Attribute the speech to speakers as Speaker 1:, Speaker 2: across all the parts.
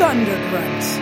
Speaker 1: undergrowth.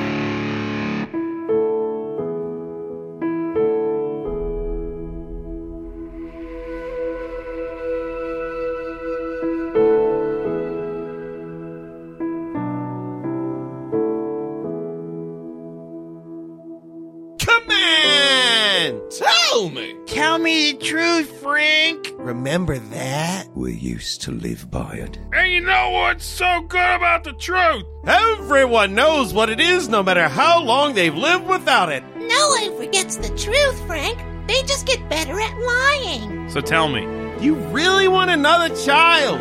Speaker 2: Come on! Tell me!
Speaker 3: Tell me the truth, Frank.
Speaker 2: Remember that?
Speaker 4: We used to live by it.
Speaker 5: And you know what's so good about the truth?
Speaker 2: Everyone knows what it is no matter how long they've lived without it.
Speaker 6: No one forgets the truth, Frank. They just get better at lying.
Speaker 5: So tell me,
Speaker 2: You really want another child?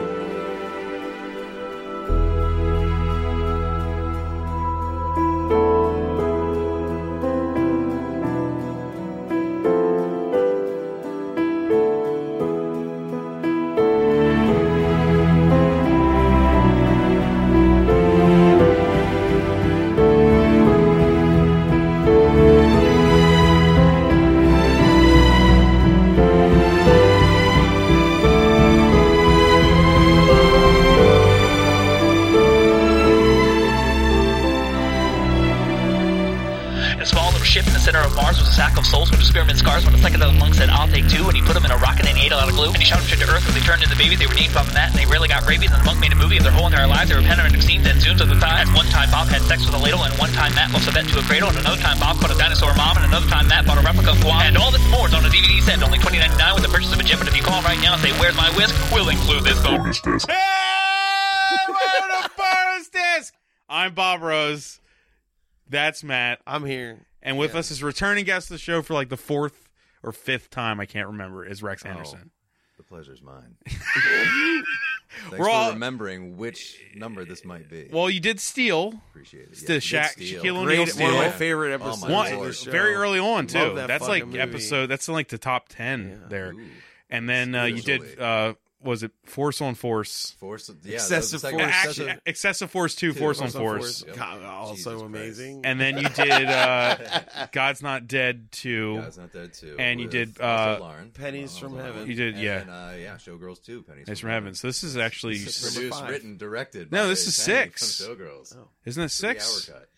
Speaker 7: A small little ship in the center of Mars was a sack of souls with experiment scars. When a psychedelic monk said, I'll take two, and he put them in a rocket and he ate a lot of glue, and he shot them straight to Earth where they turned into babies. They were named Bob and that, and they really got rabies. And the monk made a movie of their whole entire lives. They were panoramic scenes and zooms of the time. At one time, Bob had sex with a ladle, and one time, Matt lost a vet to a cradle, and another time, Bob caught a dinosaur mom, and another time, Matt bought a replica of Guam. And all this and more is on a DVD set, only twenty ninety nine with the purchase of a chip. And if you call right now and say, Where's my whisk? We'll include this bonus.
Speaker 2: Hey,
Speaker 5: Welcome to Bonus Disc. I'm Bob Rose. That's Matt.
Speaker 2: I'm here.
Speaker 5: And with us is returning guest of the show for like the fourth or fifth time, I can't remember, is
Speaker 2: Oh.
Speaker 5: Rex Anderson.
Speaker 4: The pleasure's mine. Thanks
Speaker 5: We're
Speaker 4: for
Speaker 5: all-
Speaker 4: remembering which number this might be.
Speaker 5: Well, you did steal
Speaker 4: Appreciate it.
Speaker 5: it's the Sha-
Speaker 4: Shaquille
Speaker 5: Shaquille
Speaker 2: one
Speaker 5: O'Neal
Speaker 2: of
Speaker 5: steal.
Speaker 2: my favorite
Speaker 4: Oh,
Speaker 2: episodes
Speaker 4: my
Speaker 5: One-
Speaker 2: of
Speaker 4: Lord.
Speaker 2: the show.
Speaker 5: very early on too.
Speaker 2: Love that
Speaker 5: that's like
Speaker 2: fucking movie.
Speaker 5: episode. That's like the top ten
Speaker 2: Yeah.
Speaker 5: there. And then uh, you did.
Speaker 4: Spiritually.
Speaker 5: Uh, was it Force on Force?
Speaker 4: Force, yeah,
Speaker 2: Excessive
Speaker 4: that was the second-
Speaker 2: force.
Speaker 5: Action,
Speaker 4: excessive-
Speaker 5: excessive Force Two,
Speaker 4: Two,
Speaker 5: Force on Force.
Speaker 4: Force on Force. Yep.
Speaker 2: God, also
Speaker 4: Jesus Christ.
Speaker 2: amazing.
Speaker 5: And then you did uh, God's Not Dead Two.
Speaker 4: Yeah, it's not dead too.
Speaker 5: And you
Speaker 4: with
Speaker 5: did,
Speaker 4: Russell
Speaker 5: uh,
Speaker 4: Larn.
Speaker 2: Pennies
Speaker 4: Ronald
Speaker 2: from
Speaker 4: Lauren.
Speaker 2: Heaven.
Speaker 5: You did,
Speaker 4: and
Speaker 5: yeah.
Speaker 4: Then, uh, yeah, Showgirls too. Pennies
Speaker 5: Thanks from Heaven. So this is actually,
Speaker 2: This is
Speaker 5: isn't
Speaker 2: number
Speaker 4: Produced,
Speaker 2: five.
Speaker 4: written, directed.
Speaker 5: No,
Speaker 4: by
Speaker 5: this is
Speaker 4: Penny
Speaker 5: six.
Speaker 4: From Showgirls.
Speaker 2: Oh.
Speaker 5: it six?
Speaker 4: Three-hour cut.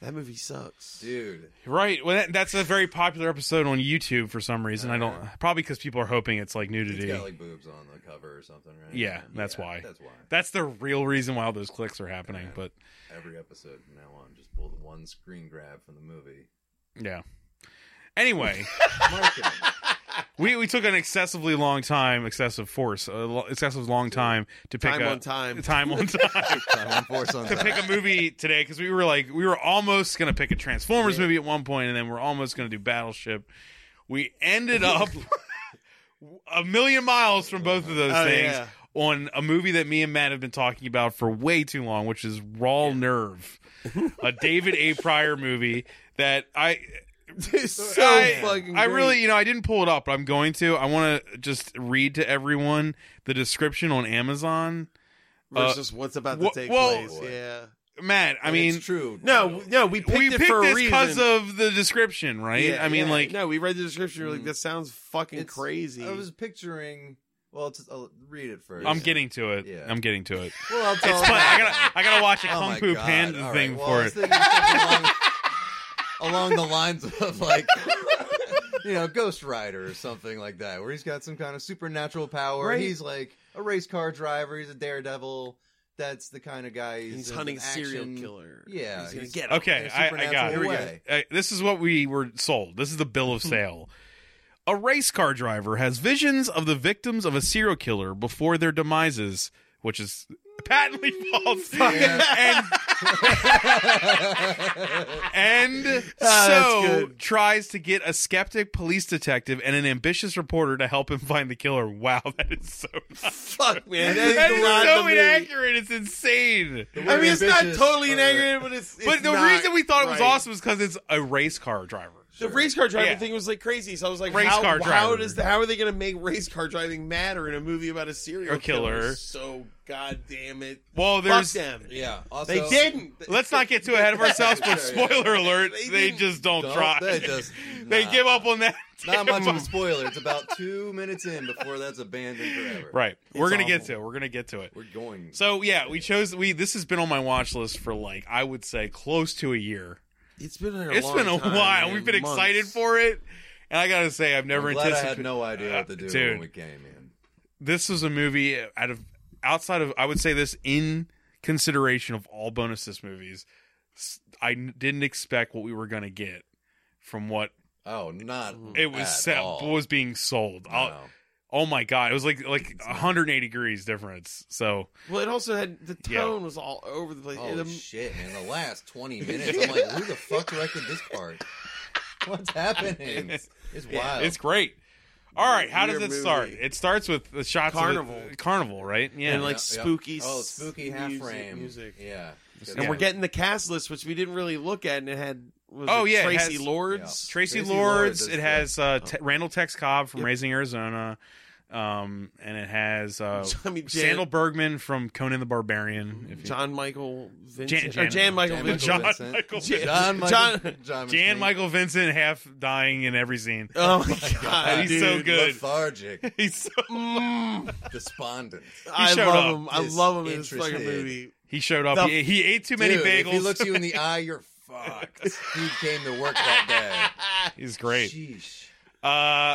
Speaker 2: that movie sucks.
Speaker 4: Dude,
Speaker 5: Right. Well, that, that's a very popular episode on YouTube for some reason. I don't probably because people are hoping it's like
Speaker 4: it's
Speaker 5: nudity.
Speaker 4: got like boobs on the cover or something, right?
Speaker 5: Yeah, that's why.
Speaker 4: That's why.
Speaker 5: that's the real reason why all those clicks are happening. But
Speaker 4: Every episode from now on, just pull the one screen grab from the movie.
Speaker 5: yeah. Anyway.
Speaker 4: Marketing.
Speaker 5: We we took an excessively long time, excessive force, a lo- excessive long time to pick
Speaker 2: Time
Speaker 5: a,
Speaker 2: on time.
Speaker 5: time on time
Speaker 4: Time on force on
Speaker 5: to
Speaker 4: time.
Speaker 5: pick a movie today because we were like we were almost gonna pick a Transformers movie at one point, and then we're almost gonna do Battleship. We ended up a million miles from both of those
Speaker 2: Oh,
Speaker 5: things
Speaker 2: yeah.
Speaker 5: on a movie that me and Matt have been talking about for way too long, which is Raw Nerve, a David A. Pryor movie that I
Speaker 2: It's so
Speaker 5: I,
Speaker 2: fucking.
Speaker 5: I
Speaker 2: great.
Speaker 5: really, you know, I didn't pull it up, but I'm going to. I want to just read to everyone the description on Amazon.
Speaker 2: versus what's about to
Speaker 5: wha-
Speaker 2: take
Speaker 5: whoa.
Speaker 2: place. Yeah.
Speaker 5: Matt, I
Speaker 4: And
Speaker 5: mean,
Speaker 4: it's true.
Speaker 2: No, no, we picked
Speaker 5: we
Speaker 2: it
Speaker 5: picked
Speaker 2: for
Speaker 5: this
Speaker 2: a reason.
Speaker 5: because of the description, right?
Speaker 2: Yeah,
Speaker 5: I mean,
Speaker 2: yeah.
Speaker 5: like, Hmm.
Speaker 2: no, we read the description. We're like, that sounds fucking
Speaker 4: It's-
Speaker 2: crazy.
Speaker 4: I was picturing. Well, it's, I'll read it first.
Speaker 5: I'm getting to it.
Speaker 4: Yeah.
Speaker 5: I'm getting to it.
Speaker 4: Well, I'll tell
Speaker 5: It's
Speaker 4: you.
Speaker 5: fun. I gotta, I gotta watch a
Speaker 4: Oh
Speaker 5: Kung
Speaker 4: my
Speaker 5: Fu
Speaker 4: God.
Speaker 5: Panda
Speaker 4: All right.
Speaker 5: thing
Speaker 4: Well,
Speaker 5: for
Speaker 4: I was
Speaker 5: it.
Speaker 4: thinking something Along, along the lines of like, you know, Ghost Rider or something like that, where he's got some kind of supernatural power.
Speaker 2: Right.
Speaker 4: He's like a race car driver. He's a daredevil. That's the kind of guy. He's,
Speaker 2: he's
Speaker 4: into
Speaker 2: hunting a
Speaker 4: action.
Speaker 2: serial killer.
Speaker 4: Yeah,
Speaker 2: he's gonna
Speaker 4: he's-
Speaker 2: get him.
Speaker 5: Okay,
Speaker 4: in a
Speaker 5: I, I got it.
Speaker 4: supernatural
Speaker 5: Here we go. Uh, this is what we were sold. This is the bill of sale. A race car driver has visions of the victims of a serial killer before their demises, which is patently false. and and
Speaker 2: Ah, that's
Speaker 5: so
Speaker 2: good.
Speaker 5: tries to get a skeptic police detective and an ambitious reporter to help him find the killer. Wow, that is so
Speaker 2: Fuck, man. That is
Speaker 5: that is
Speaker 2: not the
Speaker 5: so
Speaker 2: movie.
Speaker 5: inaccurate. It's insane.
Speaker 2: I mean, it's not
Speaker 4: Ambitious,
Speaker 2: totally
Speaker 4: but-
Speaker 2: inaccurate, but it's.
Speaker 5: but
Speaker 2: it's
Speaker 5: the
Speaker 2: not
Speaker 5: reason we thought it was
Speaker 2: right.
Speaker 5: awesome is because it's a race car driver.
Speaker 2: The race car driving
Speaker 5: Yeah.
Speaker 2: thing was like crazy, so I was like,
Speaker 5: Race
Speaker 2: how,
Speaker 5: car
Speaker 2: how
Speaker 5: driver.
Speaker 2: does the, how are they going to make race car driving matter in a movie about a serial
Speaker 5: Or killer.
Speaker 2: So goddamn it!
Speaker 5: Well, there's.
Speaker 2: Fuck them.
Speaker 4: Yeah. Also,
Speaker 2: They didn't.
Speaker 5: Let's not get too ahead of ourselves, but
Speaker 4: Sure, yeah.
Speaker 5: spoiler alert,
Speaker 2: They
Speaker 5: they
Speaker 2: didn't-
Speaker 5: just don't,
Speaker 4: Don't-
Speaker 5: try.
Speaker 4: they just-
Speaker 5: They
Speaker 4: nah.
Speaker 5: give up on that. damn
Speaker 4: Not much of a
Speaker 5: moment.
Speaker 4: spoiler. It's about two minutes in before that's abandoned forever.
Speaker 5: Right. We're going to get
Speaker 4: awful.
Speaker 5: to it. We're going to get to it.
Speaker 4: We're going.
Speaker 5: So, yeah, we chose we this has been on my watch list for like I would say close to a year.
Speaker 2: It's been a
Speaker 5: It's
Speaker 2: long
Speaker 5: been a
Speaker 2: time,
Speaker 5: while.
Speaker 2: man,
Speaker 5: We've been
Speaker 2: months.
Speaker 5: excited for it. And I got to say I've never
Speaker 4: I'm glad I
Speaker 5: anticipated
Speaker 4: had no idea what to do
Speaker 5: Uh,
Speaker 4: when
Speaker 5: dude.
Speaker 4: we came in.
Speaker 5: this was a movie out of outside of I would say this in consideration of all bonus list movies. s- I n- didn't expect what we were going to get from what
Speaker 4: Oh, not
Speaker 5: it was
Speaker 4: at
Speaker 5: set,
Speaker 4: all.
Speaker 5: was being sold. I'll-
Speaker 4: No.
Speaker 5: Oh my god, it was like like 180 degrees difference. So
Speaker 2: Well, it also had the
Speaker 5: Yeah.
Speaker 2: tone was all over the place.
Speaker 4: Oh
Speaker 2: The-
Speaker 4: shit, man! The last twenty minutes, I'm like, who the fuck directed this part? What's happening? It's wild.
Speaker 5: it's great. All right, how does
Speaker 2: Weird
Speaker 5: it start?
Speaker 2: movie.
Speaker 5: It starts with the shots of the-
Speaker 2: Carnival.
Speaker 5: carnival, right? Yeah,
Speaker 2: And, like, spooky
Speaker 4: Oh,
Speaker 2: s-
Speaker 4: spooky half
Speaker 2: music-
Speaker 4: frame
Speaker 2: music.
Speaker 4: Yeah,
Speaker 2: And
Speaker 5: Yeah.
Speaker 2: we're getting the cast list, which we didn't really look at, and it had was
Speaker 5: Oh,
Speaker 2: it
Speaker 5: yeah, it
Speaker 2: Tracy
Speaker 5: has-
Speaker 2: Lords. Oh.
Speaker 5: Tracy,
Speaker 4: Tracy
Speaker 5: Lords.
Speaker 4: Lords is
Speaker 5: It
Speaker 4: the-
Speaker 5: has uh, Te- Randall Tex Cobb from Raising Arizona, um, and it has uh,
Speaker 2: Tommy Jan-
Speaker 5: Sandal Bergman from Conan the Barbarian. If you-
Speaker 2: John Michael
Speaker 5: Jan-
Speaker 2: Vincent
Speaker 5: Jan-
Speaker 2: or Jan Michael
Speaker 4: Jan
Speaker 2: Vincent.
Speaker 5: John
Speaker 4: Vincent.
Speaker 5: Michael.
Speaker 2: Jan-
Speaker 4: John Michael,
Speaker 2: John-
Speaker 4: John,
Speaker 5: Jan Michael Vincent half dying in every scene.
Speaker 2: Oh my god,
Speaker 5: He's so
Speaker 2: dude.
Speaker 5: good.
Speaker 4: lethargic,
Speaker 5: He's so,
Speaker 4: despondent.
Speaker 2: I
Speaker 5: showed
Speaker 2: love
Speaker 5: up.
Speaker 2: him. I love him in this
Speaker 4: Disinterested.
Speaker 2: fucking movie.
Speaker 5: he showed up.
Speaker 2: The-
Speaker 5: he, he ate too many
Speaker 4: Dude,
Speaker 5: bagels.
Speaker 4: If he looks you in the eye, you're fucked. he came to work that
Speaker 5: He's
Speaker 4: day.
Speaker 5: great.
Speaker 4: Sheesh.
Speaker 5: Uh,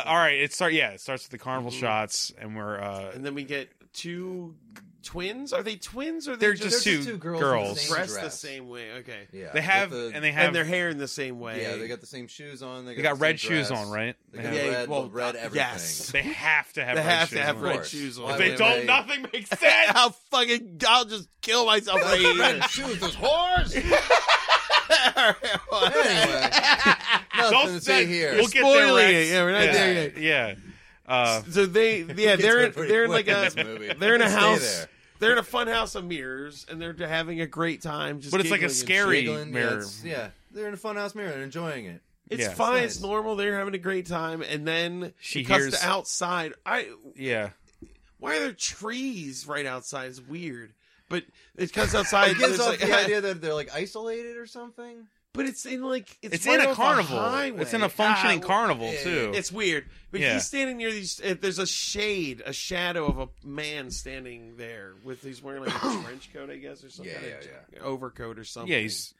Speaker 5: all right, it start. Yeah, it starts with the carnival shots, and we're uh,
Speaker 2: And then we get two twins. Are they twins or are they
Speaker 5: they're just
Speaker 4: they're
Speaker 5: two
Speaker 4: just two girls
Speaker 5: girls.
Speaker 4: in the same
Speaker 2: dressed the
Speaker 4: dress.
Speaker 2: same way? Okay,
Speaker 4: Yeah,
Speaker 5: They have
Speaker 4: with the-
Speaker 5: and they have
Speaker 2: and their hair in the same way.
Speaker 4: yeah, they got the same shoes on. They got,
Speaker 5: they got
Speaker 4: the
Speaker 5: red
Speaker 4: same
Speaker 5: shoes
Speaker 4: dress.
Speaker 5: on, right?
Speaker 4: They got
Speaker 2: Yeah,
Speaker 4: red,
Speaker 2: well,
Speaker 4: red
Speaker 2: uh,
Speaker 4: everything.
Speaker 2: yes.
Speaker 5: They have to have.
Speaker 2: They
Speaker 5: red
Speaker 2: have to
Speaker 5: shoes
Speaker 2: have
Speaker 5: on.
Speaker 4: Of
Speaker 2: red
Speaker 4: course.
Speaker 2: shoes on.
Speaker 4: Why
Speaker 5: If they
Speaker 4: would
Speaker 5: don't, nothing makes sense.
Speaker 2: I'll fucking I'll just kill myself right here.
Speaker 4: Red shoes, those whores.
Speaker 2: anyway,
Speaker 4: Anyway, nothing
Speaker 5: Don't
Speaker 4: to
Speaker 5: say
Speaker 4: see here.
Speaker 5: We'll get there,
Speaker 2: Spoiling
Speaker 5: Rex.
Speaker 2: it. Yeah, we're not
Speaker 5: yeah.
Speaker 2: there yet.
Speaker 5: Yeah. Uh,
Speaker 2: so they yeah
Speaker 4: Gets
Speaker 2: they're
Speaker 4: there
Speaker 2: in,
Speaker 4: pretty
Speaker 2: they're in like
Speaker 4: quick in
Speaker 2: a
Speaker 4: this movie.
Speaker 2: they're in a
Speaker 4: Stay
Speaker 2: house
Speaker 4: there.
Speaker 2: they're in a fun house of mirrors and they're having a great time. Just
Speaker 5: But it's like a
Speaker 2: giggling and
Speaker 5: scary-
Speaker 2: shit.
Speaker 4: Giggling,
Speaker 5: mirror.
Speaker 4: Yeah, it's- yeah, they're in a funhouse mirror and enjoying it.
Speaker 2: It's
Speaker 5: Yeah.
Speaker 2: fine.
Speaker 4: Nice.
Speaker 2: It's normal. They're having a great time, and then
Speaker 5: She
Speaker 2: she cuts
Speaker 5: hears-
Speaker 2: to outside. I
Speaker 5: yeah.
Speaker 2: why are there trees right outside? It's weird. But it cuts outside.
Speaker 4: It
Speaker 2: and
Speaker 4: gives
Speaker 2: it's
Speaker 4: off
Speaker 2: like-
Speaker 4: the idea that they're like isolated or something.
Speaker 2: But it's in like it's,
Speaker 5: It's,
Speaker 2: right
Speaker 5: in
Speaker 2: off
Speaker 5: a carnival.
Speaker 2: highway.
Speaker 5: it's in a functioning
Speaker 2: Ah,
Speaker 5: carnival
Speaker 4: yeah,
Speaker 5: too.
Speaker 2: It's weird. But
Speaker 5: Yeah.
Speaker 2: he's standing near these. Uh, there's a shade, a shadow of a man standing there with he's wearing like a trench coat, I guess, or something.
Speaker 4: Yeah, yeah,
Speaker 2: Overcoat or something.
Speaker 5: yeah, he's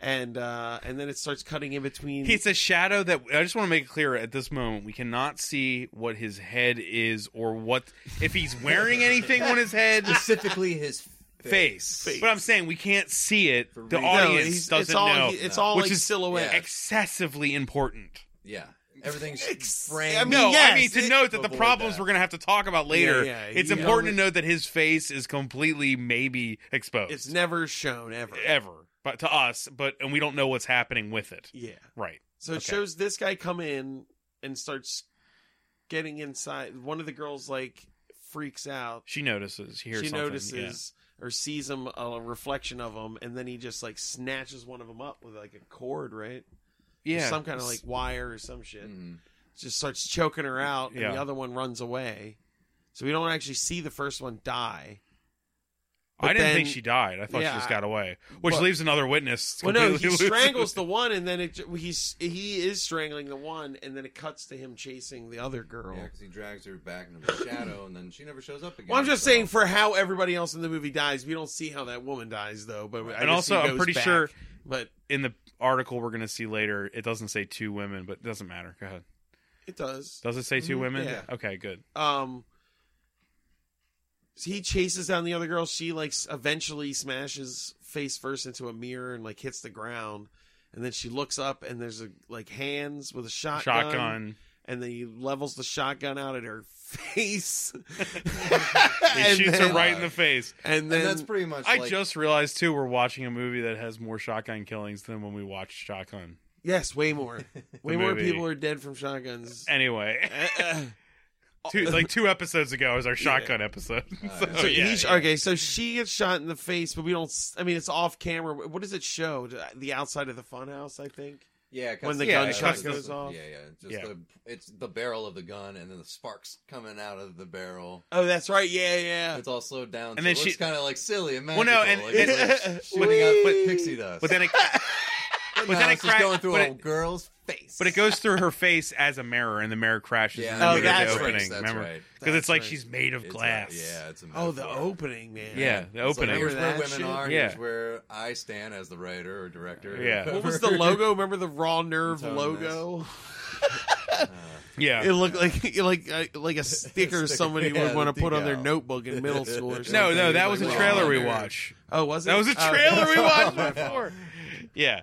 Speaker 2: and uh, and then it starts cutting in between.
Speaker 5: It's a shadow that I just want to make it clear at this moment we cannot see what his head is or what if he's wearing anything on his head
Speaker 4: Specifically, his
Speaker 5: face. But I'm saying we can't see it. The
Speaker 4: real.
Speaker 2: No,
Speaker 5: audience
Speaker 2: he's-
Speaker 5: doesn't
Speaker 2: it's all,
Speaker 5: know.
Speaker 2: he- It's all
Speaker 5: Which
Speaker 2: like
Speaker 5: is-
Speaker 2: silhouette.
Speaker 4: yeah.
Speaker 5: Excessively important.
Speaker 4: Yeah, everything's
Speaker 2: Ex-
Speaker 4: framed.
Speaker 2: I mean,
Speaker 5: No,
Speaker 2: yes,
Speaker 5: I mean to
Speaker 2: it-
Speaker 5: note that the
Speaker 4: avoid
Speaker 5: problems
Speaker 4: that.
Speaker 5: we're going to have to talk about later.
Speaker 2: yeah,
Speaker 5: it's
Speaker 2: yeah.
Speaker 5: important to note that his face is completely maybe exposed
Speaker 2: It's never shown ever.
Speaker 5: ever, but to us, but and we don't know what's happening with it.
Speaker 2: Yeah.
Speaker 5: Right.
Speaker 2: So it
Speaker 5: Okay.
Speaker 2: shows this guy come in and starts getting inside. One of the girls like freaks out.
Speaker 5: She notices. She hears.
Speaker 2: she
Speaker 5: something,
Speaker 2: notices or sees him a reflection of him, and then he just like snatches one of them up with like a cord, right? Or
Speaker 5: Yeah. yeah.
Speaker 2: some kind of like wire or some shit.
Speaker 4: Mhm.
Speaker 2: Just starts choking her out, and
Speaker 5: Yeah.
Speaker 2: the other one runs away. So we don't actually see the first one die.
Speaker 5: I
Speaker 2: but
Speaker 5: didn't
Speaker 2: then-
Speaker 5: think she died. I thought
Speaker 2: Yeah,
Speaker 5: she just
Speaker 2: I-
Speaker 5: got away, which
Speaker 2: but-
Speaker 5: leaves another witness.
Speaker 2: Well, no, he
Speaker 5: completely
Speaker 2: strangles
Speaker 5: loose.
Speaker 2: the one, and then it he's he is strangling the one, and then it cuts to him chasing the other girl.
Speaker 4: Yeah, because he drags her back into the shadow, and then she never shows up again.
Speaker 2: Well, I'm just
Speaker 4: so-
Speaker 2: saying for how everybody else in the movie dies, we don't see how that woman dies though. But I
Speaker 5: And
Speaker 2: guess
Speaker 5: also,
Speaker 2: he
Speaker 5: I'm
Speaker 2: goes
Speaker 5: pretty
Speaker 2: back.
Speaker 5: sure-
Speaker 2: but
Speaker 5: in the article we're going to see later. It doesn't say two women, but it doesn't matter. Go ahead.
Speaker 2: it does.
Speaker 5: Does it say 2 women?
Speaker 2: Mm, yeah.
Speaker 5: Okay, good.
Speaker 2: Um, he chases down the other girl. She like s- eventually smashes face first into a mirror and like hits the ground. And then she looks up and there's a like hands with a shotgun.
Speaker 5: Shotgun.
Speaker 2: And then he levels the shotgun out at her face.
Speaker 5: It
Speaker 2: and,
Speaker 5: shoots
Speaker 2: then,
Speaker 5: her right in the face.
Speaker 2: and then
Speaker 4: And that's pretty much.
Speaker 5: I
Speaker 4: like,
Speaker 5: just realized too we're watching a movie that has more shotgun killings than when we watched Shotgun.
Speaker 2: yes, way more, way more
Speaker 5: movie.
Speaker 2: people are dead from shotguns.
Speaker 5: Anyway,
Speaker 2: Uh,
Speaker 5: two, like two episodes ago was our shotgun episode. so,
Speaker 2: Uh, So
Speaker 5: oh, yeah,
Speaker 2: he-
Speaker 5: yeah.
Speaker 2: Okay, so she gets shot in the face, but we don't. s- I mean, it's off camera. What does it show? The outside of the funhouse, I think.
Speaker 4: Yeah, it cuts
Speaker 2: When the
Speaker 5: gun
Speaker 4: yeah,
Speaker 5: shot
Speaker 4: it
Speaker 5: goes
Speaker 4: the-
Speaker 2: off.
Speaker 4: Yeah, yeah. Just
Speaker 5: Yeah.
Speaker 4: The, it's the barrel of the gun, and then the sparks coming out of the barrel.
Speaker 2: Oh, that's right. Yeah, yeah.
Speaker 4: It's all slowed down,
Speaker 5: And
Speaker 4: and
Speaker 5: then
Speaker 4: then it looks
Speaker 5: she-
Speaker 4: kind of like silly and
Speaker 5: Well,
Speaker 4: magical.
Speaker 5: no, and-
Speaker 4: like, it's
Speaker 2: and-
Speaker 4: like shooting out
Speaker 2: Whee!
Speaker 4: pixie dust.
Speaker 5: But then it,
Speaker 4: but
Speaker 5: then it crack-
Speaker 4: going through
Speaker 5: but
Speaker 4: a
Speaker 5: it-
Speaker 4: girl's face.
Speaker 5: but it goes through her face as a mirror, and the mirror crashes.
Speaker 4: Yeah,
Speaker 5: and then
Speaker 2: oh,
Speaker 5: we get
Speaker 2: that's
Speaker 5: the
Speaker 2: right,
Speaker 5: opening.
Speaker 4: that's
Speaker 5: remember?
Speaker 4: right.
Speaker 5: Because it's
Speaker 2: That's
Speaker 5: like
Speaker 2: right. uh,
Speaker 5: she's made of
Speaker 4: It's
Speaker 5: glass.
Speaker 4: A, yeah, it's a
Speaker 2: Oh, the
Speaker 4: metaphor.
Speaker 2: opening, man.
Speaker 5: Yeah, the
Speaker 4: It's like,
Speaker 5: opening.
Speaker 4: here's where
Speaker 2: Remember
Speaker 4: women
Speaker 2: that shit?
Speaker 4: are.
Speaker 5: Yeah.
Speaker 4: Here's where I stand as the writer or director. or
Speaker 5: Yeah.
Speaker 2: What was the
Speaker 4: whatever.
Speaker 2: logo? Remember the Raw Nerve
Speaker 4: It's on
Speaker 2: logo?
Speaker 5: yeah.
Speaker 2: It looked like like uh, like a sticker
Speaker 4: Sticker,
Speaker 2: somebody
Speaker 4: yeah,
Speaker 2: would want to
Speaker 4: the
Speaker 2: put on their
Speaker 4: decal.
Speaker 2: notebook in middle school. Or
Speaker 5: no,
Speaker 2: something.
Speaker 5: no, that
Speaker 2: Like,
Speaker 5: was a
Speaker 2: "Raw
Speaker 5: trailer we
Speaker 2: Nerve."
Speaker 5: watch.
Speaker 2: Oh, was it?
Speaker 5: That was a
Speaker 2: Oh.
Speaker 5: trailer we watched before. Yeah.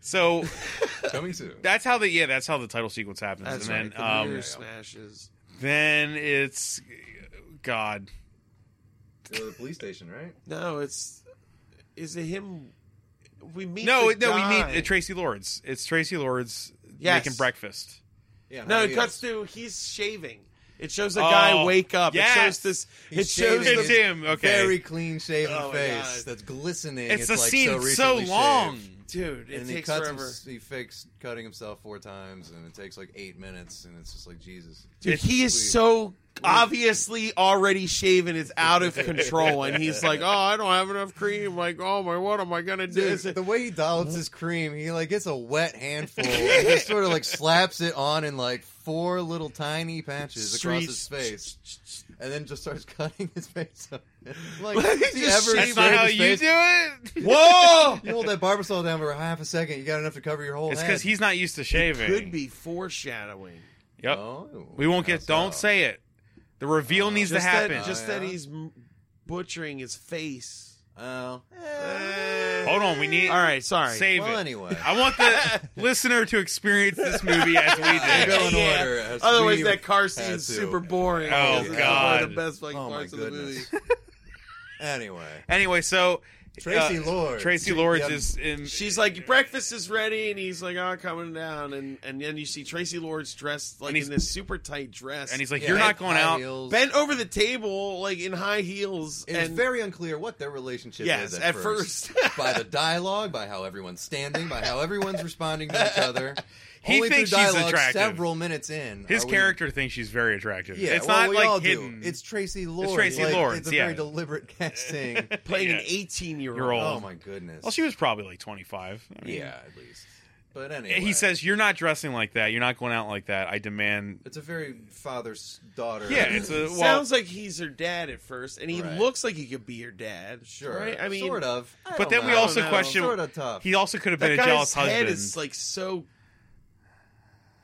Speaker 5: So
Speaker 4: Coming soon.
Speaker 5: that's how the yeah that's how the title sequence happens,
Speaker 2: That's
Speaker 5: and
Speaker 2: right.
Speaker 5: then
Speaker 2: The
Speaker 5: um,
Speaker 2: mirror smashes.
Speaker 5: then it's God.
Speaker 4: Go to the police station, right?
Speaker 2: No, it's is it him? We meet.
Speaker 5: No,
Speaker 2: the
Speaker 5: no, we meet
Speaker 2: guy.
Speaker 5: uh, Tracy Lords. It's Tracy Lords
Speaker 2: Yes.
Speaker 5: making breakfast.
Speaker 4: Yeah.
Speaker 2: No,
Speaker 4: how
Speaker 2: it
Speaker 4: he
Speaker 2: cuts
Speaker 4: is.
Speaker 2: to he's shaving. It shows a
Speaker 5: Oh,
Speaker 2: guy wake up.
Speaker 5: yes.
Speaker 2: It shows this.
Speaker 4: He's
Speaker 2: it shows
Speaker 4: shaving
Speaker 5: It's
Speaker 2: the,
Speaker 4: his
Speaker 5: him. Okay,
Speaker 4: Very clean shaven
Speaker 2: Oh my
Speaker 4: face
Speaker 2: God.
Speaker 4: that's glistening.
Speaker 5: it's,
Speaker 4: It's,
Speaker 5: the
Speaker 4: like
Speaker 5: scene
Speaker 4: so,
Speaker 5: it's so
Speaker 4: recently
Speaker 5: long.
Speaker 4: shaved.
Speaker 2: dude. It
Speaker 4: and he
Speaker 2: takes
Speaker 4: cuts
Speaker 2: forever.
Speaker 4: him- he fakes cutting himself four times, and it takes like eight minutes, and it's just like Jesus.
Speaker 2: Dude,
Speaker 5: It's-
Speaker 2: he is so obviously already shaven. It's out of control, and he's like, "Oh, I don't have enough cream. Like, oh my, what am I gonna do?"
Speaker 4: Dude, the way he dollops his cream, he like gets a wet handful, and just sort of like slaps it on in like four little tiny patches across his face, and then just starts cutting his face up. Like,
Speaker 2: Just
Speaker 4: does he ever
Speaker 5: That's
Speaker 2: shaved
Speaker 4: shave
Speaker 5: not
Speaker 4: his
Speaker 5: how you
Speaker 4: face?
Speaker 5: do it.
Speaker 2: Whoa!
Speaker 4: You hold that barbasol down for half a second, you got enough to cover your whole
Speaker 5: It's
Speaker 4: head.
Speaker 5: because he's not used to shaving.
Speaker 2: Could be foreshadowing.
Speaker 5: Yep.
Speaker 4: Oh,
Speaker 5: We won't get.
Speaker 4: that's
Speaker 5: Don't
Speaker 4: how-
Speaker 5: say it. The reveal
Speaker 4: Uh,
Speaker 5: needs to
Speaker 2: Just
Speaker 5: happen.
Speaker 2: that, just
Speaker 4: Oh,
Speaker 2: that
Speaker 4: yeah?
Speaker 2: he's m- butchering his face.
Speaker 4: Oh,
Speaker 5: Hold on, we need.
Speaker 2: All right, sorry.
Speaker 5: save
Speaker 4: well,
Speaker 5: it.
Speaker 4: anyway.
Speaker 5: I want the listener to experience this movie as we
Speaker 4: Yeah,
Speaker 5: did.
Speaker 4: go in
Speaker 2: Yeah.
Speaker 4: order, as
Speaker 2: Otherwise,
Speaker 4: we
Speaker 2: that car
Speaker 4: had
Speaker 2: scene's
Speaker 4: to.
Speaker 2: super boring.
Speaker 5: Oh,
Speaker 2: It's One
Speaker 5: God.
Speaker 2: of the best fucking
Speaker 4: Oh, my
Speaker 2: parts of the movie.
Speaker 4: goodness. Anyway,
Speaker 5: Anyway, so
Speaker 4: Tracy
Speaker 5: uh,
Speaker 4: Lord.
Speaker 5: Tracy Lords
Speaker 4: Yeah,
Speaker 5: is in.
Speaker 2: She's like, breakfast is ready, and he's like, oh, coming down. And, and then you see Tracy Lord's dressed like
Speaker 5: And he's-
Speaker 2: in this super tight dress.
Speaker 5: and he's like,
Speaker 4: yeah,
Speaker 5: "You're
Speaker 4: high
Speaker 5: not going out."
Speaker 4: heels.
Speaker 2: bent over the table, like in high heels.
Speaker 4: It was
Speaker 2: and
Speaker 4: very unclear what their relationship
Speaker 2: Yes,
Speaker 4: is
Speaker 2: at
Speaker 4: at,
Speaker 2: first.
Speaker 4: by the dialogue, by how everyone's standing, by how everyone's responding to each other.
Speaker 5: He
Speaker 4: Only
Speaker 5: thinks
Speaker 4: through
Speaker 5: she's
Speaker 4: dialogue
Speaker 5: attractive.
Speaker 4: Several minutes in,
Speaker 5: His
Speaker 4: are we-
Speaker 5: character thinks she's very attractive.
Speaker 4: Yeah,
Speaker 5: it's
Speaker 4: well,
Speaker 5: not
Speaker 4: we
Speaker 5: like
Speaker 4: all
Speaker 5: hidden.
Speaker 4: Do. It's Tracy Lord.
Speaker 5: Tracy
Speaker 4: like,
Speaker 5: Lords,
Speaker 4: It's a
Speaker 5: yeah.
Speaker 4: very deliberate casting.
Speaker 2: playing
Speaker 5: Yeah.
Speaker 2: an 18 year
Speaker 5: You're
Speaker 2: old.
Speaker 5: old.
Speaker 4: oh my goodness.
Speaker 5: well, she was probably like 25. I mean,
Speaker 4: yeah, at least. But anyway,
Speaker 5: He says, "You're not dressing like that. You're not going out like that. I demand."
Speaker 4: it's a very father's daughter.
Speaker 5: Yeah, it's a well.
Speaker 2: Sounds like he's her dad at first, and he
Speaker 4: Right.
Speaker 2: looks like he could be your dad.
Speaker 4: sure.
Speaker 2: Right? I mean,
Speaker 4: sort of. I
Speaker 5: but
Speaker 4: don't
Speaker 5: then we
Speaker 4: know.
Speaker 5: also
Speaker 2: know.
Speaker 5: question.
Speaker 4: Sort of tough.
Speaker 5: He also could have been
Speaker 2: that guy's
Speaker 5: a jealous
Speaker 2: head
Speaker 5: husband.
Speaker 2: is like so.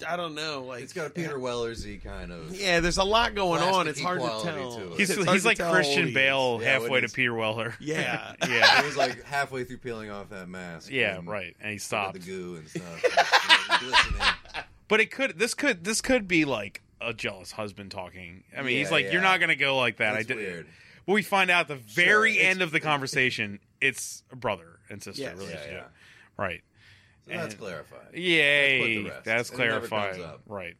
Speaker 2: I don't know. Like
Speaker 4: It's got a Peter Wellersy kind of.
Speaker 2: Yeah, there's a lot going
Speaker 4: Plastic
Speaker 2: on. It's hard to
Speaker 4: equality
Speaker 2: tell.
Speaker 4: to it.
Speaker 5: he's
Speaker 2: It's hard
Speaker 5: he's
Speaker 2: to
Speaker 5: like
Speaker 2: tell all
Speaker 5: Christian
Speaker 2: these.
Speaker 5: Bale
Speaker 4: Yeah,
Speaker 5: halfway
Speaker 4: when
Speaker 5: to
Speaker 4: he's-
Speaker 5: Peter Weller.
Speaker 2: Yeah.
Speaker 5: yeah,
Speaker 4: He was like halfway through peeling off that mask.
Speaker 5: yeah,
Speaker 4: and
Speaker 5: right. And he
Speaker 4: Mm-hmm. got
Speaker 5: stopped.
Speaker 4: The goo and stuff. Glistening.
Speaker 5: But it could. This could. This could be like a jealous husband talking. I mean,
Speaker 4: Yeah,
Speaker 5: he's like,
Speaker 4: yeah.
Speaker 5: "You're not gonna go like that."
Speaker 4: That's
Speaker 5: I did.
Speaker 4: weird.
Speaker 5: But we find out at the very
Speaker 4: it's-
Speaker 5: end of the conversation, it's a brother and sister
Speaker 2: Yes.
Speaker 5: relationship.
Speaker 4: Yeah, yeah.
Speaker 5: Right.
Speaker 4: So that's
Speaker 5: And-
Speaker 4: clarified
Speaker 5: Yay.
Speaker 4: rest.
Speaker 5: That's
Speaker 4: It never comes
Speaker 5: clarified.
Speaker 4: up.
Speaker 5: Right.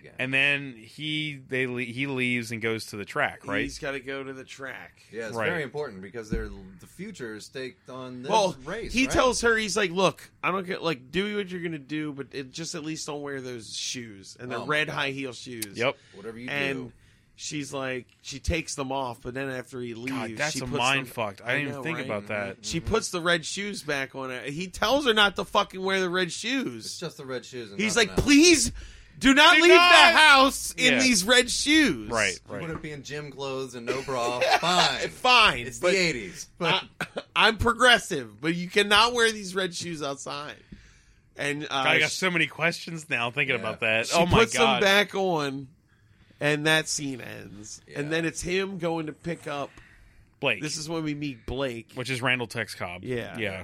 Speaker 4: again.
Speaker 5: And then he they le- he leaves and goes to the track. Right.
Speaker 2: He's got to go to the track.
Speaker 4: yeah, it's
Speaker 5: Right.
Speaker 4: very important because they're the future is staked on this
Speaker 2: Well,
Speaker 4: race.
Speaker 2: he
Speaker 4: right?
Speaker 2: tells her he's like, "Look, I don't get like do what you're gonna do, but it, just at least don't wear those shoes and the
Speaker 4: Oh my
Speaker 2: red
Speaker 4: God.
Speaker 2: high heel shoes."
Speaker 5: yep.
Speaker 4: whatever you
Speaker 2: and
Speaker 4: do.
Speaker 2: she's like, she takes them off, but then after he leaves,
Speaker 5: God, that's
Speaker 2: she
Speaker 5: a
Speaker 2: puts
Speaker 5: mind
Speaker 2: them-
Speaker 5: fucked. I didn't even
Speaker 2: know,
Speaker 5: think
Speaker 2: right?
Speaker 5: about that.
Speaker 2: She puts the red shoes back on. Her. He tells her not to fucking wear the red
Speaker 4: It's
Speaker 2: shoes.
Speaker 4: just the red shoes. And
Speaker 2: He's
Speaker 4: nothing
Speaker 2: like,
Speaker 4: else.
Speaker 2: "Please, do not
Speaker 5: Do
Speaker 2: leave
Speaker 5: not-
Speaker 2: the house in
Speaker 5: Yeah.
Speaker 2: these red shoes."
Speaker 5: Right.
Speaker 4: You
Speaker 5: Right.
Speaker 4: Put it be in gym clothes and no bra. Fine.
Speaker 2: Fine.
Speaker 4: It's
Speaker 2: but
Speaker 4: the eighties. But
Speaker 2: I, am progressive, but you cannot wear these red shoes outside. And uh,
Speaker 5: I got
Speaker 2: she-
Speaker 5: so many questions now thinking
Speaker 4: Yeah.
Speaker 5: about that.
Speaker 2: she
Speaker 5: oh my
Speaker 2: puts
Speaker 5: god.
Speaker 2: them back on, and that scene ends.
Speaker 4: Yeah.
Speaker 2: And then it's him going to pick up.
Speaker 5: Blake.
Speaker 2: This is when we meet Blake.
Speaker 5: which is Randall Tex Cobb.
Speaker 2: Yeah.
Speaker 5: Yeah.
Speaker 4: yeah.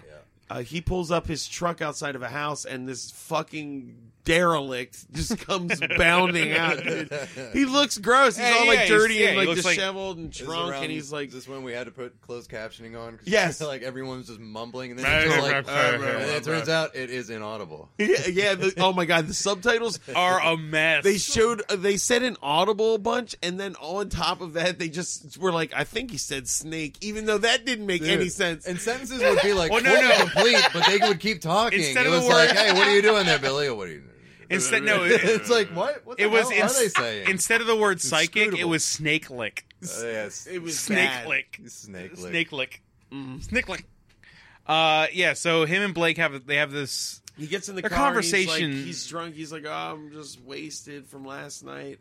Speaker 2: Uh, he pulls up his truck outside of a house, and this fucking derelict just comes bounding out. dude. He looks gross. He's
Speaker 5: Yeah,
Speaker 2: all
Speaker 5: yeah,
Speaker 2: like
Speaker 5: he's-
Speaker 2: dirty
Speaker 5: yeah, he
Speaker 2: and like
Speaker 5: looks like-
Speaker 2: disheveled and
Speaker 4: This is
Speaker 2: drunk,
Speaker 4: around-
Speaker 2: and he's like,
Speaker 4: is "This when we had to put closed captioning on." 'Cause
Speaker 2: Yes.
Speaker 4: like everyone's just mumbling, and then it's just like, and then it turns out it is inaudible.
Speaker 2: yeah, yeah the, oh my god, the subtitles
Speaker 5: Are a mess.
Speaker 2: they showed uh, they said an audible a bunch and then on top of that they just were like i think he said snake even though that didn't make any
Speaker 4: Dude.
Speaker 2: sense
Speaker 4: And sentences would be like,
Speaker 5: Well, Oh, no,
Speaker 4: "What
Speaker 5: no.
Speaker 4: the complete, but they would keep talking.
Speaker 5: Instead of
Speaker 4: it
Speaker 5: the
Speaker 4: was
Speaker 5: word-
Speaker 4: like, "Hey, what are you doing there, Billy? Or what are you?" Doing?
Speaker 5: Instead, no, it,
Speaker 4: it's like what? What the
Speaker 5: it was
Speaker 4: hell
Speaker 5: ins-
Speaker 4: are they saying?
Speaker 5: instead of the word psychic, it
Speaker 4: Inscrutable.
Speaker 5: was snake lick.
Speaker 4: Uh, yes,
Speaker 2: It was
Speaker 5: Snake
Speaker 2: bad. Mm-hmm.
Speaker 5: lick.
Speaker 4: snake. lick.
Speaker 5: Snake lick. Snake lick. Uh, yeah. So him and Blake have they have this.
Speaker 2: He gets in the
Speaker 5: Their
Speaker 2: car. and he's,
Speaker 5: conversation-
Speaker 2: like, he's drunk. He's like, oh, I'm just wasted from last night.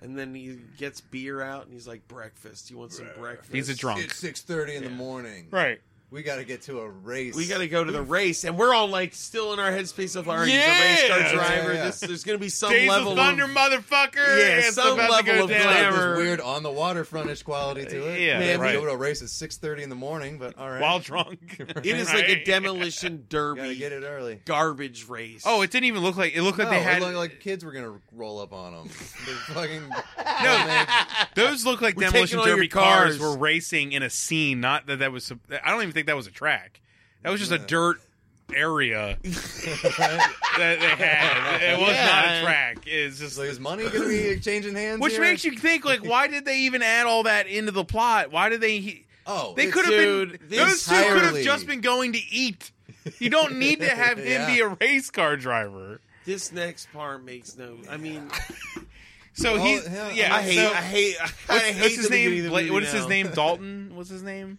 Speaker 2: And then he gets beer out and he's like, breakfast. You want some breakfast?
Speaker 5: He's a drunk.
Speaker 4: It's six thirty in the morning.
Speaker 5: Right.
Speaker 4: We got to get to a race.
Speaker 2: We got to go to the race, and we're all like still in our headspace of our he's a race
Speaker 5: Yeah.
Speaker 2: car driver.
Speaker 4: Yeah, yeah.
Speaker 2: This, there's going to be some
Speaker 5: Days
Speaker 2: level
Speaker 5: of Thunder, motherfucker.
Speaker 2: Yeah,
Speaker 5: It's
Speaker 2: some
Speaker 5: about to
Speaker 2: level
Speaker 5: go
Speaker 2: of
Speaker 5: down.
Speaker 4: Like
Speaker 2: glamour.
Speaker 4: this weird on the water frontish quality to it.
Speaker 5: Yeah,
Speaker 4: Man,
Speaker 2: right.
Speaker 4: we go to a race at six thirty in the morning, but all right,
Speaker 5: while drunk.
Speaker 2: It is like a
Speaker 5: Right.
Speaker 2: demolition
Speaker 4: gotta
Speaker 2: derby,
Speaker 4: get it early.
Speaker 2: garbage race.
Speaker 5: Oh, it didn't even look like it looked like
Speaker 4: No,
Speaker 5: they had
Speaker 4: it looked Oh, like kids were gonna roll up on them. They're fucking
Speaker 5: those look like
Speaker 2: We're taking
Speaker 5: demolition
Speaker 2: all your
Speaker 5: derby cars.
Speaker 2: cars.
Speaker 5: were racing in a scene. Not that that was. I don't even think that was a track. That was just a dirt area that they had. It was not
Speaker 2: Yeah.
Speaker 5: a track. It's just
Speaker 4: So is money gonna be exchanging hands?
Speaker 5: which
Speaker 4: here?
Speaker 5: makes you think like why did they even add all that into the plot? Why did they? He,
Speaker 4: oh
Speaker 5: they
Speaker 4: it's-
Speaker 5: could have been
Speaker 2: dude,
Speaker 5: those two could have
Speaker 4: entirely.
Speaker 5: just been going to eat. You don't need to have him
Speaker 4: Yeah.
Speaker 5: be a race car driver.
Speaker 2: This next part makes no. I mean,
Speaker 5: So
Speaker 4: Well,
Speaker 5: he's
Speaker 4: yeah,
Speaker 5: yeah.
Speaker 2: I hate.
Speaker 5: so-
Speaker 2: I hate. I
Speaker 5: What's,
Speaker 2: hate
Speaker 5: what's
Speaker 2: the
Speaker 5: his
Speaker 2: beginning of
Speaker 5: name?
Speaker 2: the
Speaker 5: Bla-
Speaker 2: movie
Speaker 5: what is his
Speaker 2: now.
Speaker 5: name? Dalton. What's his name?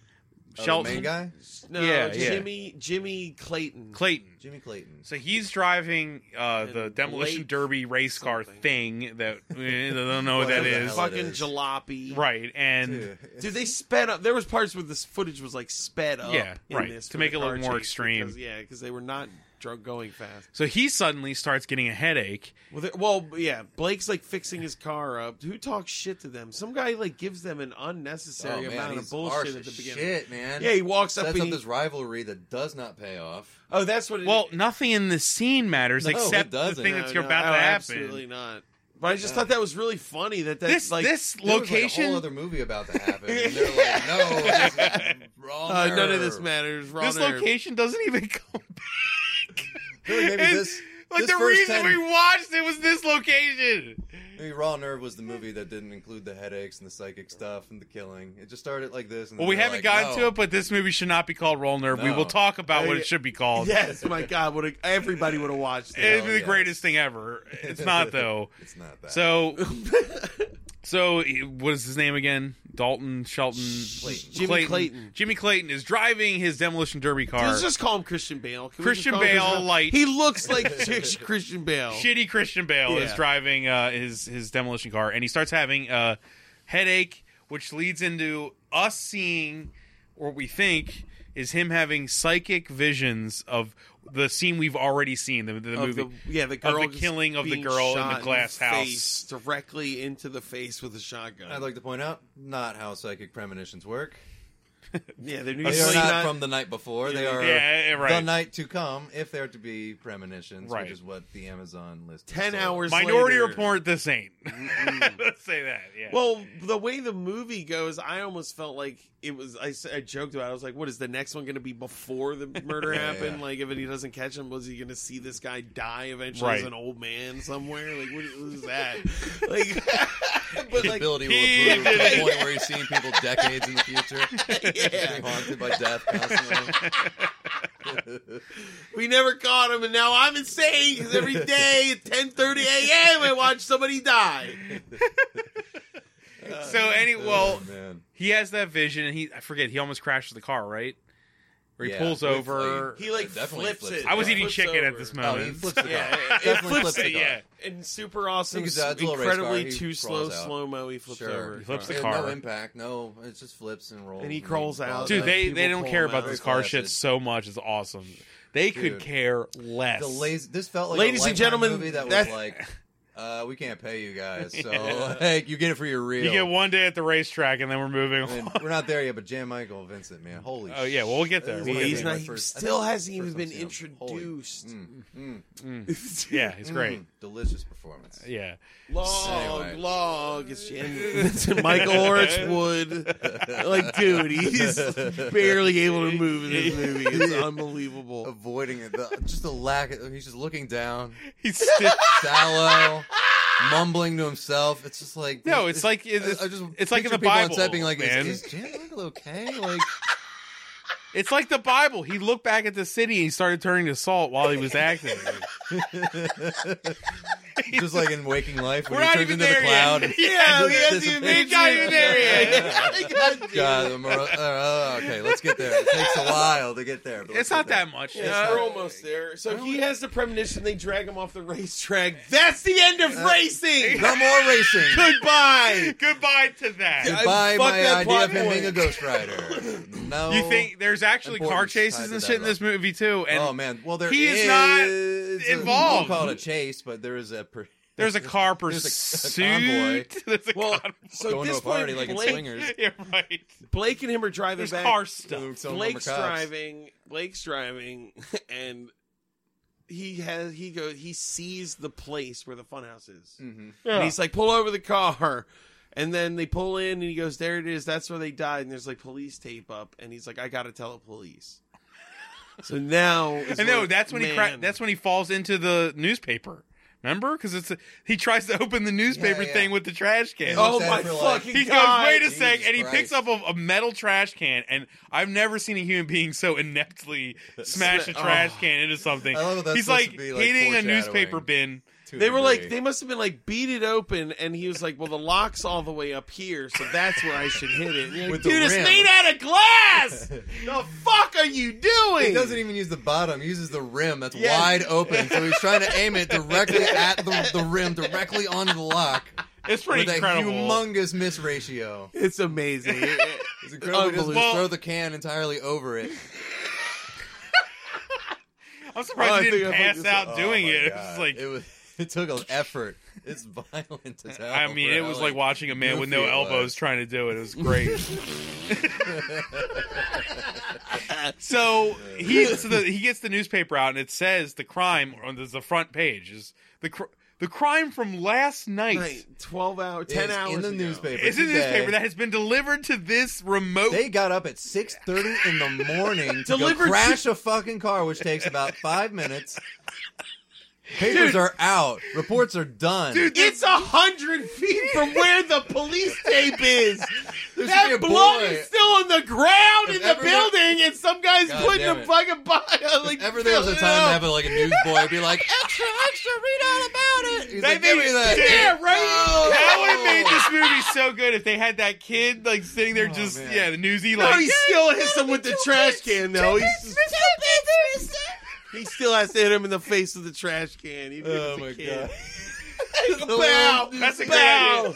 Speaker 4: oh,
Speaker 5: Shelton.
Speaker 4: the main guy
Speaker 2: No,
Speaker 5: Yeah, yeah.
Speaker 2: Jimmy. Jimmy Clayton.
Speaker 5: Clayton.
Speaker 4: Jimmy Clayton.
Speaker 5: So he's driving uh, the
Speaker 2: And
Speaker 5: demolition
Speaker 2: Blake
Speaker 5: derby race car
Speaker 2: something.
Speaker 5: thing that I don't know what that
Speaker 4: Whatever the
Speaker 5: is.
Speaker 4: hell it
Speaker 2: fucking
Speaker 4: is.
Speaker 2: jalopy.
Speaker 5: Right, and
Speaker 4: Dude,
Speaker 2: Dude, they sped up. There was parts where this footage was like sped up.
Speaker 5: Yeah,
Speaker 2: in
Speaker 5: right,
Speaker 2: This
Speaker 5: to
Speaker 2: for
Speaker 5: make
Speaker 2: the
Speaker 5: it look
Speaker 2: car
Speaker 5: more
Speaker 2: chase
Speaker 5: extreme.
Speaker 2: because- yeah, because they were not drug going fast.
Speaker 5: so he suddenly starts getting a headache.
Speaker 2: Well, they- well, yeah. Blake's like fixing his car up. Who talks shit to them? Some guy like gives them an
Speaker 4: oh,
Speaker 2: unnecessary
Speaker 4: man,
Speaker 2: amount
Speaker 4: he's
Speaker 2: of bullshit
Speaker 4: harsh
Speaker 2: at the
Speaker 4: as
Speaker 2: beginning.
Speaker 4: Shit, man.
Speaker 2: Yeah, he walks up.
Speaker 4: sets
Speaker 2: and
Speaker 4: up
Speaker 2: he-
Speaker 4: this rivalry that does not pay off.
Speaker 2: oh, that's what. It
Speaker 5: Well, nothing in this scene matters
Speaker 4: No, it
Speaker 5: except the
Speaker 4: doesn't.
Speaker 5: thing
Speaker 2: No,
Speaker 5: that's
Speaker 2: no,
Speaker 5: about
Speaker 2: no,
Speaker 5: to
Speaker 2: Absolutely
Speaker 5: happen.
Speaker 2: not. But I just thought that was really funny that that's
Speaker 5: This
Speaker 2: like
Speaker 5: this
Speaker 4: There was, like, a
Speaker 5: location
Speaker 4: whole other movie about to happen. And they're like, no, this is wrong.
Speaker 2: uh, none
Speaker 4: nerve.
Speaker 2: of this matters. We're
Speaker 5: this
Speaker 2: on air.
Speaker 5: location doesn't even come
Speaker 4: I feel like maybe
Speaker 5: And,
Speaker 4: this,
Speaker 5: like
Speaker 4: this
Speaker 5: the
Speaker 4: first
Speaker 5: reason
Speaker 4: 10
Speaker 5: we watched it was this location.
Speaker 4: Maybe Raw Nerve was the movie that didn't include the headaches and the psychic stuff and the killing. It just started like this. And
Speaker 5: Well,
Speaker 4: then
Speaker 5: we
Speaker 4: they're
Speaker 5: haven't
Speaker 4: like,
Speaker 5: gotten
Speaker 4: no.
Speaker 5: to it, but this movie should not be called Roll Nerve. We
Speaker 4: No.
Speaker 5: will talk about what
Speaker 2: I-
Speaker 5: it should be called.
Speaker 2: Yes, my God, would everybody would have watched
Speaker 5: It'd
Speaker 2: it.
Speaker 5: be the
Speaker 4: yes.
Speaker 5: greatest thing ever. It's not though.
Speaker 4: It's not that.
Speaker 5: So, so what is his name again? Dalton Shelton
Speaker 4: Clayton.
Speaker 2: Jimmy Clayton.
Speaker 5: Jimmy Clayton is driving his demolition derby car.
Speaker 2: Let's just call him Christian Bale. Can we just
Speaker 5: Christian
Speaker 2: call him
Speaker 5: Bale, like-
Speaker 2: he looks like Christian Bale.
Speaker 5: Shitty Christian Bale is
Speaker 2: Yeah.
Speaker 5: driving uh, his his demolition car, and he starts having a headache, which leads into us seeing what we think is him having psychic visions of the scene we've already seen the, the
Speaker 2: Of
Speaker 5: movie.
Speaker 2: the, yeah, the
Speaker 5: of
Speaker 2: girl
Speaker 5: the killing of the
Speaker 2: being
Speaker 5: girl in the
Speaker 2: shot
Speaker 5: glass house.
Speaker 2: face, directly into the face with a shotgun.
Speaker 4: I'd like to point out, not how psychic premonitions work.
Speaker 2: yeah, they're
Speaker 4: They are
Speaker 2: usually
Speaker 4: not from the night before. They are
Speaker 5: yeah, right.
Speaker 4: the night to come, if they're to be premonitions,
Speaker 5: Right.
Speaker 4: which is what the Amazon list.
Speaker 2: 10 hours
Speaker 5: Minority
Speaker 2: later.
Speaker 5: Report. This ain't. Let's say that. Yeah.
Speaker 2: Well, the way the movie goes, I almost felt like it was. I, s- I joked about. it. I was like, "What is the next one going to be before the murder
Speaker 4: Yeah,
Speaker 2: happened?
Speaker 4: yeah.
Speaker 2: Like, if he doesn't catch him, was he going to see this guy die eventually as
Speaker 5: Right.
Speaker 2: an old man somewhere? Like, what, what is that? like, but
Speaker 4: His
Speaker 2: like,
Speaker 4: ability
Speaker 5: he
Speaker 4: will improve to
Speaker 5: did
Speaker 4: the point where he's seeing people decades in the future, being haunted by death constantly.
Speaker 2: we never caught him, and now I'm insane because every day at 10:30 a.m. I watch somebody die.
Speaker 5: so any well,
Speaker 4: oh, man.
Speaker 5: he has that vision, and he I forget he almost crashes the car, right? Or he
Speaker 4: Yeah.
Speaker 5: pulls
Speaker 4: With,
Speaker 5: over.
Speaker 2: He like
Speaker 4: It definitely
Speaker 2: flips,
Speaker 4: flips
Speaker 2: it.
Speaker 4: it.
Speaker 5: I was eating
Speaker 2: Flips
Speaker 5: chicken at
Speaker 2: over.
Speaker 5: this
Speaker 4: Oh, he
Speaker 5: moment.
Speaker 4: flips the car.
Speaker 2: Yeah, it- it
Speaker 4: Definitely
Speaker 2: flips
Speaker 4: flips the
Speaker 5: it,
Speaker 4: car.
Speaker 5: yeah.
Speaker 2: And super awesome,
Speaker 4: Because, uh, it's a little race
Speaker 2: incredibly
Speaker 4: car, he
Speaker 2: too slow,
Speaker 4: crawls out.
Speaker 2: slow mo. He flips
Speaker 4: Sure.
Speaker 2: over.
Speaker 4: He
Speaker 5: flips the
Speaker 4: Yeah,
Speaker 5: car.
Speaker 4: No impact. No, it just flips and rolls.
Speaker 2: And he crawls out.
Speaker 5: Dude,
Speaker 2: Yeah,
Speaker 5: they, they
Speaker 2: people
Speaker 5: don't
Speaker 2: pull
Speaker 5: care
Speaker 2: them
Speaker 5: about
Speaker 2: out.
Speaker 5: this car
Speaker 4: Very
Speaker 5: shit
Speaker 4: flaccid.
Speaker 5: so much. It's awesome. They could
Speaker 4: Dude.
Speaker 5: care less.
Speaker 4: The lazy. This felt like
Speaker 2: Ladies
Speaker 4: a
Speaker 2: and
Speaker 4: Lifetime
Speaker 2: gentlemen,
Speaker 4: movie that was
Speaker 2: that-
Speaker 4: like, uh, we can't pay you guys, so
Speaker 5: Yeah.
Speaker 4: like, you get it for your real.
Speaker 5: You get one day at the racetrack, and then we're moving
Speaker 4: I mean,
Speaker 5: on.
Speaker 4: we're not there yet, but Jan Michael Vincent, man, holy.
Speaker 5: Oh, yeah, well, we'll get there.
Speaker 4: shit.
Speaker 5: We'll
Speaker 2: Yeah,
Speaker 5: get
Speaker 2: he's
Speaker 5: there.
Speaker 2: not.
Speaker 4: My
Speaker 2: He
Speaker 4: first- I
Speaker 2: still
Speaker 4: think
Speaker 2: hasn't even
Speaker 4: first
Speaker 2: been
Speaker 4: time seeing him. Holy-
Speaker 2: introduced.
Speaker 4: Mm,
Speaker 5: yeah, it's great.
Speaker 4: mm, delicious performance.
Speaker 5: Yeah.
Speaker 2: Log,
Speaker 4: Anyway.
Speaker 2: log. It's, and it's Michael Horchwood. Like, dude, he's barely able to move in this movie. It's unbelievable.
Speaker 4: Avoiding it, the, just the lack. Of, he's just looking down,
Speaker 5: He's still,
Speaker 4: sallow, mumbling to himself. It's just like
Speaker 5: no, it's like it's,
Speaker 4: I- I just
Speaker 5: it's like in
Speaker 4: picture
Speaker 5: the
Speaker 4: people on
Speaker 5: Bible.
Speaker 4: set being like,
Speaker 5: man.
Speaker 4: Is, is Jan Michael okay? Like,
Speaker 5: It's like the Bible. He looked back at the city and he started turning to salt while he was acting.
Speaker 4: Just like in Waking Life, when
Speaker 5: We're
Speaker 4: he
Speaker 5: not
Speaker 4: turns
Speaker 5: even
Speaker 4: into
Speaker 5: there
Speaker 4: the cloud.
Speaker 5: yet.
Speaker 2: Yeah,
Speaker 4: we haven't even made it God, the mor- oh, okay, let's get there. It takes a while to get there. But
Speaker 5: It's
Speaker 4: let's
Speaker 5: not
Speaker 4: get there.
Speaker 5: that much.
Speaker 2: Yes,
Speaker 5: Uh,
Speaker 2: we're almost there. So he has the premonition. They drag him off the racetrack. That's the end of racing.
Speaker 4: No more racing.
Speaker 2: Goodbye.
Speaker 5: Goodbye to that.
Speaker 4: Goodbye,
Speaker 2: fuck
Speaker 4: my
Speaker 2: that
Speaker 4: idea
Speaker 2: plot
Speaker 4: of him
Speaker 2: point.
Speaker 4: being a Ghost Rider. No.
Speaker 5: You think there's actually car
Speaker 4: Importance
Speaker 5: chases
Speaker 4: tied
Speaker 5: and
Speaker 4: to
Speaker 5: shit in
Speaker 4: that,
Speaker 5: this movie too? And
Speaker 4: oh man, well there
Speaker 5: he is not
Speaker 4: is a-
Speaker 5: involved.
Speaker 4: We won't call it a chase, but there is a. Per-
Speaker 5: there's a car
Speaker 4: There's a- a
Speaker 5: pursuit.
Speaker 4: convoy.
Speaker 5: There's a
Speaker 2: Well,
Speaker 5: convoy.
Speaker 2: so
Speaker 4: going
Speaker 2: at
Speaker 4: to
Speaker 2: this
Speaker 4: a party
Speaker 2: point,
Speaker 4: like in
Speaker 2: Blake,
Speaker 4: swingers.
Speaker 5: yeah, right.
Speaker 2: Blake and him are driving
Speaker 5: There's
Speaker 2: back.
Speaker 5: car stuff.
Speaker 4: Some of them are
Speaker 2: Blake's
Speaker 4: cops.
Speaker 2: driving. Blake's driving, and he has he goes. He sees the place where the funhouse is,
Speaker 4: Mhm.
Speaker 2: and he's like, "Pull over the car." And then they pull in, and he goes, "There it is. That's where they died." And there's like police tape up, and he's like, "I gotta tell the police." So now, is
Speaker 5: I know
Speaker 2: where-
Speaker 5: that's when he cra-
Speaker 2: man.
Speaker 5: that's when he falls into the newspaper. Remember? Because it's a, he tries to open the newspaper
Speaker 4: yeah.
Speaker 5: thing with the trash can.
Speaker 4: Oh,
Speaker 2: Oh
Speaker 4: Said
Speaker 2: my
Speaker 4: for, like-
Speaker 2: fucking
Speaker 5: he
Speaker 2: god!
Speaker 5: goes, wait a
Speaker 4: Jesus
Speaker 5: sec, and he picks
Speaker 4: Christ.
Speaker 5: up a, a metal trash can, and I've never seen a human being so ineptly smash a
Speaker 2: Sma-
Speaker 5: trash
Speaker 2: oh.
Speaker 5: can into something.
Speaker 4: I love that that's
Speaker 5: He's
Speaker 4: supposed
Speaker 5: like,
Speaker 4: to be, like,
Speaker 5: hitting a newspaper
Speaker 4: foreshadowing.
Speaker 5: bin.
Speaker 4: To a
Speaker 2: They were like,
Speaker 4: degree.
Speaker 2: they must have been like, beat it open, and he was like, well, the lock's all the way up here, so that's where I should hit it. And you're like,
Speaker 4: With the
Speaker 2: Dude, it's
Speaker 4: rim.
Speaker 2: made out of glass. the fuck are you doing?
Speaker 4: He doesn't even use the bottom. He uses the rim that's
Speaker 2: Yes.
Speaker 4: wide open. So he's trying to aim it directly at the, the rim, directly onto the lock.
Speaker 5: It's pretty
Speaker 4: with
Speaker 5: incredible.
Speaker 4: a humongous miss ratio.
Speaker 2: It's amazing. It- it-
Speaker 4: It's incredible. He doesn't
Speaker 5: Well-
Speaker 4: just throw the can entirely over it.
Speaker 5: I'm surprised
Speaker 2: Oh, I
Speaker 5: he
Speaker 2: think
Speaker 5: didn't
Speaker 2: I fucked
Speaker 5: pass
Speaker 2: this
Speaker 5: out
Speaker 2: up.
Speaker 5: doing
Speaker 4: Oh my
Speaker 5: it. It was
Speaker 4: God.
Speaker 5: like,
Speaker 4: it was. It took an effort. It's violent to tell.
Speaker 5: I mean, it was like watching a man with no
Speaker 4: goofy it was.
Speaker 5: elbows trying to do it. It was great. so he so the, he gets the newspaper out and it says the crime on the, the front page is the cr- the crime from last night.
Speaker 2: Night, Twelve hours,
Speaker 4: It
Speaker 2: ten
Speaker 4: is
Speaker 2: hours
Speaker 4: in the
Speaker 2: ago.
Speaker 4: newspaper.
Speaker 5: It's in the
Speaker 4: today.
Speaker 5: newspaper that has been delivered to this remote.
Speaker 4: They got up at six thirty in the morning to go
Speaker 2: Delivered to-
Speaker 4: crash a fucking car, which takes about five minutes. Papers are out. Reports are done.
Speaker 5: Dude,
Speaker 2: It's a hundred feet from where the police tape is.
Speaker 4: There should
Speaker 2: That
Speaker 4: be a
Speaker 2: blood
Speaker 4: boy.
Speaker 2: is still on the ground
Speaker 4: If
Speaker 2: in the
Speaker 4: ever there-
Speaker 2: building, and some guy's
Speaker 4: God
Speaker 2: putting
Speaker 4: damn
Speaker 2: a
Speaker 4: it.
Speaker 2: fucking bio. Like,
Speaker 4: If ever there was a
Speaker 2: fill it
Speaker 4: time to
Speaker 2: out.
Speaker 4: have like a newsboy be like, extra, extra, read all about it. He's like, give me that.
Speaker 2: Yeah, right?
Speaker 5: that would have made this movie so good if they had that kid like sitting there
Speaker 4: Oh,
Speaker 5: just
Speaker 4: man.
Speaker 5: yeah the newsy
Speaker 2: No,
Speaker 5: like
Speaker 2: he still hits him with the trash can, though. He's, he still has to hit him in the face with the trash can. Even
Speaker 4: Oh
Speaker 2: if
Speaker 4: my
Speaker 2: it's a kid. Bow.
Speaker 4: god.
Speaker 5: That's a great
Speaker 2: Bow.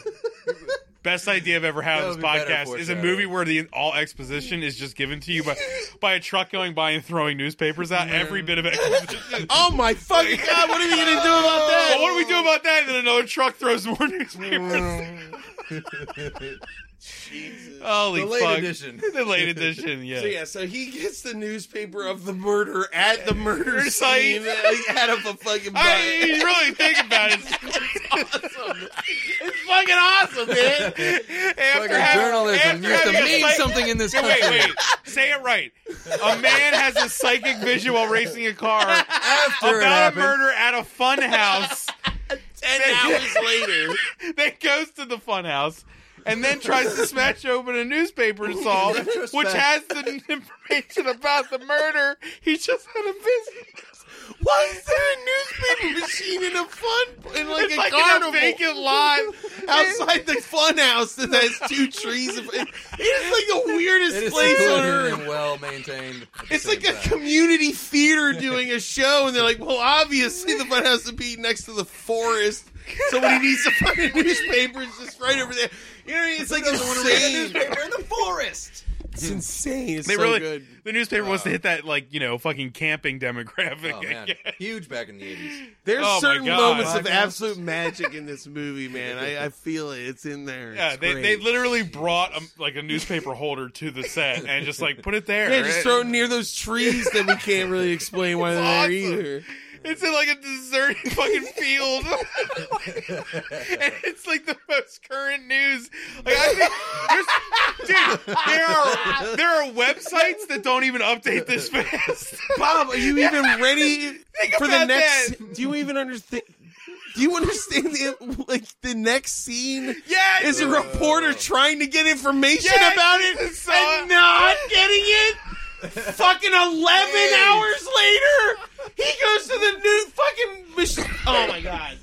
Speaker 5: best idea I've ever had
Speaker 4: That
Speaker 5: on this
Speaker 4: would be better
Speaker 5: podcast is a
Speaker 4: foreshadowing.
Speaker 5: movie where the all exposition is just given to you by by a truck going by and throwing newspapers out. Every bit of exposition.
Speaker 2: Oh my fucking god! What are we gonna do about
Speaker 5: But
Speaker 2: that?
Speaker 5: what do we do about that? And then another truck throws more
Speaker 4: Mm.
Speaker 5: newspapers. Holy
Speaker 4: The late
Speaker 5: fuck!
Speaker 4: edition.
Speaker 5: The late edition. Yeah.
Speaker 2: So yeah, so he gets the newspaper of the murder at the murder
Speaker 5: Murder
Speaker 2: scene
Speaker 5: site.
Speaker 2: like, out of a fucking.
Speaker 5: I
Speaker 2: buy-
Speaker 5: you really think about it.
Speaker 2: it's fucking awesome, man.
Speaker 5: After
Speaker 4: Fucking
Speaker 5: having-
Speaker 4: journalism
Speaker 5: after
Speaker 4: used to
Speaker 5: having a
Speaker 4: mean
Speaker 5: slight-
Speaker 4: something in this
Speaker 5: No,
Speaker 4: country.
Speaker 5: wait, wait. Say it right. A man has a psychic vision while racing a car
Speaker 4: After it
Speaker 5: about a
Speaker 4: happened,
Speaker 5: murder at a fun house.
Speaker 2: Ten hours later,
Speaker 5: that goes to the funhouse and then tries to smash open a newspaper and solve,
Speaker 4: retrospect-
Speaker 5: which has the n- information about the murder. He just had a business.
Speaker 2: why is there a newspaper machine in a fun in like
Speaker 5: It's
Speaker 2: a
Speaker 5: like in
Speaker 2: carnival?
Speaker 5: a vacant lot.
Speaker 2: outside the fun house that has two trees. Of, it is like the weirdest
Speaker 4: it is
Speaker 2: place on
Speaker 4: secluded
Speaker 2: earth.
Speaker 4: and well maintained. at the
Speaker 2: It's like
Speaker 4: same
Speaker 2: a
Speaker 4: time.
Speaker 2: community theater doing a show, and they're like, "Well, obviously the fun has to be next to the forest, so when he needs to find a newspaper, it's just right over there." You know, what I mean? it's like insane.
Speaker 4: in the forest.
Speaker 2: It's insane. It's
Speaker 5: They
Speaker 2: so
Speaker 5: really,
Speaker 2: good.
Speaker 5: the newspaper wants to hit that like you know fucking camping demographic.
Speaker 4: Oh man, huge back in the eighties.
Speaker 2: There's
Speaker 5: Oh, my
Speaker 2: certain
Speaker 5: God.
Speaker 2: moments of
Speaker 4: Podcast.
Speaker 2: absolute magic in this movie, man. I, I feel it. It's in there.
Speaker 5: Yeah,
Speaker 2: It's
Speaker 5: they, they
Speaker 2: great.
Speaker 5: literally brought a, like a newspaper holder to the set and just like put it there.
Speaker 2: yeah, just throw it near those trees that we can't really explain why they're there
Speaker 5: awesome.
Speaker 2: either.
Speaker 5: It's in like a deserted fucking field. and it's like the most current news. Like I think there's, dude, there are there are websites that don't even update this fast.
Speaker 2: Bob, are you even ready
Speaker 5: Think
Speaker 2: for the
Speaker 5: about
Speaker 2: next?
Speaker 5: that.
Speaker 2: Do you even understand? Do you understand the like the next scene
Speaker 5: Yeah,
Speaker 2: is a reporter trying to get information
Speaker 5: Yes,
Speaker 2: about
Speaker 5: this
Speaker 2: it
Speaker 5: is so-
Speaker 2: and not getting it? fucking 11
Speaker 4: Hey.
Speaker 2: hours later, he goes to the new fucking machine. Oh my god.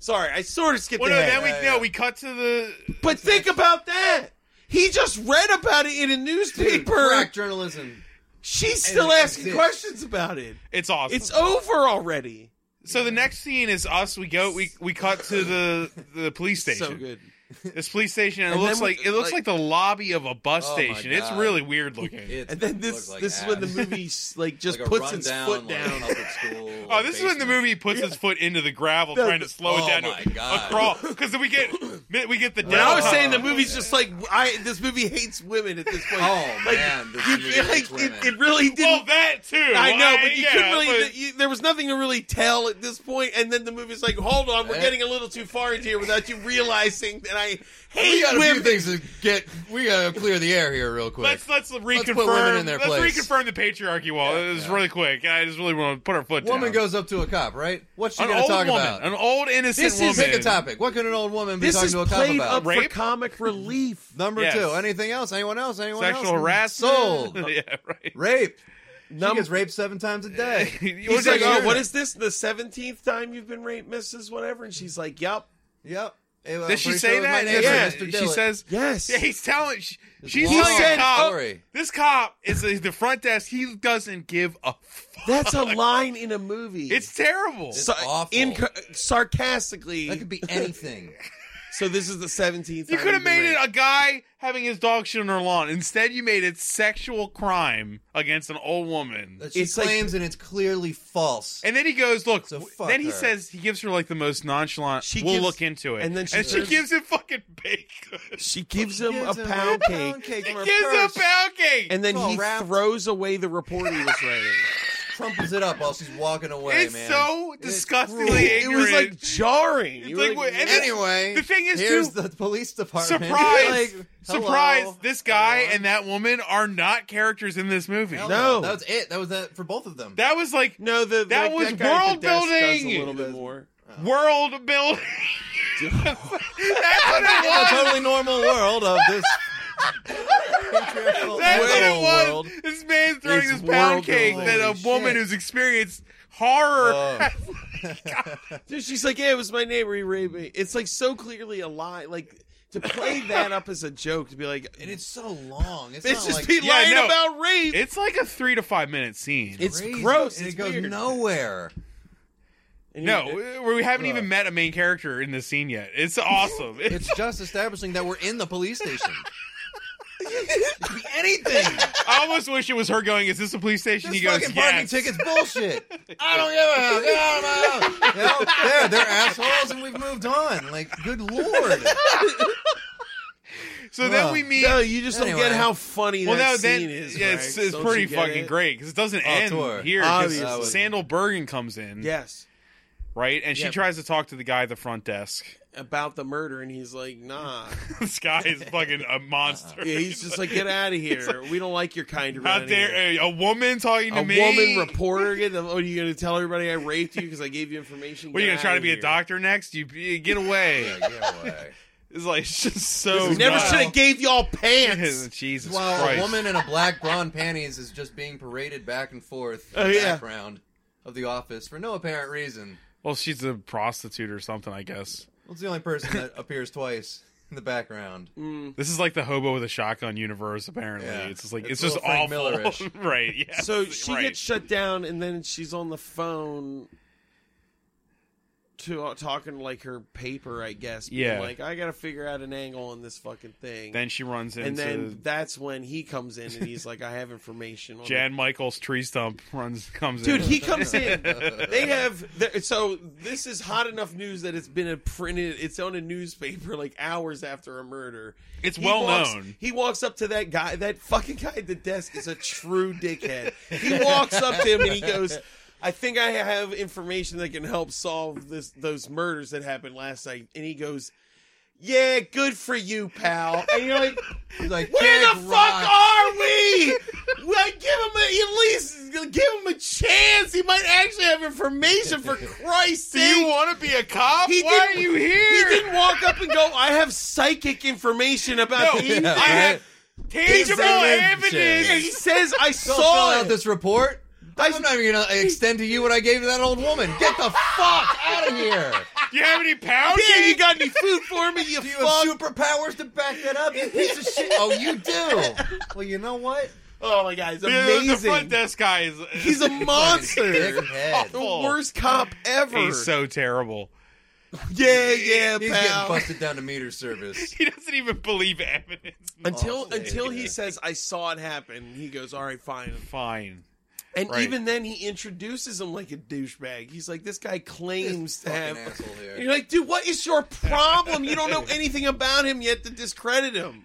Speaker 2: Sorry, I sort of skipped
Speaker 5: Well, no,
Speaker 2: ahead.
Speaker 5: then we
Speaker 4: Yeah,
Speaker 5: no,
Speaker 4: yeah.
Speaker 5: we cut to the.
Speaker 2: but think about that. He just read about it in a newspaper.
Speaker 4: Crack journalism.
Speaker 2: She's still
Speaker 4: it
Speaker 2: asking
Speaker 4: exists.
Speaker 2: questions about it.
Speaker 5: It's awesome.
Speaker 2: It's over already.
Speaker 5: so the next scene is us. We go. We we cut to the the police station.
Speaker 2: So good.
Speaker 5: This police station, and,
Speaker 2: And
Speaker 5: it looks
Speaker 2: then we-
Speaker 5: like it looks like,
Speaker 2: like-
Speaker 5: the lobby of a bus
Speaker 4: Oh my
Speaker 5: station. It's
Speaker 4: God.
Speaker 5: really weird looking.
Speaker 4: It's
Speaker 2: And then this
Speaker 4: looked like
Speaker 2: this is when the
Speaker 4: ass.
Speaker 2: movie like just
Speaker 4: Like a
Speaker 2: puts its
Speaker 4: rundown,
Speaker 2: foot
Speaker 4: like,
Speaker 2: down.
Speaker 4: public school,
Speaker 5: Oh, this is when the
Speaker 4: basement.
Speaker 5: movie puts his foot into the gravel,
Speaker 2: No,
Speaker 5: trying to
Speaker 2: the-
Speaker 5: slow it
Speaker 4: Oh
Speaker 5: down
Speaker 4: my
Speaker 5: to
Speaker 4: God.
Speaker 5: a crawl. Because then we get we get the down.
Speaker 2: And I was
Speaker 4: Oh,
Speaker 2: saying the movie's just like I this movie hates women at this point.
Speaker 4: Oh
Speaker 2: like,
Speaker 4: man, this
Speaker 2: you
Speaker 4: movie
Speaker 2: feel
Speaker 4: hates
Speaker 2: like it,
Speaker 4: women.
Speaker 2: it really didn't.
Speaker 5: well, that too.
Speaker 2: I know, but you
Speaker 5: yeah,
Speaker 2: couldn't really.
Speaker 5: but-
Speaker 2: you, there was nothing to really tell at this point, and then the movie's like, "Hold on, we're
Speaker 4: Eh.
Speaker 2: getting a little too far into here without you realizing that I
Speaker 4: we
Speaker 2: hate
Speaker 4: got a few
Speaker 2: women."
Speaker 4: things to get. We got to clear the air here real quick.
Speaker 5: Let's let's reconfirm.
Speaker 4: put women in their
Speaker 5: let's
Speaker 4: place.
Speaker 5: reconfirm the patriarchy wall. it was
Speaker 4: yeah.
Speaker 5: really quick. I just really want to put our foot down.
Speaker 4: woman goes up to a cop, right? What's she
Speaker 5: An
Speaker 4: going to
Speaker 5: old
Speaker 4: talk
Speaker 5: woman,
Speaker 4: about?
Speaker 5: an old innocent
Speaker 4: this
Speaker 5: woman.
Speaker 4: is pick a topic. What can an old woman be
Speaker 2: This
Speaker 4: talking
Speaker 2: is
Speaker 4: to a cop
Speaker 2: played
Speaker 4: about?
Speaker 2: up
Speaker 5: Rape?
Speaker 2: for comic relief.
Speaker 4: Number
Speaker 5: Yes.
Speaker 4: two. Anything else? Anyone else? Anyone
Speaker 5: Sexual
Speaker 4: else?
Speaker 5: harassment.
Speaker 4: Sold.
Speaker 5: yeah, right.
Speaker 4: Rape. She
Speaker 2: Num-
Speaker 4: gets raped seven times a day.
Speaker 5: He's
Speaker 2: He's
Speaker 4: like,
Speaker 2: like, "Oh,
Speaker 4: "You're-
Speaker 2: what is this? The seventeenth time you've been raped, Mrs. Whatever?" And she's like, "Yup."
Speaker 4: yep. Hey, well, I'm
Speaker 5: Does she
Speaker 4: pretty
Speaker 5: say
Speaker 4: sure it was my
Speaker 5: that?
Speaker 4: neighbor,
Speaker 5: yeah,
Speaker 4: Mr.
Speaker 5: she
Speaker 4: Dillett.
Speaker 5: says.
Speaker 2: Yes.
Speaker 5: Yeah, he's telling. She, she's
Speaker 4: long
Speaker 5: telling the cop.
Speaker 2: "Oh."
Speaker 4: story.
Speaker 5: This cop is is the front desk. He doesn't give a. Fuck.
Speaker 2: That's a line in a movie.
Speaker 5: It's terrible.
Speaker 4: It's awful.
Speaker 2: sarcastically.
Speaker 4: That could be anything.
Speaker 2: so this is the seventeenth.
Speaker 5: you could have made it a guy having his dog shit on her lawn. Instead, you made it sexual crime against an old woman.
Speaker 4: That she
Speaker 2: It's like-
Speaker 4: claims and it's clearly false.
Speaker 5: And then he goes, look.
Speaker 4: So
Speaker 5: w-
Speaker 4: fuck
Speaker 5: then he
Speaker 4: her.
Speaker 5: says he gives her like the most nonchalant.
Speaker 2: She
Speaker 5: we'll
Speaker 2: gives-
Speaker 5: look into it.
Speaker 2: and then she gives-
Speaker 5: gives him fucking bacon. She
Speaker 2: She gives him
Speaker 4: Gives
Speaker 2: a
Speaker 4: him
Speaker 2: pound cake,
Speaker 4: cake from her
Speaker 5: gives him
Speaker 4: purse,
Speaker 5: pound cake.
Speaker 2: and then
Speaker 4: It's all
Speaker 2: he
Speaker 4: wrapped.
Speaker 2: throws away the report he was writing.
Speaker 4: crumples it up while she's walking away,
Speaker 5: it's
Speaker 4: man.
Speaker 5: so
Speaker 4: cruel.
Speaker 5: disgustingly
Speaker 2: it
Speaker 5: ignorant.
Speaker 2: was like jarring.
Speaker 5: It's
Speaker 2: You
Speaker 5: like,
Speaker 2: were
Speaker 5: what- and then-
Speaker 4: Anyway,
Speaker 5: The thing is,
Speaker 4: here's
Speaker 5: too-
Speaker 4: the police department.
Speaker 5: surprise,
Speaker 4: Like, hello,
Speaker 5: surprise! This guy
Speaker 4: everyone.
Speaker 5: and that woman are not characters in this movie.
Speaker 4: Hell
Speaker 2: No.
Speaker 4: that was it. That was that for both of them.
Speaker 5: That was like
Speaker 2: no, the,
Speaker 5: That
Speaker 2: the- guy at
Speaker 5: was
Speaker 2: the desk does
Speaker 5: world-building.
Speaker 2: A little bit more.
Speaker 5: world building. That's what it
Speaker 4: in a
Speaker 5: was.
Speaker 4: totally normal world of this. patriarchal
Speaker 5: That's what it
Speaker 4: normal
Speaker 5: was.
Speaker 4: world.
Speaker 5: This man throwing this
Speaker 4: It's
Speaker 5: pound
Speaker 4: world
Speaker 5: cake
Speaker 4: building.
Speaker 5: that a
Speaker 4: Holy
Speaker 5: woman
Speaker 4: shit.
Speaker 5: who's experienced horror.
Speaker 4: Oh.
Speaker 2: Dude, she's like, "Yeah, it was my neighbor. He raped me." It's like so clearly a lie. Like to play that up as a joke to be like,
Speaker 4: And it's so long. It's,
Speaker 2: "It's
Speaker 4: not
Speaker 2: just
Speaker 4: like
Speaker 2: be
Speaker 5: Yeah, I
Speaker 2: lying
Speaker 5: know.
Speaker 2: about rape."
Speaker 5: it's like a three to five minute scene.
Speaker 2: It's
Speaker 4: crazy,
Speaker 2: gross.
Speaker 4: And
Speaker 2: It's
Speaker 4: it goes
Speaker 2: weird.
Speaker 4: nowhere.
Speaker 2: And you-
Speaker 5: no, we we haven't
Speaker 4: uh,
Speaker 5: even met a main character in this scene yet. It's awesome. It's,
Speaker 4: It's just establishing that we're in the police station. It could be anything.
Speaker 5: I almost wish it was her going, "Is this a police station?"
Speaker 4: This
Speaker 5: he goes,
Speaker 4: fucking
Speaker 5: "Yes."
Speaker 4: parking ticket's bullshit. I don't give a Get out of my house. You know, there, they're assholes, and we've moved on. Like, good lord.
Speaker 5: So then
Speaker 4: Wow.
Speaker 5: we meet.
Speaker 2: No, you just
Speaker 4: Anyway.
Speaker 2: don't get how funny
Speaker 5: well,
Speaker 2: that
Speaker 5: no, then
Speaker 2: scene is.
Speaker 5: yeah,
Speaker 2: Greg.
Speaker 5: it's, it's
Speaker 2: Don't
Speaker 5: pretty
Speaker 2: you get
Speaker 5: fucking
Speaker 2: it?
Speaker 5: great because it doesn't
Speaker 4: Oh,
Speaker 5: end
Speaker 4: tour.
Speaker 5: here. 'cause
Speaker 2: Obviously.
Speaker 5: Sandal Bergen comes in,
Speaker 2: Yes,
Speaker 5: right, and she
Speaker 2: Yeah.
Speaker 5: tries to talk to the guy at the front desk.
Speaker 2: about the murder, and he's like, "Nah."
Speaker 5: this guy is fucking a monster.
Speaker 2: Yeah, he's just like, "Get out of here. we don't like your kind around
Speaker 5: out there,
Speaker 2: here."
Speaker 5: a, a woman talking to
Speaker 2: A
Speaker 5: me.
Speaker 2: woman reporter again. Oh, are you going to tell everybody I raped you because I gave you information?
Speaker 5: What are you
Speaker 2: Get
Speaker 5: gonna try
Speaker 2: outta
Speaker 5: to be
Speaker 2: here.
Speaker 5: a doctor next? You, you get away.
Speaker 4: Yeah, get away.
Speaker 5: it's like it's just so.
Speaker 2: We never
Speaker 5: nuts.
Speaker 2: should have gave y'all pants.
Speaker 5: Jesus
Speaker 4: While
Speaker 5: Christ.
Speaker 4: a woman in a black blonde panties is just being paraded back and forth in
Speaker 2: Oh,
Speaker 4: the
Speaker 2: yeah.
Speaker 4: background of the office for no apparent reason.
Speaker 5: Well, she's a prostitute or something, I guess.
Speaker 4: Well, it's the only person that appears twice in the background.
Speaker 5: This is like the hobo with a shotgun universe. Apparently,
Speaker 4: Yeah.
Speaker 5: it's just like it's,
Speaker 4: It's
Speaker 5: just
Speaker 4: little Frank
Speaker 5: awful,
Speaker 4: Miller-ish.
Speaker 5: right? Yeah.
Speaker 2: So she
Speaker 5: right.
Speaker 2: gets shut down, and then she's on the phone to uh, talking to like her paper, I guess. being
Speaker 5: Yeah.
Speaker 2: like I got to figure out an angle on this fucking thing.
Speaker 5: Then she runs into
Speaker 2: and then that's when he comes in, and he's like, "I have information." On the
Speaker 5: Jan Michaels tree stump runs comes in.
Speaker 2: Dude, he comes in. They have they're- so this is hot enough news that it's been a printed. It's on a newspaper like hours after a murder.
Speaker 5: It's
Speaker 2: He
Speaker 5: well
Speaker 2: walks-
Speaker 5: known.
Speaker 2: He walks up to that guy. That fucking guy at the desk is a true dickhead. He walks up to him and he goes. I think I have information that can help solve this those murders that happened last night. And he goes, "Yeah, good for you, pal." And you're like,
Speaker 4: He's like,
Speaker 2: where the
Speaker 4: "Big
Speaker 2: fuck
Speaker 4: rock."
Speaker 2: are we? Like, give him a, at least give him a chance. He might actually have information for Christ's
Speaker 5: Do you
Speaker 2: sake.
Speaker 5: want to be a cop?
Speaker 2: He
Speaker 5: Why are
Speaker 2: didn't-
Speaker 5: you here?
Speaker 2: He didn't walk up and go, I have psychic information about
Speaker 5: No,
Speaker 2: the
Speaker 5: I
Speaker 4: Yeah,
Speaker 5: have, Tangible
Speaker 2: And he
Speaker 5: evidence.
Speaker 2: says, I
Speaker 4: Don't fill
Speaker 2: saw
Speaker 4: out
Speaker 2: it.
Speaker 4: this report. I'm not even gonna extend to you what I gave to that old woman. Get the fuck out of here.
Speaker 5: Do you have any pound
Speaker 2: Yeah, you
Speaker 5: cake?
Speaker 2: got any food for me, you
Speaker 4: Do you
Speaker 2: fuck?
Speaker 4: have superpowers to back that up, you piece of shit? Oh, you do. Well, you know what?
Speaker 2: oh my god, he's
Speaker 5: Dude, the front
Speaker 2: amazing.
Speaker 5: desk guy is.
Speaker 2: he's a monster. The
Speaker 4: Dickhead.
Speaker 5: awful.
Speaker 2: worst cop ever.
Speaker 5: He's so terrible.
Speaker 2: yeah, yeah,
Speaker 4: He's getting
Speaker 2: pal.
Speaker 4: busted down to meter service.
Speaker 5: He doesn't even believe evidence.
Speaker 2: Until
Speaker 4: Awful.
Speaker 2: until he says, I saw it happen, he goes, All right, fine.
Speaker 5: Fine.
Speaker 2: And
Speaker 5: Right.
Speaker 2: even then, he introduces him like a douchebag. He's like, This guy claims
Speaker 4: This
Speaker 2: to have.
Speaker 4: fucking asshole here.
Speaker 2: And you're like, Dude, what is your problem? You don't know anything about him yet to discredit him.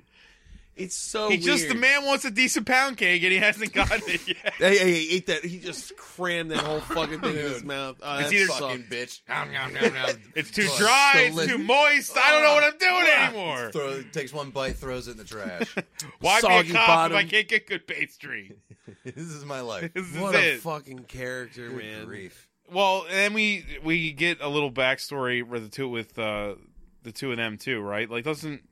Speaker 2: It's so
Speaker 5: He
Speaker 2: weird.
Speaker 5: just the man wants a decent pound cake and he hasn't gotten it yet.
Speaker 2: Hey, hey, hey, ate that. He just crammed that whole fucking thing in his mouth. Oh,
Speaker 5: It's
Speaker 2: that
Speaker 5: either
Speaker 2: sucked.
Speaker 4: Fucking bitch.
Speaker 5: It's too
Speaker 4: Oh,
Speaker 5: dry.
Speaker 4: so
Speaker 5: It's
Speaker 4: lit-
Speaker 5: too moist. I don't know what I'm doing
Speaker 2: Ah,
Speaker 5: anymore.
Speaker 4: Throw, takes one bite, throws it in the trash.
Speaker 5: Why be
Speaker 2: soggy
Speaker 5: a cop
Speaker 2: bottom.
Speaker 5: if I can't get good pastry?
Speaker 4: this is my life.
Speaker 5: This is
Speaker 2: What
Speaker 5: it.
Speaker 2: a fucking character, man.
Speaker 4: Grief.
Speaker 5: Well, and then we we get a little backstory with the two with uh, the two of them too, right? Like doesn't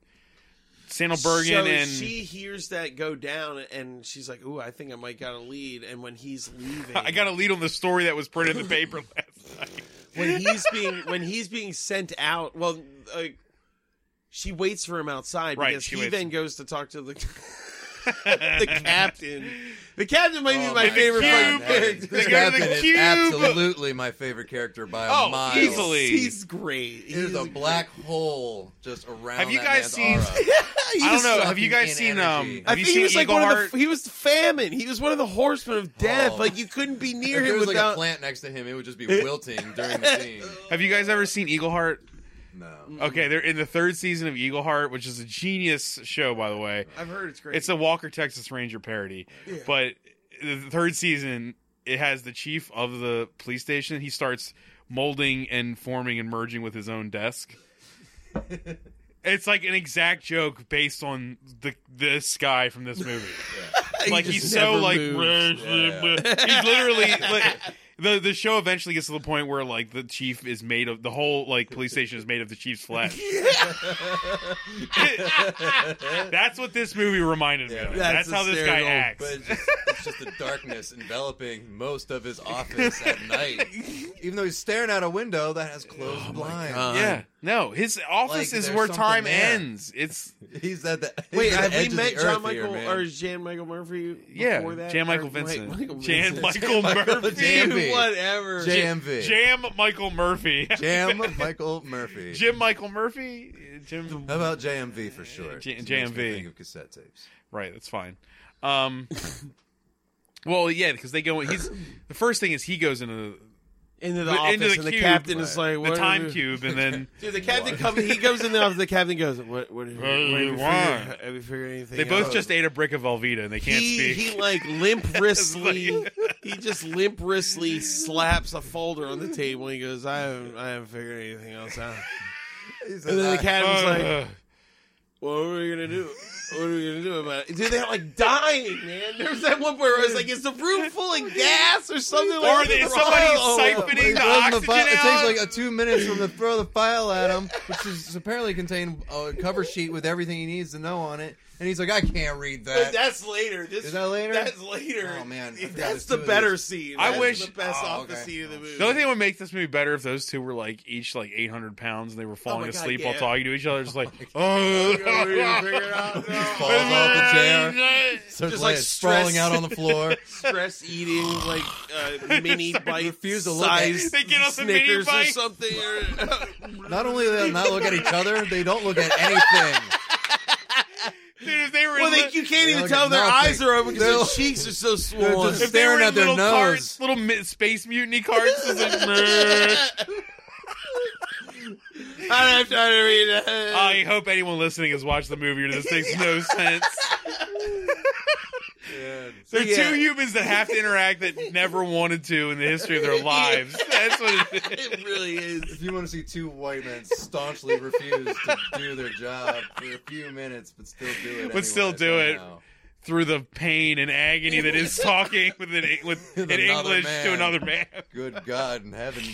Speaker 5: Sandelbergen
Speaker 2: so
Speaker 5: and
Speaker 2: she hears that go down, and she's like, "Ooh, I think I might got a lead." And when he's leaving,
Speaker 5: I got a lead on the story that was printed in the paper last night.
Speaker 2: when he's being when he's being sent out. Well, uh, she waits for him outside
Speaker 5: Right,
Speaker 2: because
Speaker 5: she
Speaker 2: he
Speaker 5: waits.
Speaker 2: then goes to talk to the the captain. The captain might be
Speaker 4: Oh
Speaker 2: my,
Speaker 4: my
Speaker 2: favorite fucking
Speaker 5: God, that
Speaker 2: character.
Speaker 5: They
Speaker 4: This
Speaker 5: go to the
Speaker 4: captain is
Speaker 5: cube.
Speaker 4: absolutely my favorite character by a
Speaker 5: Oh,
Speaker 4: mile.
Speaker 2: He's-
Speaker 5: easily.
Speaker 2: he's great.
Speaker 4: It is
Speaker 2: He's
Speaker 4: a black hole just around.
Speaker 5: Have you
Speaker 4: that
Speaker 5: guys
Speaker 4: man's
Speaker 5: seen-
Speaker 4: aura.
Speaker 2: He's
Speaker 5: I don't know. Have
Speaker 4: sucking
Speaker 5: you guys
Speaker 4: in
Speaker 5: seen
Speaker 4: energy.
Speaker 5: um?
Speaker 2: I
Speaker 5: Have you
Speaker 2: think he
Speaker 5: seen
Speaker 2: was like
Speaker 5: Eagle
Speaker 2: one
Speaker 5: Heart?
Speaker 2: of the he was famine. He was one of the horsemen of death.
Speaker 4: Oh.
Speaker 2: Like you couldn't be near
Speaker 4: If there
Speaker 2: him
Speaker 4: was like a
Speaker 2: without.
Speaker 4: plant next to him, it would just be wilting during the scene.
Speaker 5: Have you guys ever seen Eagle Heart?
Speaker 4: No.
Speaker 5: Okay, they're in the third season of Eagle Heart, which is a genius show, by the way.
Speaker 2: I've heard it's great.
Speaker 5: It's a Walker Texas Ranger parody, but the third season it has the chief of the police station. He starts molding and forming and merging with his own desk. it's like an exact joke based on the this guy from this movie. like
Speaker 2: just
Speaker 5: he's so
Speaker 2: never
Speaker 5: like
Speaker 2: moves.
Speaker 5: he's literally like, the the show eventually gets to the point where like the chief is made of the whole like police station is made of the chief's flesh. That's what this movie reminded me.
Speaker 4: Yeah.
Speaker 5: of. That's,
Speaker 2: That's
Speaker 5: how this guy
Speaker 2: hysterical,
Speaker 5: acts.
Speaker 4: But it's just, it's just the darkness enveloping most of his office at night. Even though he's staring out a window that
Speaker 5: Oh
Speaker 4: has closed blinds.
Speaker 2: God.
Speaker 5: yeah, no, his office
Speaker 4: Like,
Speaker 5: is
Speaker 4: there's
Speaker 5: where
Speaker 4: something
Speaker 5: time
Speaker 4: there.
Speaker 5: ends. It's
Speaker 4: He's at the he's
Speaker 2: Wait,
Speaker 4: at the
Speaker 2: have we
Speaker 4: edge of
Speaker 2: met
Speaker 4: the
Speaker 2: John
Speaker 4: earth here,
Speaker 2: Michael
Speaker 4: man.
Speaker 2: or is Jan Michael Murphy?
Speaker 5: yeah,
Speaker 2: before that?
Speaker 5: Jan Michael
Speaker 2: Or, wait,
Speaker 5: Vincent,
Speaker 2: Michael
Speaker 5: Jan
Speaker 2: Vincent.
Speaker 5: Michael Murphy,
Speaker 4: Jam- Murphy.
Speaker 2: Whatever.
Speaker 4: JMV.
Speaker 5: Jam Michael Murphy,
Speaker 4: Jam Michael Murphy.
Speaker 5: Jim Michael Murphy, Jim.
Speaker 4: How about JMV for short?
Speaker 5: J-
Speaker 4: It makes
Speaker 5: JMV.
Speaker 4: me think of cassette tapes.
Speaker 5: Right, that's fine. Um, well, yeah, because they go. He's the first thing is he goes into
Speaker 2: Into the
Speaker 5: the,
Speaker 2: office,
Speaker 5: into the
Speaker 2: and
Speaker 5: cube, uh,
Speaker 2: the captain is like,
Speaker 5: the
Speaker 2: what
Speaker 5: time
Speaker 2: are we-
Speaker 5: cube, and then
Speaker 2: Dude, the captain comes. He goes in the office. The captain goes, "What? What? Have you, what
Speaker 5: do
Speaker 2: have
Speaker 5: you
Speaker 2: you
Speaker 5: want?"
Speaker 2: figured, have you figured anything?"
Speaker 5: they both
Speaker 2: out?
Speaker 5: just ate a brick of Velveeta and they can't
Speaker 2: he,
Speaker 5: speak.
Speaker 2: he like limp wristly he just limp wristly slaps a folder on the table and he goes i haven't i haven't figured anything else out
Speaker 4: He's
Speaker 2: and then the
Speaker 4: like, "I-
Speaker 2: captain's like
Speaker 5: Ugh.
Speaker 2: what are we gonna do what are we gonna do about it dude they're like dying man there's that one where it's like is the room full of gas or something
Speaker 5: or
Speaker 2: like
Speaker 5: they,
Speaker 2: that?
Speaker 5: somebody's
Speaker 2: Oh,
Speaker 4: But
Speaker 5: siphoning
Speaker 4: he
Speaker 5: the
Speaker 4: throws "Ah, the
Speaker 5: oxygen
Speaker 4: fi- It
Speaker 5: out.
Speaker 4: takes like a two minutes from the throw the file at him, which is apparently contained a cover sheet with everything he needs to know on it. And he's like, I can't read
Speaker 2: but
Speaker 4: that.
Speaker 2: that's Uh, later. This,
Speaker 4: Is that later?
Speaker 2: That's later.
Speaker 4: Oh, man. I forgot
Speaker 2: that's
Speaker 4: to
Speaker 2: the
Speaker 4: do
Speaker 2: better
Speaker 4: this.
Speaker 2: scene.
Speaker 5: I
Speaker 2: That's
Speaker 5: wish-
Speaker 2: the best
Speaker 4: Oh,
Speaker 2: office
Speaker 4: okay.
Speaker 2: scene of the movie.
Speaker 5: the only thing that would make this movie better if those two were like each like 800 pounds and they were falling
Speaker 2: Oh my God,
Speaker 5: asleep while
Speaker 2: yeah.
Speaker 5: talking to each other, just like, oh,
Speaker 2: Oh, we didn't figure it out. No.
Speaker 4: Falls off the chair, starts
Speaker 2: Just,
Speaker 4: just
Speaker 2: like,
Speaker 4: like sprawling
Speaker 2: stress-
Speaker 4: out on the floor.
Speaker 2: stress eating like uh, mini bite
Speaker 4: refuse to look at-
Speaker 2: size
Speaker 5: They get on the mini
Speaker 2: Snickers or
Speaker 5: bikes.
Speaker 2: something. or-
Speaker 4: Not only do they not look at each other, they don't look at anything.
Speaker 5: dude, if they were
Speaker 2: well,
Speaker 5: in
Speaker 2: they,
Speaker 5: li-
Speaker 2: you can't even
Speaker 4: look
Speaker 2: tell
Speaker 4: at
Speaker 2: their
Speaker 4: nothing.
Speaker 2: eyes are open
Speaker 4: They're
Speaker 2: because
Speaker 4: like-
Speaker 2: their cheeks are so
Speaker 4: They're
Speaker 2: swollen.
Speaker 4: just
Speaker 5: if they were
Speaker 4: staring
Speaker 5: in
Speaker 4: at their
Speaker 5: little
Speaker 4: nose.
Speaker 5: carts, little mi- space mutiny carts, it's like, "Meh."
Speaker 2: I don't have time to read it.
Speaker 5: I hope anyone listening has watched the movie or this makes no sense. They're
Speaker 2: Yeah.
Speaker 5: two humans that have to interact that never wanted to in the history of their lives. That's what it is.
Speaker 2: it really is.
Speaker 4: If you want to see two white men staunchly refuse to do their job for a few minutes, but still do it, anyway,
Speaker 5: But still do it.
Speaker 4: somehow.
Speaker 5: Through the pain and agony that is talking with an, with, in
Speaker 4: Another
Speaker 5: English to
Speaker 4: man.
Speaker 5: another man.
Speaker 4: Good God in heaven,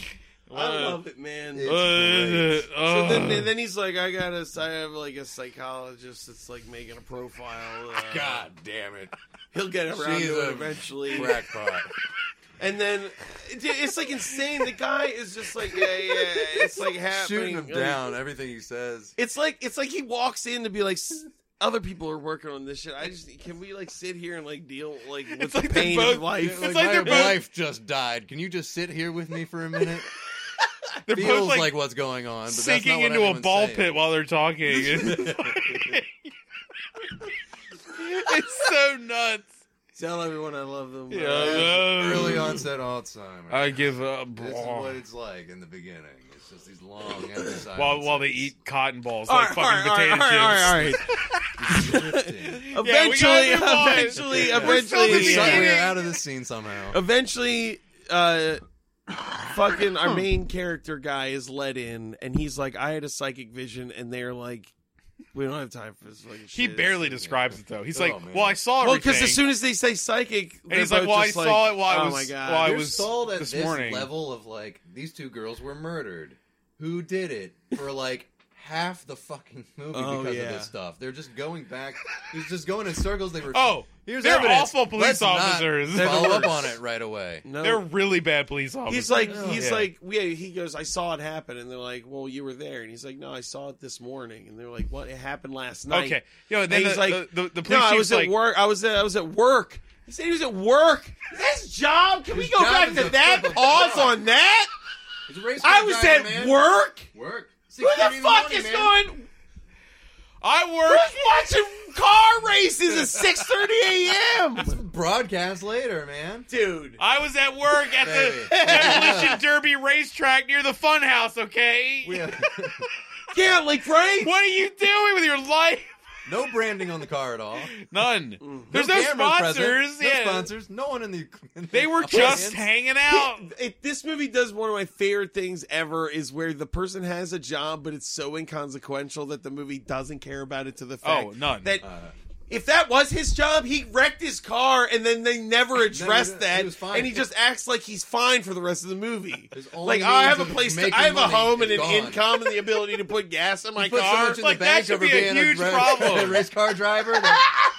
Speaker 2: I love it, man.
Speaker 4: It's
Speaker 5: Uh,
Speaker 4: great.
Speaker 2: So
Speaker 5: uh,
Speaker 2: then, and then he's like, I got a, I have like a psychologist that's like making a profile. Uh,
Speaker 1: God damn it.
Speaker 2: he'll get around
Speaker 1: She's
Speaker 2: to it
Speaker 1: a
Speaker 2: eventually.
Speaker 1: Crackpot.
Speaker 2: And then it- it's like insane. The guy is just like, yeah, yeah. It's like happening.
Speaker 4: Shooting him
Speaker 2: Like,
Speaker 4: down, everything he says.
Speaker 2: It's like it's like he walks in to be like. "S- Other people are working on this shit. I just can we like sit here and like deal like with the
Speaker 5: like they're
Speaker 2: pain
Speaker 5: both-
Speaker 2: of life.
Speaker 5: It's
Speaker 4: Like,
Speaker 5: like
Speaker 4: my
Speaker 5: they're both-
Speaker 4: wife just died. Can you just sit here with me for a minute?
Speaker 5: they're
Speaker 4: Feels
Speaker 5: both
Speaker 4: like,
Speaker 5: like,
Speaker 4: what's going on. But that's not
Speaker 5: sinking
Speaker 4: what
Speaker 5: into a
Speaker 4: anyone's
Speaker 5: ball
Speaker 4: saying.
Speaker 5: pit while they're talking. it's so nuts.
Speaker 2: Tell everyone I love them.
Speaker 5: Yeah,
Speaker 2: Uh,
Speaker 5: no.
Speaker 4: Early onset Alzheimer's.
Speaker 5: I Oh. give up.
Speaker 4: this is what it's like in the beginning. It's just these long empty
Speaker 5: While while they
Speaker 4: silences.
Speaker 5: eat cotton balls
Speaker 2: All right,
Speaker 5: like fucking
Speaker 2: all right,
Speaker 5: potato
Speaker 2: all right, all right, all
Speaker 5: chips.
Speaker 2: right.
Speaker 4: Drifting.
Speaker 5: Yeah, we gotta
Speaker 2: Eventually,
Speaker 5: move on.
Speaker 2: eventually,
Speaker 5: We're still in the
Speaker 4: We're
Speaker 2: eventually,
Speaker 4: so-
Speaker 5: beginning.
Speaker 4: we're out of the scene somehow.
Speaker 2: eventually uh fucking our main character guy is let in and he's like i had a psychic vision and they're like we don't have time for this fucking
Speaker 5: He
Speaker 2: shit.
Speaker 5: barely describes it though. He's like,
Speaker 4: Oh, man.
Speaker 5: "Well, I saw
Speaker 2: well
Speaker 5: everything."
Speaker 2: because as soon as they say psychic
Speaker 5: and he's
Speaker 2: they're both
Speaker 5: like, "Well, I
Speaker 2: just like,
Speaker 5: saw it while I was
Speaker 2: oh my god
Speaker 5: while I
Speaker 4: You're
Speaker 5: was
Speaker 4: stalled at
Speaker 5: this
Speaker 4: this
Speaker 5: morning."
Speaker 4: level of like these two girls were murdered. Who did it? For like half the fucking movie
Speaker 2: Oh,
Speaker 4: because
Speaker 2: yeah.
Speaker 4: of this stuff. They're just going back. He's just going in circles. They were
Speaker 5: Oh,
Speaker 4: here's
Speaker 5: they're
Speaker 4: evidence.
Speaker 5: awful police
Speaker 4: Let's not
Speaker 5: officers.
Speaker 4: Follow up on it right away.
Speaker 2: no
Speaker 5: They're really bad police officers.
Speaker 2: he's like he's
Speaker 5: "Oh, Yeah.
Speaker 2: like yeah he goes i saw it happen and they're like well you were there and he's like no i saw it this morning and they're like what it happened last night
Speaker 5: "Okay, yo." And
Speaker 2: And
Speaker 5: then
Speaker 2: he's
Speaker 5: the,
Speaker 2: like,
Speaker 5: the, the, the police
Speaker 2: no, I
Speaker 5: chief's
Speaker 2: was
Speaker 5: like,
Speaker 2: at work. I was at, I was at work. He said he was at work. Is that his job? Can we
Speaker 4: His
Speaker 2: go
Speaker 4: job
Speaker 2: back
Speaker 4: is
Speaker 2: to
Speaker 4: a
Speaker 2: that?
Speaker 4: flip a
Speaker 2: Pause
Speaker 4: car.
Speaker 2: on that.
Speaker 4: He's a race car
Speaker 2: I was
Speaker 4: driver,
Speaker 2: at
Speaker 4: man.
Speaker 2: work.
Speaker 4: Work.
Speaker 2: Who the
Speaker 4: 6:30 in
Speaker 2: fuck
Speaker 4: morning,
Speaker 2: is
Speaker 4: man.
Speaker 2: going?
Speaker 5: "I work."
Speaker 2: Who's watching car races at six thirty a.m.
Speaker 4: Broadcast later, man.
Speaker 2: Dude,
Speaker 5: I was at work at the
Speaker 4: Hey.
Speaker 5: Demolition Derby racetrack near the Funhouse. Okay,
Speaker 4: We have
Speaker 2: yeah, like right.
Speaker 5: what are you doing with your life?
Speaker 4: no branding on the car at all.
Speaker 5: None.
Speaker 2: Mm-hmm.
Speaker 5: There's no,
Speaker 4: cameras present.
Speaker 5: sponsors.
Speaker 4: No
Speaker 5: yeah.
Speaker 4: sponsors. No one in the. in the
Speaker 5: They were just
Speaker 4: audience.
Speaker 5: hanging out.
Speaker 2: It, this movie does one of my favorite things ever is where the person has a job but it's so inconsequential that the movie doesn't care about it to the fact
Speaker 5: Oh, none.
Speaker 2: that
Speaker 4: Uh,
Speaker 2: if that was his job he wrecked his car and then they never addressed
Speaker 4: he
Speaker 2: that
Speaker 4: was fine.
Speaker 2: and he just acts like he's fine for the rest of the movie
Speaker 4: His only
Speaker 2: like i have a
Speaker 4: means of
Speaker 2: place to
Speaker 4: making
Speaker 2: i have a
Speaker 4: money
Speaker 2: home
Speaker 4: is
Speaker 2: and an
Speaker 4: gone.
Speaker 2: income and the ability to put gas in my
Speaker 4: Put so
Speaker 2: car
Speaker 4: much in
Speaker 5: Like,
Speaker 4: the
Speaker 5: that
Speaker 4: bank
Speaker 5: should
Speaker 4: over
Speaker 5: be a
Speaker 4: being
Speaker 5: huge
Speaker 4: ra-
Speaker 5: problem.
Speaker 4: race car driver. that-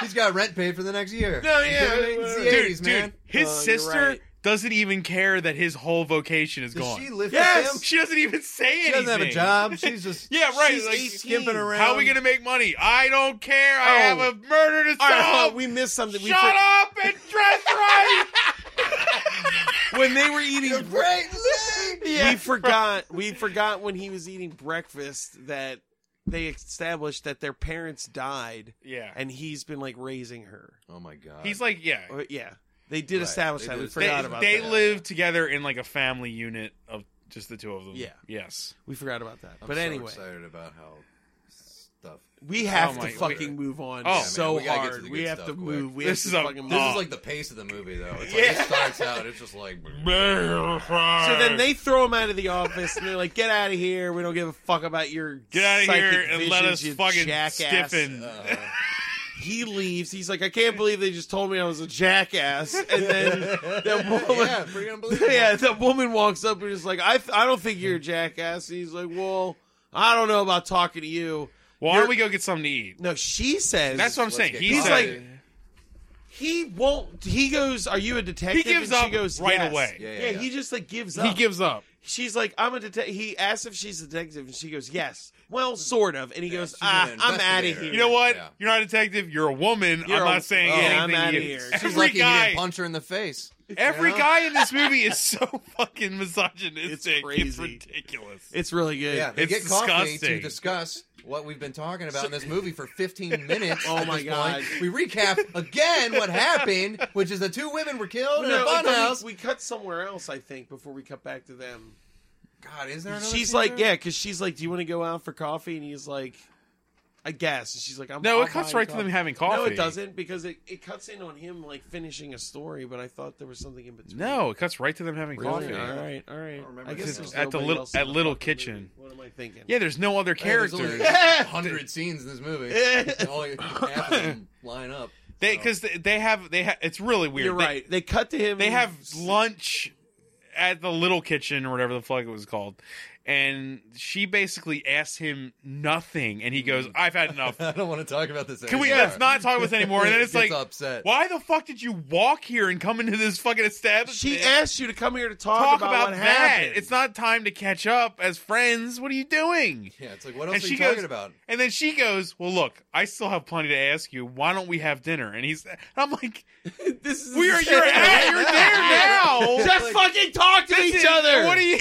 Speaker 4: he's got rent paid for the next year.
Speaker 2: No, Oh, yeah.
Speaker 4: It's the
Speaker 2: Dude,
Speaker 4: 80s, man.
Speaker 5: his
Speaker 2: Uh, you're
Speaker 5: sister
Speaker 2: right.
Speaker 5: doesn't even care that his whole vocation is
Speaker 4: Does
Speaker 5: gone.
Speaker 4: she live
Speaker 2: Yes!
Speaker 4: with him?
Speaker 5: She doesn't even say
Speaker 4: She
Speaker 5: anything.
Speaker 4: doesn't have a job. She's just
Speaker 5: Yeah, right.
Speaker 2: She's
Speaker 5: like, hmm,
Speaker 2: 18.
Speaker 4: skimping around.
Speaker 5: How are we gonna make money? I don't care. I
Speaker 2: Oh.
Speaker 5: have a murder to
Speaker 2: all right,
Speaker 5: solve.
Speaker 2: hold on, we missed something we
Speaker 5: Shut
Speaker 2: for-
Speaker 5: up and dress right.
Speaker 2: when they were eating
Speaker 4: Great league!
Speaker 2: we forgot we forgot when he was eating breakfast that they established that their parents died
Speaker 5: yeah,
Speaker 2: and he's been like raising her
Speaker 4: Oh my god.
Speaker 5: he's like, yeah.
Speaker 2: Or- yeah they did
Speaker 4: Right,
Speaker 2: establish
Speaker 4: they
Speaker 2: that
Speaker 4: did
Speaker 2: we
Speaker 5: They,
Speaker 2: forgot about
Speaker 5: they
Speaker 2: that
Speaker 5: live together in like a family unit of just the two of them.
Speaker 2: Yeah.
Speaker 5: Yes.
Speaker 2: we forgot about that
Speaker 4: I'm
Speaker 2: but
Speaker 4: so
Speaker 2: anyway
Speaker 4: excited about how stuff.
Speaker 2: we have
Speaker 5: Oh
Speaker 2: to
Speaker 5: my-
Speaker 2: fucking move on
Speaker 5: Oh,
Speaker 2: so
Speaker 4: man, we gotta get to
Speaker 2: hard
Speaker 4: the
Speaker 2: we
Speaker 4: good
Speaker 2: have
Speaker 4: stuff
Speaker 2: to
Speaker 4: quick.
Speaker 2: move we
Speaker 5: This
Speaker 2: have
Speaker 5: is
Speaker 2: to
Speaker 5: a-
Speaker 2: fucking
Speaker 4: This
Speaker 5: Oh.
Speaker 4: is like the pace of the movie, though. It's like, it starts out, it's just like,
Speaker 2: so
Speaker 5: So
Speaker 2: then they throw him out of the office and they're like get out of here we don't give a fuck about your
Speaker 5: get out of
Speaker 2: psychic
Speaker 5: here and let
Speaker 2: visions,
Speaker 5: us
Speaker 2: you
Speaker 5: fucking
Speaker 2: jackass. Uh,
Speaker 5: stiffen.
Speaker 2: he leaves he's like i can't believe they just told me i was a jackass and then that woman
Speaker 4: yeah, pretty unbelievable.
Speaker 2: yeah, the woman walks up and is like, I, I don't think you're a jackass. And he's like, Well, I don't know about talking to you.
Speaker 5: Why don't we go get something to eat?
Speaker 2: No, she says,
Speaker 5: That's what I'm
Speaker 4: Let's
Speaker 5: saying.
Speaker 4: get
Speaker 5: He's
Speaker 2: He's
Speaker 4: coffee.
Speaker 5: like,
Speaker 2: like, He won't. He goes, Are you a detective?
Speaker 5: He gives
Speaker 2: and she
Speaker 5: up
Speaker 2: goes,
Speaker 5: right
Speaker 2: "Yes."
Speaker 5: away.
Speaker 2: Yeah,
Speaker 4: Yeah, yeah,
Speaker 2: he
Speaker 4: yeah.
Speaker 2: just like gives up.
Speaker 5: he gives up.
Speaker 2: She's like, I'm a detective. He asks if she's a detective, and she goes, Yes. Well, sort of. And he goes,
Speaker 4: she's
Speaker 2: ah,
Speaker 4: an
Speaker 2: I'm out of
Speaker 4: investigator.
Speaker 2: here.
Speaker 5: You know what?
Speaker 4: Yeah.
Speaker 5: You're not a detective. You're a woman.
Speaker 2: You're
Speaker 5: I'm
Speaker 2: a-
Speaker 5: not saying
Speaker 2: oh,
Speaker 5: anything.
Speaker 2: I'm
Speaker 5: to
Speaker 2: outta
Speaker 5: you.
Speaker 2: here. She's
Speaker 5: Every
Speaker 4: She's lucky he
Speaker 5: guy,
Speaker 4: didn't punch her in the face.
Speaker 5: every
Speaker 4: you know?
Speaker 5: guy in this movie is so fucking misogynistic. It's,
Speaker 2: It's crazy.
Speaker 5: ridiculous.
Speaker 2: It's really good.
Speaker 4: Yeah, they
Speaker 5: It's
Speaker 4: get coffee
Speaker 5: disgusting.
Speaker 4: to discuss what we've been talking about in this movie for 15 minutes.
Speaker 2: Oh
Speaker 4: at
Speaker 2: my
Speaker 4: this
Speaker 2: God.
Speaker 4: Point. We recap again what happened, which is the two women were killed in
Speaker 2: No,
Speaker 4: a funhouse.
Speaker 2: we, we cut somewhere else, I think, before we cut back to them.
Speaker 4: God, is there? Another
Speaker 2: she's
Speaker 4: scene
Speaker 2: like,
Speaker 4: there?
Speaker 2: yeah, because she's like, do you want to go out for coffee? And he's like, I guess. And she's like, I'm
Speaker 5: no,
Speaker 2: I'll
Speaker 5: it cuts
Speaker 2: buy
Speaker 5: right to
Speaker 2: coffee."
Speaker 5: them having coffee.
Speaker 2: No, it doesn't because it, it cuts in on him like finishing a story. But I thought there was something in between.
Speaker 5: No, it cuts right to them having
Speaker 2: Really?
Speaker 5: coffee.
Speaker 2: All right, all right. I,
Speaker 4: that.
Speaker 2: guess there's
Speaker 5: At the
Speaker 2: nobody
Speaker 5: little-
Speaker 2: else in
Speaker 5: at
Speaker 2: the
Speaker 5: Little
Speaker 2: fucking
Speaker 5: Kitchen.
Speaker 2: movie. What am I thinking?
Speaker 5: Yeah, there's no other
Speaker 4: Man, there's
Speaker 5: characters.
Speaker 4: only Hundred scenes in this movie. Only half of them line up.
Speaker 5: They because they, they have they ha- it's really weird.
Speaker 2: you're
Speaker 5: They-
Speaker 4: Mm.
Speaker 2: right. They cut to him.
Speaker 5: They, have lunch at the little kitchen or whatever the fuck it was called. And she basically asked him nothing,
Speaker 4: Mm.
Speaker 5: and he goes, "I've had enough."
Speaker 4: I don't want to talk about this.
Speaker 5: Can we
Speaker 4: anymore.
Speaker 5: let's not talk about this anymore? And then it's
Speaker 4: Gets
Speaker 5: like,
Speaker 4: upset.
Speaker 5: why the fuck did you walk here and come into this fucking establishment?
Speaker 2: She asked you to come here to talk,
Speaker 5: talk
Speaker 2: about,
Speaker 5: about
Speaker 2: what
Speaker 5: that.
Speaker 2: happened.
Speaker 5: It's not time to catch up as friends. What are you doing?
Speaker 4: Yeah, it's like what else
Speaker 5: And
Speaker 4: are
Speaker 5: she
Speaker 4: you talking
Speaker 5: goes-
Speaker 4: about?
Speaker 5: And then she goes, "Well, look, I still have plenty to ask you. Why don't we have dinner?" And he's, I'm like,
Speaker 2: this is
Speaker 5: "We are, you're at, you're there now."
Speaker 2: Just fucking talk to
Speaker 5: This
Speaker 2: each
Speaker 5: is-
Speaker 2: other.
Speaker 5: What are you?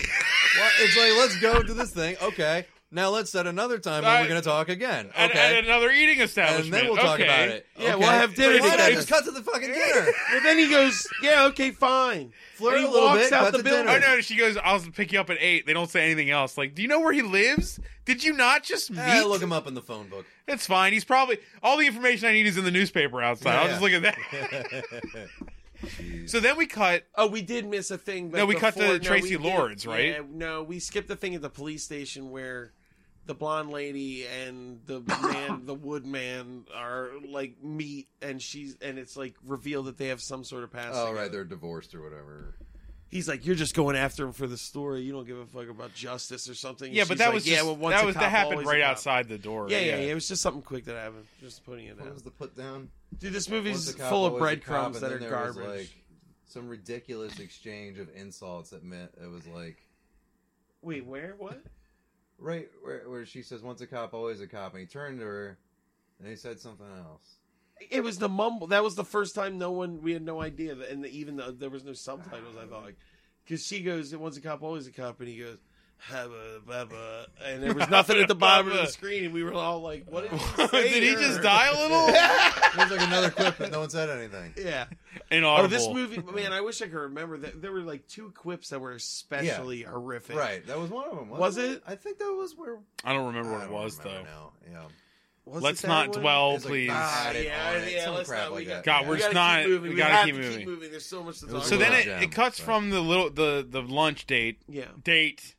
Speaker 4: Well, it's like let's go to this thing. Okay, now let's set another time when
Speaker 5: I-
Speaker 4: we're going to talk again. Okay,
Speaker 5: At, at another eating establishment.
Speaker 4: and then we'll talk
Speaker 5: Okay.
Speaker 4: about it.
Speaker 2: Yeah,
Speaker 4: Okay.
Speaker 2: we'll have dinner
Speaker 4: Why not?
Speaker 2: together.
Speaker 4: Just cut to the fucking dinner.
Speaker 2: Well, then he goes, "Yeah, okay, fine."
Speaker 4: Flirt
Speaker 2: And
Speaker 4: a
Speaker 2: he
Speaker 4: little
Speaker 2: walks
Speaker 4: bit,
Speaker 2: out
Speaker 4: cut
Speaker 2: the
Speaker 4: to
Speaker 2: building.
Speaker 4: dinner.
Speaker 5: Oh no! She goes. I'll pick you up at eight. They don't say anything else. Like, do you know where he lives? Did you not just meet?
Speaker 4: Eh, look him up in the phone book.
Speaker 5: It's fine. He's probably all the information I need is in the newspaper outside. I'll
Speaker 4: Yeah,
Speaker 5: just look at that. so then we cut.
Speaker 2: Oh, we did miss a thing. But
Speaker 5: No, we cut to
Speaker 2: before, no,
Speaker 5: Tracy
Speaker 2: we did-
Speaker 5: Lords, right?
Speaker 2: Yeah, no, we skipped the thing at the police station where the blonde lady and the man, the wood man, are like meet, and she's and it's like revealed that they have some sort of past.
Speaker 4: Oh
Speaker 2: together.
Speaker 4: right, they're divorced or whatever.
Speaker 2: He's like, "You're just going after him for the story. You don't give a fuck about justice or something." And
Speaker 5: Yeah, but
Speaker 2: she's
Speaker 5: that
Speaker 2: like,
Speaker 5: was
Speaker 2: yeah,
Speaker 5: just,
Speaker 2: well, once
Speaker 5: that
Speaker 2: a
Speaker 5: was
Speaker 2: cop,
Speaker 5: that happened
Speaker 2: always a
Speaker 5: right
Speaker 2: cop."
Speaker 5: outside the door.
Speaker 2: Yeah, yeah, yeah, It was just something quick that happened. Just putting it
Speaker 4: What
Speaker 2: out.
Speaker 4: was the put down?
Speaker 2: Dude, this
Speaker 4: Once
Speaker 2: movie's
Speaker 4: a cop,
Speaker 2: full of
Speaker 4: always a
Speaker 2: breadcrumbs
Speaker 4: cop, and
Speaker 2: that are
Speaker 4: then there was,
Speaker 2: garbage.
Speaker 4: like, some ridiculous exchange of insults that meant it was like
Speaker 2: Wait, where? What?
Speaker 4: right where, where she says once a cop always a cop and he turned to her and he said something else
Speaker 2: It was the mumble. That was the first time no one. We had no idea, that, and the, even though there was no subtitles, I thought because she goes, "It was a cop, always a cop," and he goes, "Habba babba," and there was nothing at the bottom of the screen, and we were all like, "What did he say?"
Speaker 5: Did he
Speaker 2: or-
Speaker 5: just die a
Speaker 4: Oh,
Speaker 5: little?
Speaker 4: there's like another clip but no one said anything
Speaker 2: Yeah.
Speaker 5: Inaudible.
Speaker 2: Oh, this movie, man! I wish I could remember that there were like two quips that were especially horrific.
Speaker 4: right that was one of them wasn't
Speaker 2: Was it?
Speaker 4: i think that was where
Speaker 5: I don't remember
Speaker 4: I
Speaker 5: what it
Speaker 4: don't
Speaker 5: was though.
Speaker 4: remember now.
Speaker 2: Was it
Speaker 5: Let's
Speaker 2: that
Speaker 5: not
Speaker 2: one?
Speaker 5: dwell,
Speaker 4: It's like,
Speaker 5: please.
Speaker 4: ah,
Speaker 2: Yeah,
Speaker 4: added on
Speaker 2: yeah,
Speaker 4: it, some
Speaker 2: let's
Speaker 4: crap
Speaker 2: not. we
Speaker 4: like
Speaker 2: got,
Speaker 4: that.
Speaker 5: God,
Speaker 2: we
Speaker 5: we're
Speaker 2: gotta
Speaker 5: just not-
Speaker 2: Keep moving.
Speaker 5: we
Speaker 2: We,
Speaker 5: gotta
Speaker 2: have
Speaker 5: keep
Speaker 2: to
Speaker 5: moving.
Speaker 2: keep moving. There's so much to
Speaker 4: So
Speaker 2: talk
Speaker 5: so
Speaker 2: about.
Speaker 5: then it,
Speaker 4: Gem,
Speaker 5: it cuts
Speaker 4: but-
Speaker 5: from the little the the lunch date
Speaker 2: yeah,
Speaker 5: date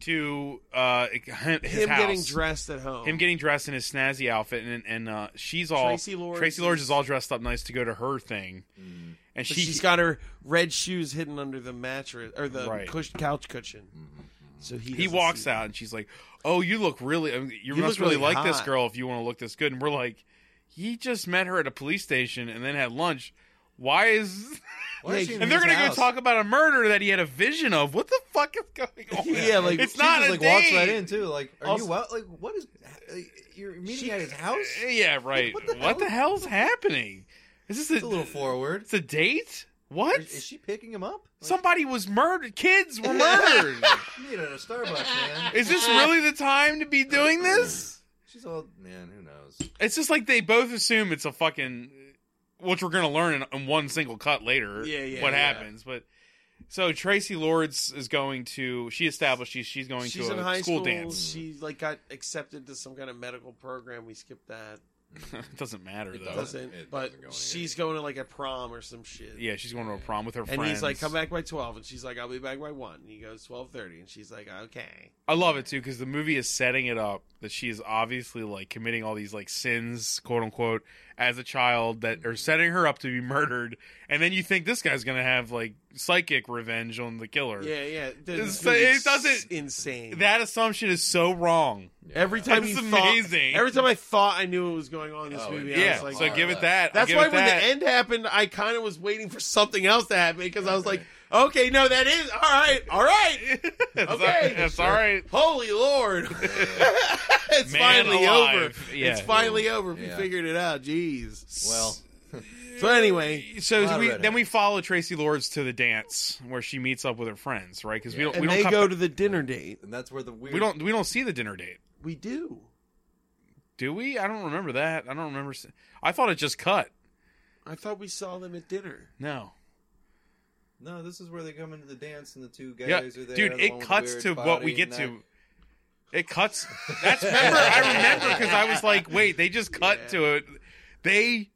Speaker 5: to uh him, his
Speaker 2: him
Speaker 5: house.
Speaker 2: getting dressed at home.
Speaker 5: him getting dressed in his snazzy outfit, and and uh, she's all
Speaker 2: Tracy Lords
Speaker 5: Tracy Lords is
Speaker 2: is-
Speaker 5: all dressed up nice to go to her thing, and
Speaker 2: But
Speaker 5: she
Speaker 2: she's got her red shoes hidden under the mattress or the
Speaker 5: Right.
Speaker 2: cush- couch cushion.
Speaker 4: Mm-hmm,
Speaker 2: So he
Speaker 5: he
Speaker 2: doesn't
Speaker 5: walks
Speaker 2: see
Speaker 5: out, and she's like, "Oh, you look really, I mean, you,
Speaker 2: You
Speaker 5: must
Speaker 2: look
Speaker 5: really,
Speaker 2: really
Speaker 5: like this
Speaker 2: hot."
Speaker 5: girl if you want to look this good." And we're like, "He just met her at a police station and then had lunch. Why is?"
Speaker 4: Why
Speaker 2: Yeah,
Speaker 4: is she in
Speaker 5: And they're
Speaker 4: his
Speaker 5: gonna
Speaker 4: house?
Speaker 5: go talk about a murder that he had a vision of. What the fuck is going on?
Speaker 2: Yeah, like,
Speaker 5: it's
Speaker 4: she
Speaker 5: not
Speaker 4: just,
Speaker 5: a
Speaker 4: like
Speaker 5: date.
Speaker 4: walks right in too like are
Speaker 2: Also-
Speaker 4: you well like what is like, you're meeting at his house
Speaker 5: Yeah, right. What
Speaker 4: What
Speaker 5: the,
Speaker 4: the
Speaker 5: hell's happening? Is this
Speaker 4: it's a little forward
Speaker 5: It's a date? What?
Speaker 4: is, is she picking him up Like,
Speaker 5: Somebody was murdered. Kids were murdered.
Speaker 4: you need her at a starbucks man
Speaker 5: Is this really the time to be doing this?
Speaker 4: she's all man who knows
Speaker 5: It's just like they both assume it's a fucking, which we're gonna learn in, in one single cut later.
Speaker 2: Yeah, yeah,
Speaker 5: What
Speaker 2: yeah.
Speaker 5: happens? But so Tracy Lords is going to. She established she's she's going
Speaker 2: She's
Speaker 5: to
Speaker 2: in
Speaker 5: a
Speaker 2: high
Speaker 5: school
Speaker 2: school.
Speaker 5: dance.
Speaker 2: She like got accepted to some kind of medical program. We skipped that.
Speaker 5: it doesn't matter
Speaker 4: Oh, It
Speaker 5: though.
Speaker 4: doesn't.
Speaker 2: Doesn't.
Speaker 4: it
Speaker 2: but
Speaker 4: doesn't go
Speaker 2: she's going to like a prom or some shit.
Speaker 5: Yeah, she's going to a prom with her
Speaker 2: And
Speaker 5: friends.
Speaker 2: he's like, "Come back by 12. and she's like, "I'll be back by one." And he goes, 12.30. and she's like, "Okay."
Speaker 5: I love it too because the movie is setting it up that she is obviously like committing all these like sins, quote unquote, as a child that are setting her up to be murdered, and then you think this guy's gonna have like psychic revenge on the killer.
Speaker 2: Yeah, yeah.
Speaker 5: It's-
Speaker 2: This
Speaker 5: it
Speaker 2: movie's
Speaker 5: doesn't-
Speaker 2: insane.
Speaker 5: That assumption is so wrong.
Speaker 2: every time
Speaker 5: It's
Speaker 2: you thought-
Speaker 5: amazing.
Speaker 2: every time I thought I knew what was going on in this
Speaker 4: Oh,
Speaker 2: movie,
Speaker 5: Yeah,
Speaker 4: Yeah,
Speaker 2: I was
Speaker 5: so
Speaker 2: like, uh,
Speaker 4: hard
Speaker 5: give it
Speaker 4: left.
Speaker 5: that. I'll
Speaker 2: That's
Speaker 5: give
Speaker 2: why
Speaker 5: it
Speaker 2: when
Speaker 5: that.
Speaker 2: the end happened, I kind of was waiting for something else to happen because I was like, okay, no, that is all right, all right,
Speaker 5: It's all-
Speaker 2: Okay,
Speaker 5: it's
Speaker 2: sure.
Speaker 5: all right.
Speaker 2: holy lord, it's
Speaker 5: Man
Speaker 2: finally
Speaker 5: alive.
Speaker 2: over.
Speaker 5: Yeah.
Speaker 2: It's finally over. We
Speaker 4: Yeah.
Speaker 2: figured it out. Jeez.
Speaker 4: well
Speaker 2: So anyway,
Speaker 5: So
Speaker 4: Well, I
Speaker 5: we
Speaker 4: read it.
Speaker 5: then we follow Tracy Lords to the dance where she meets up with her friends, right? Because we don't
Speaker 2: and
Speaker 5: we don't
Speaker 2: they
Speaker 5: cut
Speaker 2: go
Speaker 5: back-
Speaker 2: to the dinner date.
Speaker 4: and that's where the weird
Speaker 5: we don't we don't see the dinner date,
Speaker 2: We do.
Speaker 5: do we? I don't remember that. I don't remember. se- I thought it just cut.
Speaker 2: I thought we saw them at dinner.
Speaker 5: No.
Speaker 4: No, this is where they come into the dance and the two guys
Speaker 5: Yeah,
Speaker 4: are there. the
Speaker 5: dude,
Speaker 4: one
Speaker 5: it
Speaker 4: with the
Speaker 5: cuts
Speaker 4: weird
Speaker 5: to what we
Speaker 4: body
Speaker 5: get
Speaker 4: and
Speaker 5: to. It cuts. That's remember. I remember because I was like, wait, they just cut
Speaker 2: Yeah.
Speaker 5: to it. They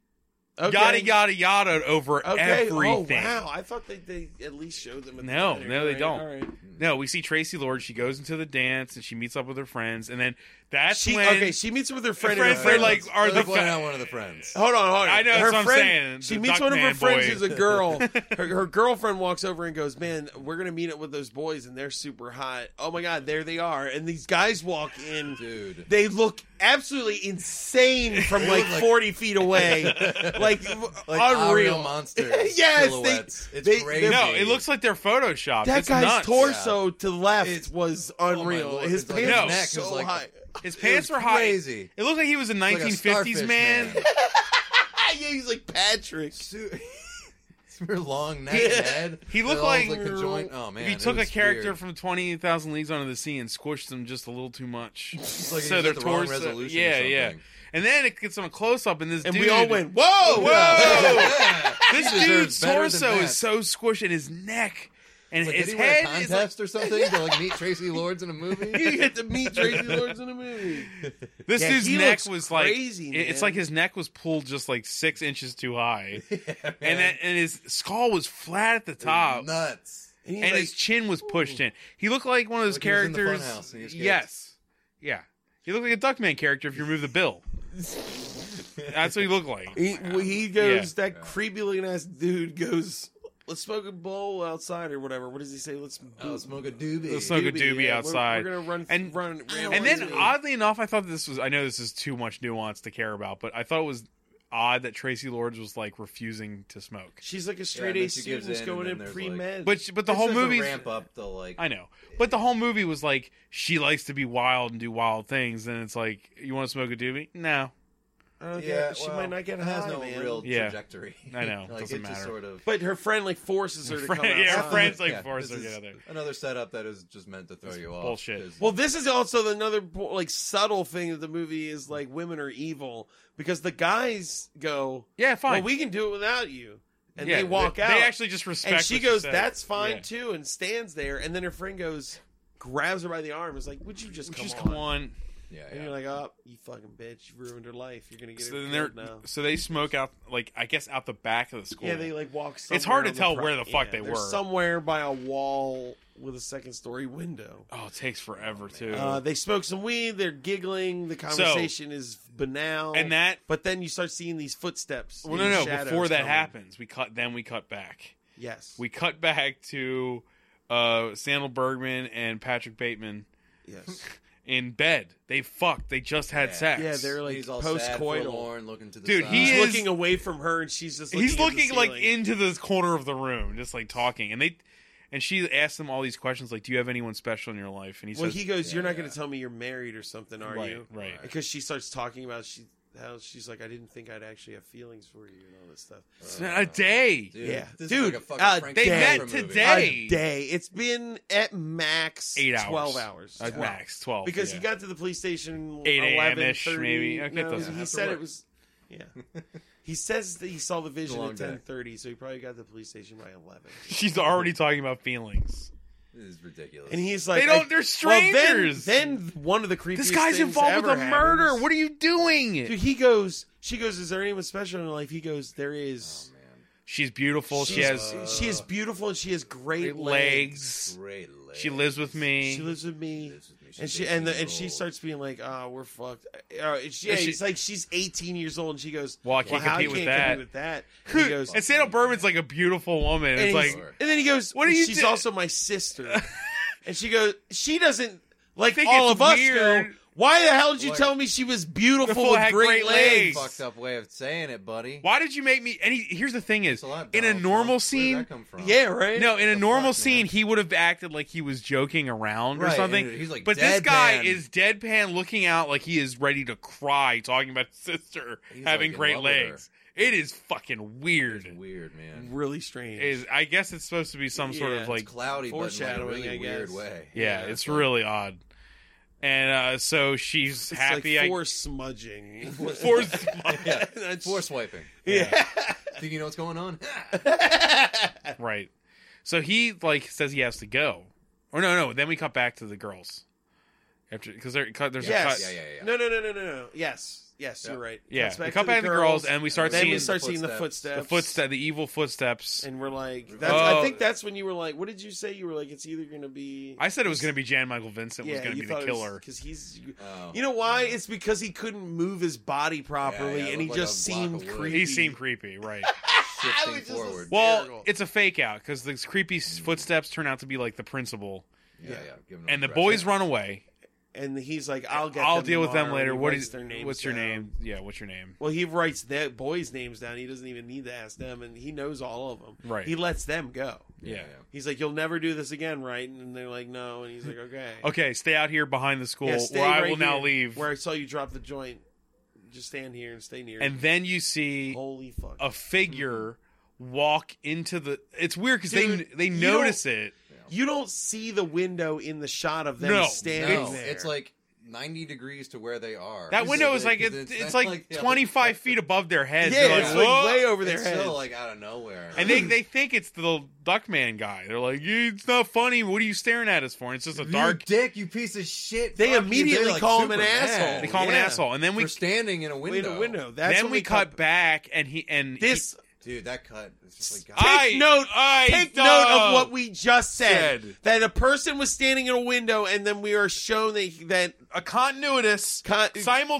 Speaker 2: Okay.
Speaker 5: yada yada yada over
Speaker 4: Oh,
Speaker 2: Okay. Oh
Speaker 5: everything.
Speaker 2: wow! I thought they, they at least showed them. In
Speaker 5: No,
Speaker 2: the theater.
Speaker 5: no, they
Speaker 2: Right,
Speaker 5: don't.
Speaker 2: all right.
Speaker 5: No, we see Tracy Lord. She goes into the dance and she meets up with her friends, and then that's
Speaker 2: She
Speaker 5: when
Speaker 2: okay. She meets with her friend. and
Speaker 5: friends,
Speaker 2: her
Speaker 5: they're
Speaker 2: friend
Speaker 5: like, are
Speaker 4: They're
Speaker 5: the
Speaker 4: playing
Speaker 5: fa-
Speaker 4: out one of the friends.
Speaker 2: Hold on, hold on.
Speaker 5: I know,
Speaker 2: her
Speaker 5: that's what I'm saying.
Speaker 2: friend, She
Speaker 5: The
Speaker 2: meets one of her
Speaker 5: Duckman
Speaker 2: friends
Speaker 5: boy.
Speaker 2: who's a girl. Her, her girl friend walks over and goes, "Man, we're gonna meet up with those boys, and they're super hot. Oh my god, there they are!" And these guys walk in.
Speaker 4: Dude.
Speaker 2: They look absolutely insane from like,
Speaker 4: like-
Speaker 2: forty feet away, like,
Speaker 4: Like
Speaker 2: unreal.
Speaker 4: Unreal monster.
Speaker 2: Yes,
Speaker 4: silhouettes.
Speaker 2: they-
Speaker 4: it's
Speaker 2: they-
Speaker 4: crazy.
Speaker 5: no, it looks like they're photoshopped.
Speaker 2: That
Speaker 5: It's
Speaker 2: guy's
Speaker 5: nuts.
Speaker 2: torso to left
Speaker 4: It's- oh
Speaker 2: was
Speaker 4: my
Speaker 2: unreal.
Speaker 4: Lord,
Speaker 2: His
Speaker 4: it's like
Speaker 2: pants
Speaker 5: his
Speaker 2: were
Speaker 4: neck is
Speaker 2: so
Speaker 4: like-
Speaker 2: high.
Speaker 5: His pants
Speaker 4: It was
Speaker 5: were high.
Speaker 4: crazy.
Speaker 5: It looked like he was a
Speaker 4: Like a
Speaker 5: 1950s
Speaker 4: starfish
Speaker 5: man.
Speaker 2: yeah, he's like Patrick.
Speaker 4: Su- Super long neck
Speaker 2: Yeah.
Speaker 4: head.
Speaker 5: He looked
Speaker 4: It all was
Speaker 5: like-
Speaker 4: conjoined- Oh man!
Speaker 5: if you
Speaker 4: it
Speaker 5: took a
Speaker 4: was
Speaker 5: character
Speaker 4: weird.
Speaker 5: from 20,000 Leagues Under the Sea and squished them just a little too much,
Speaker 4: like
Speaker 5: so
Speaker 4: you
Speaker 5: their
Speaker 4: hit the wrong
Speaker 5: torso,
Speaker 4: resolution or
Speaker 5: yeah, yeah,
Speaker 4: something.
Speaker 5: and then it gets on a close up, and this
Speaker 2: And
Speaker 5: dude,
Speaker 2: we all went, whoa,
Speaker 5: Whoa!
Speaker 4: Yeah.
Speaker 5: This
Speaker 4: He deserves
Speaker 5: dude's
Speaker 4: better than
Speaker 5: torso
Speaker 4: that.
Speaker 5: is so squished, and his neck and
Speaker 4: Like,
Speaker 5: his
Speaker 4: did he win a
Speaker 5: head is like
Speaker 4: contest or something to like meet Tracy Lords in a
Speaker 2: You
Speaker 4: movie?
Speaker 2: get to meet Tracy Lords in a movie.
Speaker 5: This
Speaker 2: Yeah,
Speaker 5: dude's
Speaker 2: he
Speaker 5: neck
Speaker 2: looks
Speaker 5: was
Speaker 2: crazy,
Speaker 5: like it- it's
Speaker 2: man.
Speaker 5: like his neck was pulled just like six inches too high, and
Speaker 4: man.
Speaker 5: that, and his skull was flat at the top,
Speaker 4: Nuts.
Speaker 2: And, he's
Speaker 5: and
Speaker 2: like,
Speaker 5: his chin was pushed in. He looked like one of those
Speaker 4: Like he was in the
Speaker 5: characters.
Speaker 4: funhouse and he was kicked.
Speaker 5: yes, yeah, he looked like a Duckman character if you remove the bill. That's what he looked like.
Speaker 2: he, well, he goes, that creepy looking ass dude goes, let's smoke a bowl outside or whatever. What does he say? Let's
Speaker 4: I was smoking doobie.
Speaker 5: Let's smoke a doobie
Speaker 2: yeah,
Speaker 5: outside.
Speaker 2: We're, we're gonna run
Speaker 5: And-
Speaker 2: run ramble
Speaker 5: And then
Speaker 2: into-
Speaker 5: oddly enough, I thought this was I know this is too much nuance to care about, but I thought it was odd that Tracy Lords was like refusing to smoke.
Speaker 2: she's like a
Speaker 4: Yeah,
Speaker 2: straight
Speaker 4: and then
Speaker 2: A
Speaker 4: she gives
Speaker 2: student who's
Speaker 4: in,
Speaker 2: going
Speaker 4: and
Speaker 2: in
Speaker 4: then there's,
Speaker 2: pre med.
Speaker 5: But but the
Speaker 4: It's
Speaker 5: whole
Speaker 4: just a
Speaker 5: movie
Speaker 4: ramp up the like.
Speaker 5: I know. But the whole movie was like she likes to be wild and do wild things, and it's like you want to smoke a doobie? No,
Speaker 2: okay,
Speaker 4: Yeah,
Speaker 2: she
Speaker 4: well,
Speaker 2: might not get
Speaker 4: it has
Speaker 2: high,
Speaker 4: no
Speaker 2: man.
Speaker 4: real
Speaker 5: Yeah.
Speaker 4: trajectory.
Speaker 5: I know,
Speaker 4: like
Speaker 5: doesn't
Speaker 4: it just
Speaker 5: matter.
Speaker 4: sort of.
Speaker 2: But her friend like forces her to come
Speaker 5: Friend-
Speaker 2: outside.
Speaker 5: yeah, her friend's like
Speaker 4: Yeah,
Speaker 5: forced
Speaker 4: this
Speaker 5: her to
Speaker 4: is
Speaker 5: get out there.
Speaker 4: Another setup that is just meant to throw you off.
Speaker 5: bullshit.
Speaker 4: 'cause-
Speaker 2: Well, this is also another like subtle thing that the movie is like women are evil because the guys go,
Speaker 5: yeah, fine.
Speaker 2: well, we can do it without you, and
Speaker 5: Yeah,
Speaker 2: they walk out.
Speaker 5: They actually just respect.
Speaker 2: and she
Speaker 5: what
Speaker 2: goes,
Speaker 5: said.
Speaker 2: "That's fine
Speaker 5: Yeah.
Speaker 2: too," and stands there. And then her friend goes, grabs her by the arm, is like, "Would you just
Speaker 5: Would you
Speaker 2: come
Speaker 5: just
Speaker 2: on?"
Speaker 5: come on.
Speaker 4: yeah,
Speaker 2: And
Speaker 4: yeah.
Speaker 2: you're like, "Oh, you fucking bitch! You ruined her life. You're gonna get
Speaker 5: So
Speaker 2: her
Speaker 5: then
Speaker 2: killed
Speaker 5: they're
Speaker 2: now."
Speaker 5: so they smoke out like I guess out the back of the school.
Speaker 2: Yeah, they like walk. Somewhere
Speaker 5: It's hard to
Speaker 2: on
Speaker 5: tell
Speaker 2: the pro-
Speaker 5: where the fuck
Speaker 2: yeah,
Speaker 5: they
Speaker 2: they're
Speaker 5: were.
Speaker 2: Somewhere by a wall with a second story window.
Speaker 5: oh, it takes forever too.
Speaker 2: Uh, they smoke some weed. They're giggling. The conversation is banal.
Speaker 5: and that
Speaker 2: but then you start seeing these footsteps.
Speaker 5: well, no,
Speaker 2: these
Speaker 5: no.
Speaker 2: shadows
Speaker 5: Before that
Speaker 2: coming.
Speaker 5: happens, we cut. Then we cut back.
Speaker 2: yes,
Speaker 5: We cut back to uh Sandal Bergman and Patrick Bateman
Speaker 2: yes,
Speaker 5: in bed. They fucked. They just had
Speaker 4: Yeah.
Speaker 5: sex.
Speaker 2: yeah, they're like
Speaker 4: He's all sad,
Speaker 2: post-coital.
Speaker 4: forlorn, looking to the
Speaker 5: Dude,
Speaker 4: side.
Speaker 5: he
Speaker 2: He's
Speaker 5: is-
Speaker 2: looking away from her, and she's just. Looking
Speaker 5: he's
Speaker 2: at the
Speaker 5: looking like
Speaker 2: ceiling.
Speaker 5: into the corner of the room, just like talking. And they and she asked him all these questions, like, "Do you have anyone special in your life?" And he
Speaker 2: Well,
Speaker 5: says,
Speaker 2: he goes,
Speaker 4: Yeah,
Speaker 2: "You're not
Speaker 4: yeah.
Speaker 2: going to tell me you're married or something, are
Speaker 5: "Right,
Speaker 2: you?"
Speaker 5: right."
Speaker 2: Because she starts talking about she how she's like, "I didn't think I'd actually have feelings for you" and all this stuff.
Speaker 5: It's not a day.
Speaker 4: Dude,
Speaker 2: Yeah.
Speaker 4: this
Speaker 2: Dude,
Speaker 4: is like a fucking
Speaker 2: uh,
Speaker 4: Frank
Speaker 5: they
Speaker 4: Capra
Speaker 5: met
Speaker 4: movie.
Speaker 5: today.
Speaker 2: A day. It's been at max
Speaker 5: Eight hours,
Speaker 2: twelve hours,
Speaker 5: at
Speaker 2: 12.
Speaker 5: max twelve.
Speaker 2: Because
Speaker 5: yeah.
Speaker 2: he got to the police station
Speaker 5: 8 a.m.
Speaker 2: 11,
Speaker 5: -ish, maybe. Okay, it
Speaker 2: No,
Speaker 5: doesn't
Speaker 2: he
Speaker 4: have to
Speaker 2: said it
Speaker 4: work.
Speaker 2: was. Yeah, he says that he saw the vision
Speaker 4: long
Speaker 2: at
Speaker 4: day.
Speaker 2: ten thirty, so he probably got to the police station by eleven.
Speaker 5: she's already talking about feelings.
Speaker 4: This is ridiculous.
Speaker 2: And he's like,
Speaker 5: They don't-
Speaker 2: I-
Speaker 5: they're
Speaker 2: Well,
Speaker 5: strangers.
Speaker 2: then, then one of the creepiest.
Speaker 5: This guy's
Speaker 2: things
Speaker 5: involved with
Speaker 2: ever
Speaker 5: a murder.
Speaker 2: happens.
Speaker 5: What are you doing?
Speaker 2: Dude, he goes. She goes. Is there anyone special in her life? He goes. There is.
Speaker 5: she's
Speaker 4: Oh,
Speaker 5: beautiful. she
Speaker 2: She's-
Speaker 5: has
Speaker 2: She is beautiful and she has great
Speaker 5: legs.
Speaker 2: legs.
Speaker 4: Great leg.
Speaker 5: She lives with me.
Speaker 2: She lives with me,
Speaker 4: lives with me. She
Speaker 2: and she
Speaker 4: lives
Speaker 2: and the,
Speaker 4: with
Speaker 2: and
Speaker 4: me.
Speaker 2: she starts being like, "Ah, we're fucked." Uh, it's, yeah,
Speaker 5: And she-
Speaker 2: it's like she's 18 years old, and she goes,
Speaker 5: Well, I can't
Speaker 2: how
Speaker 5: compete
Speaker 2: you
Speaker 5: with
Speaker 2: can't
Speaker 5: that."
Speaker 2: compete with that. And he goes,
Speaker 5: and Sandal Berman's like a beautiful woman.
Speaker 2: and,
Speaker 5: It's
Speaker 2: he's-
Speaker 5: like
Speaker 2: and then he goes,
Speaker 5: What do you
Speaker 2: She's
Speaker 5: do-
Speaker 2: also my sister, and she goes, she doesn't like
Speaker 5: think
Speaker 2: all
Speaker 5: it's
Speaker 2: of us.
Speaker 5: weird.
Speaker 2: Go, why the hell did you
Speaker 4: Like-
Speaker 2: tell me she was beautiful,
Speaker 5: Beautiful,
Speaker 2: with
Speaker 5: had
Speaker 2: great,
Speaker 5: great
Speaker 2: legs?
Speaker 5: legs.
Speaker 4: fucked up way of saying it, buddy.
Speaker 5: Why did you make me? And he, here's the thing: is
Speaker 4: It's a lot,
Speaker 5: in a
Speaker 4: Donald
Speaker 5: normal
Speaker 4: Trump. Where did
Speaker 5: scene,
Speaker 4: that come from?
Speaker 2: Yeah, right.
Speaker 5: no, in a
Speaker 4: the
Speaker 5: normal
Speaker 4: fuck, man?
Speaker 5: scene, he would have acted like he was joking around or
Speaker 4: Right,
Speaker 5: something.
Speaker 4: and he's, like,
Speaker 5: but this guy
Speaker 4: deadpan.
Speaker 5: is deadpan, looking out like he is ready to cry, talking about his sister
Speaker 4: He's,
Speaker 5: having
Speaker 4: like, in
Speaker 5: great
Speaker 4: love with her.
Speaker 5: legs. It is fucking weird.
Speaker 4: It's weird, man.
Speaker 2: really strange.
Speaker 5: It Is I guess it's supposed to be some sort
Speaker 2: Yeah,
Speaker 5: of
Speaker 2: it's
Speaker 5: like,
Speaker 4: It's cloudy, but in like a
Speaker 2: Foreshadowing,
Speaker 4: really
Speaker 2: I
Speaker 4: weird
Speaker 2: guess.
Speaker 4: way.
Speaker 5: yeah, it's
Speaker 4: like-
Speaker 5: really odd. And uh, so she's
Speaker 2: It's
Speaker 5: happy.
Speaker 2: like
Speaker 5: I-
Speaker 2: force smudging.
Speaker 5: force-
Speaker 4: Yeah,
Speaker 2: That's-
Speaker 4: force wiping.
Speaker 2: yeah.
Speaker 4: Think you know what's going on?
Speaker 5: right. So he like says he has to go. Or no, no. Then we cut back to the girls after because there's a
Speaker 2: Yes.
Speaker 5: cut.
Speaker 4: Yeah, yeah, yeah.
Speaker 2: No, no, no, no, no, no. Yes. Yes, you're right.
Speaker 5: Yeah,
Speaker 2: Cuts
Speaker 5: we
Speaker 2: back
Speaker 5: cut
Speaker 2: to
Speaker 5: back to the girls, and we start
Speaker 2: then we
Speaker 5: seeing
Speaker 2: start
Speaker 4: the
Speaker 2: seeing the
Speaker 4: footsteps.
Speaker 2: footsteps.
Speaker 5: the footstep, the evil footsteps.
Speaker 2: And we're like, that's, I
Speaker 5: Oh.
Speaker 2: think that's when you were like, what did you say? You were like, it's either going to be.
Speaker 5: I said it was going to be Jan Michael Vincent was going to be the killer.
Speaker 2: Because he's.
Speaker 4: Oh.
Speaker 2: You know why? It's because he couldn't move his body properly
Speaker 4: yeah, it
Speaker 2: and he
Speaker 4: looked like
Speaker 2: just
Speaker 4: a block
Speaker 2: seemed
Speaker 4: of wood.
Speaker 2: creepy.
Speaker 5: he seemed creepy, right?
Speaker 4: shifting
Speaker 2: was just a-
Speaker 4: forward.
Speaker 5: well,
Speaker 2: Terrible.
Speaker 5: it's a fake out because these creepy s- footsteps turn out to be like the principal,
Speaker 4: yeah, yeah. give him
Speaker 5: and the
Speaker 4: a
Speaker 5: boys
Speaker 4: breath.
Speaker 5: run away.
Speaker 2: And he's like, I'll get
Speaker 5: I'll
Speaker 2: them
Speaker 5: deal with them
Speaker 2: tomorrow.
Speaker 5: later.
Speaker 2: He
Speaker 5: What
Speaker 2: writes
Speaker 5: is
Speaker 2: their names
Speaker 5: What's your
Speaker 2: down.
Speaker 5: name? Yeah, what's your name?
Speaker 2: Well, he writes that boys' names down. He doesn't even need to ask them, and he knows all of them.
Speaker 5: Right.
Speaker 2: He lets them go.
Speaker 5: Yeah.
Speaker 2: He's like, "You'll never do this again, right?" And they're like, "No." And he's like, "Okay."
Speaker 5: Okay, stay out here behind the school,
Speaker 2: Yeah, stay
Speaker 5: where I
Speaker 2: right
Speaker 5: will now
Speaker 2: here,
Speaker 5: leave.
Speaker 2: Where I saw you drop the joint. Just stand here and stay near.
Speaker 5: and then you see
Speaker 2: holy fuck,
Speaker 5: a figure walk into the. It's weird because they
Speaker 2: Dude,
Speaker 5: they
Speaker 2: you
Speaker 5: notice it.
Speaker 2: you don't see the window in the shot of them
Speaker 5: No.
Speaker 2: standing
Speaker 4: No,
Speaker 2: there.
Speaker 4: it's like 90 degrees to where they are.
Speaker 5: That
Speaker 4: So
Speaker 5: window
Speaker 4: they-
Speaker 5: is like
Speaker 4: 'cause
Speaker 5: it's, it's,
Speaker 4: not
Speaker 5: like,
Speaker 4: the other-
Speaker 5: 25 feet above their heads.
Speaker 2: yeah,
Speaker 5: They're
Speaker 2: it's
Speaker 5: like,
Speaker 2: like
Speaker 5: "Whoa."
Speaker 2: way over their
Speaker 4: It's
Speaker 2: head.
Speaker 4: still like out of nowhere.
Speaker 5: and they they think it's the Duckman guy. They're like, "Yeah, "It's not funny. What are you staring at us for?" And it's just a dark.
Speaker 4: you dick, you piece of shit.
Speaker 2: They
Speaker 4: Fuck you. They're,
Speaker 2: immediately
Speaker 4: like,
Speaker 2: call him an
Speaker 4: super mad.
Speaker 2: asshole.
Speaker 5: They call him an
Speaker 2: Yeah.
Speaker 5: asshole, and then we
Speaker 4: for standing in a window.
Speaker 2: in a window. That's
Speaker 5: then
Speaker 2: when
Speaker 5: we cut, back, and he and he-
Speaker 2: This
Speaker 4: Dude, that cut is just like God.
Speaker 2: Ah,
Speaker 5: I,
Speaker 2: note-
Speaker 5: I
Speaker 2: take
Speaker 5: dog.
Speaker 2: note of what we just said,
Speaker 5: Said.
Speaker 2: that a person was standing in a window, and then we are shown that that
Speaker 5: a continuous
Speaker 2: con-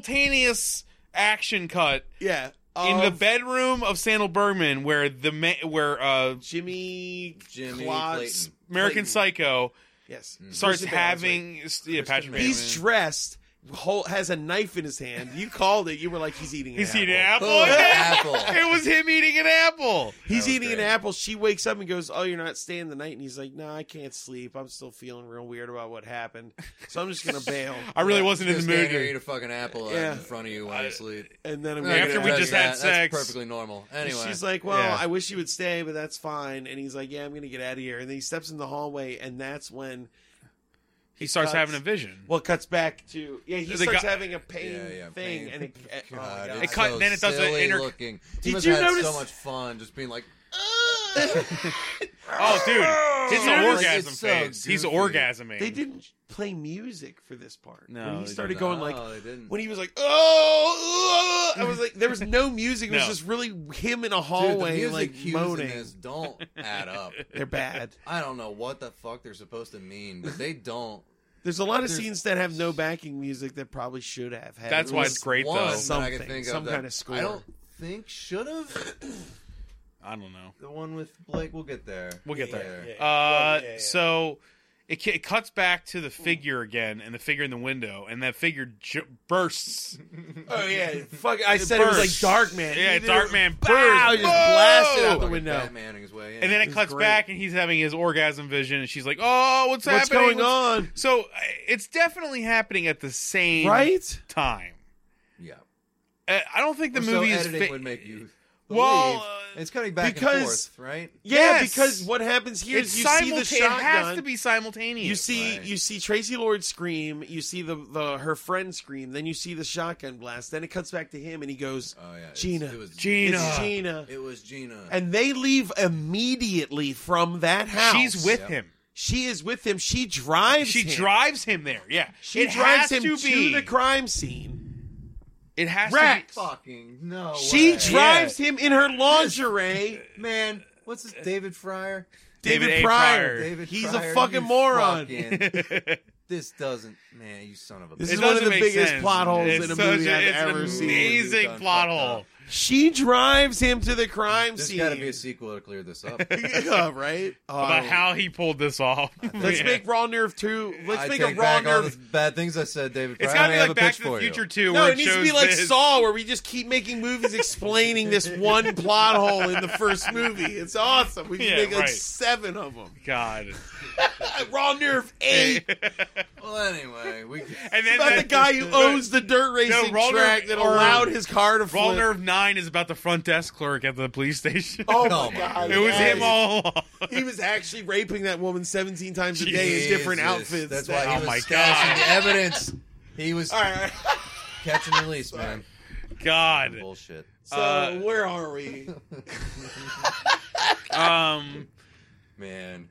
Speaker 5: simultaneous action cut
Speaker 2: yeah
Speaker 5: in the
Speaker 2: of
Speaker 5: bedroom of Sandal Bergman, where the ma- where uh,
Speaker 2: Jimmy
Speaker 4: Jimmy
Speaker 2: Clots-
Speaker 4: Clayton. Mm-hmm.
Speaker 5: American
Speaker 2: Clayton.
Speaker 5: Psycho
Speaker 2: Yes,
Speaker 5: starts
Speaker 2: Kristen Bell, that's right.
Speaker 5: having yeah, Patrick.
Speaker 4: Bell.
Speaker 2: He's dressed, whole, has a knife in his hand. You called it. You were like, he's eating. An
Speaker 5: He's
Speaker 2: apple.
Speaker 5: eating an apple.
Speaker 4: Oh,
Speaker 5: Yeah.
Speaker 4: apple.
Speaker 5: it was him eating an apple.
Speaker 2: He's
Speaker 4: That was
Speaker 2: eating an
Speaker 4: great.
Speaker 2: apple. She wakes up and goes, "Oh, you're not staying the night." And he's like, "No, I can't sleep. I'm still feeling real weird about what happened, so I'm just gonna bail."
Speaker 5: I really wasn't in the
Speaker 4: Just stand
Speaker 5: mood.
Speaker 4: here,
Speaker 5: to-
Speaker 4: eat a fucking apple out
Speaker 2: Yeah.
Speaker 4: in front of you while you sleep.
Speaker 2: And then I'm
Speaker 4: I'm
Speaker 2: gonna
Speaker 4: not
Speaker 5: After
Speaker 4: gonna
Speaker 5: we
Speaker 4: judge
Speaker 5: just
Speaker 4: that.
Speaker 5: had sex.
Speaker 4: That's perfectly normal. Anyway,
Speaker 2: She's like, "Well,
Speaker 5: Yeah.
Speaker 2: I wish you would stay, but that's fine." And he's like, "Yeah, I'm gonna get out of here." And then he steps in the hallway, and that's when
Speaker 5: he starts
Speaker 2: cuts.
Speaker 5: having a vision.
Speaker 2: well, it cuts back to yeah, he
Speaker 5: The
Speaker 2: starts
Speaker 5: guy-
Speaker 2: having a pain
Speaker 4: Yeah, yeah,
Speaker 2: thing,
Speaker 4: pain.
Speaker 2: and it, oh my
Speaker 4: God,
Speaker 2: God.
Speaker 4: it's
Speaker 5: It cut-
Speaker 4: so
Speaker 5: then it does the
Speaker 4: silly
Speaker 5: inter-
Speaker 4: looking.
Speaker 2: Did
Speaker 4: He must
Speaker 2: you
Speaker 4: have had
Speaker 2: notice-
Speaker 4: so much fun just being like,
Speaker 5: Oh, dude, it's
Speaker 4: Dude,
Speaker 5: an
Speaker 4: it's
Speaker 5: orgasm
Speaker 4: so
Speaker 5: phase. He's
Speaker 4: goofy.
Speaker 5: orgasming.
Speaker 2: They didn't play music for this part.
Speaker 5: No,
Speaker 2: when he
Speaker 5: they
Speaker 2: started
Speaker 5: didn't.
Speaker 2: going
Speaker 4: No,
Speaker 2: like
Speaker 4: they didn't.
Speaker 2: when he was like, oh, uh," I was like, there was no music. It was
Speaker 5: No.
Speaker 2: just really him in a
Speaker 4: dude, the
Speaker 2: hallway,
Speaker 4: music
Speaker 2: like
Speaker 4: cues
Speaker 2: moaning.
Speaker 4: in this don't add up.
Speaker 2: They're bad.
Speaker 4: I don't know what the fuck they're supposed to mean, but they don't.
Speaker 2: There's a lot of
Speaker 4: There's-
Speaker 2: scenes that have no backing music that probably should have. Had
Speaker 5: That's
Speaker 2: at
Speaker 5: why
Speaker 2: least-
Speaker 5: it's great
Speaker 4: One
Speaker 5: though.
Speaker 4: that I can
Speaker 2: Something,
Speaker 4: think
Speaker 2: some
Speaker 4: of
Speaker 2: kind
Speaker 4: that
Speaker 2: of score.
Speaker 4: I don't think should have.
Speaker 5: I don't know.
Speaker 4: The one with Blake, we'll get there.
Speaker 5: We'll get there.
Speaker 2: Yeah, yeah, yeah.
Speaker 5: Uh,
Speaker 2: Well, yeah, yeah.
Speaker 5: so it, ca- it cuts back to the figure again, and the figure in the window, and that figure ju- bursts.
Speaker 2: Oh yeah, fuck! I said it was like
Speaker 5: burst.
Speaker 2: Dark Man.
Speaker 5: Yeah,
Speaker 2: Either-
Speaker 5: Dark Man
Speaker 2: Wow,
Speaker 5: burst.
Speaker 2: just blasted out the
Speaker 5: Whoa!
Speaker 2: window.
Speaker 4: Batman his way in.
Speaker 5: And then it
Speaker 2: was
Speaker 5: cuts
Speaker 2: great.
Speaker 5: back, and he's having his orgasm vision, and she's like, "Oh, what's,
Speaker 2: What's
Speaker 5: happening?
Speaker 2: going on?
Speaker 5: So uh, it's definitely happening at the same
Speaker 2: Right?
Speaker 5: time.
Speaker 4: yeah.
Speaker 5: Uh, I don't think the
Speaker 4: Or so
Speaker 5: movie is
Speaker 4: editing
Speaker 5: fa-
Speaker 4: would make you.
Speaker 5: Well,
Speaker 4: believe.
Speaker 5: uh,
Speaker 4: it's cutting back and
Speaker 2: because-
Speaker 4: forth, right?
Speaker 2: Yeah,
Speaker 5: Yes.
Speaker 2: because what happens here is
Speaker 5: It's
Speaker 2: you see the
Speaker 5: simultaneous. It
Speaker 2: shotgun.
Speaker 5: has to be simultaneous.
Speaker 2: You see,
Speaker 4: Right.
Speaker 2: you see Tracy Lord scream. You see the, the her friend scream. Then you see the shotgun blast. Then it cuts back to him, and he goes,
Speaker 4: Oh yeah, it's-
Speaker 2: "Gina,
Speaker 4: It was
Speaker 5: Gina.
Speaker 2: it's Gina."
Speaker 4: It was Gina.
Speaker 2: And they leave immediately from that house.
Speaker 5: she's with
Speaker 4: Yep.
Speaker 5: him.
Speaker 2: She is with him. She drives.
Speaker 5: She
Speaker 2: him.
Speaker 5: drives him there. Yeah,
Speaker 2: She
Speaker 5: it
Speaker 2: drives
Speaker 5: has
Speaker 2: him
Speaker 5: to,
Speaker 2: to,
Speaker 5: be.
Speaker 2: the crime scene.
Speaker 5: it has
Speaker 2: Rex.
Speaker 5: to be.
Speaker 4: fucking no.
Speaker 2: She
Speaker 4: way.
Speaker 2: drives him in her lingerie.
Speaker 4: man. What's this? David Fryer.
Speaker 2: David,
Speaker 5: David A.
Speaker 2: Pryor.
Speaker 5: Pryor.
Speaker 4: David.
Speaker 2: He's
Speaker 4: Fryer,
Speaker 2: a fucking
Speaker 4: you
Speaker 2: moron.
Speaker 4: fucking-
Speaker 5: it
Speaker 4: this doesn't, man. You son of a.
Speaker 2: This
Speaker 4: bitch.
Speaker 2: is one of
Speaker 5: doesn't
Speaker 2: the
Speaker 5: make
Speaker 2: biggest
Speaker 5: sense.
Speaker 2: plot holes
Speaker 5: It's
Speaker 2: in a
Speaker 5: such
Speaker 2: movie I've
Speaker 5: it's
Speaker 2: ever
Speaker 5: an
Speaker 2: seen.
Speaker 5: Amazing
Speaker 4: Done
Speaker 5: plot
Speaker 4: fucked
Speaker 5: hole.
Speaker 4: up.
Speaker 2: She drives him to the crime
Speaker 4: There's
Speaker 2: scene.
Speaker 4: got to be a sequel to clear this up.
Speaker 2: yeah, right? Oh,
Speaker 5: About how he pulled this off.
Speaker 2: Let's
Speaker 5: Yeah.
Speaker 2: make Raw Nerve 2. Let's
Speaker 4: I
Speaker 2: make
Speaker 4: take
Speaker 2: a Raw
Speaker 4: back all
Speaker 2: Nerve.
Speaker 4: the bad things I said, David.
Speaker 5: It's got
Speaker 4: Fryer.
Speaker 5: to
Speaker 4: I
Speaker 5: be
Speaker 4: have
Speaker 5: like
Speaker 4: a
Speaker 5: Back
Speaker 4: pitch
Speaker 5: to the
Speaker 4: for you.
Speaker 5: Future Two.
Speaker 2: No,
Speaker 5: where
Speaker 2: it needs to be
Speaker 5: shows
Speaker 2: like
Speaker 5: this.
Speaker 2: Saw, where we just keep making movies explaining this one plot hole in the first movie. It's awesome. We can
Speaker 5: Yeah,
Speaker 2: make like
Speaker 5: right.
Speaker 2: seven of them.
Speaker 5: God,
Speaker 2: Raw Nerve 8.
Speaker 4: Well, anyway, we.
Speaker 5: and then
Speaker 2: It's about
Speaker 5: that-
Speaker 2: the guy who owns the dirt racing
Speaker 5: Raw Nerve-
Speaker 2: track that
Speaker 5: or-
Speaker 2: allowed his car to
Speaker 5: Raw
Speaker 2: flip.
Speaker 5: Nerve Nine is about the front desk clerk at the police station.
Speaker 2: Oh,
Speaker 4: Oh
Speaker 2: my
Speaker 4: my
Speaker 2: God.
Speaker 5: it was
Speaker 2: yes.
Speaker 5: him all along.
Speaker 2: He was actually raping that woman 17 times a day in
Speaker 4: Jesus,
Speaker 2: different outfits.
Speaker 4: That's why
Speaker 5: Oh
Speaker 4: he was
Speaker 5: my
Speaker 4: stashing
Speaker 5: God.
Speaker 4: the evidence. He was
Speaker 2: All right.
Speaker 4: catch and release, man.
Speaker 5: God.
Speaker 4: Bullshit.
Speaker 2: So,
Speaker 5: Uh,
Speaker 2: where are we?
Speaker 5: Um.
Speaker 4: Man.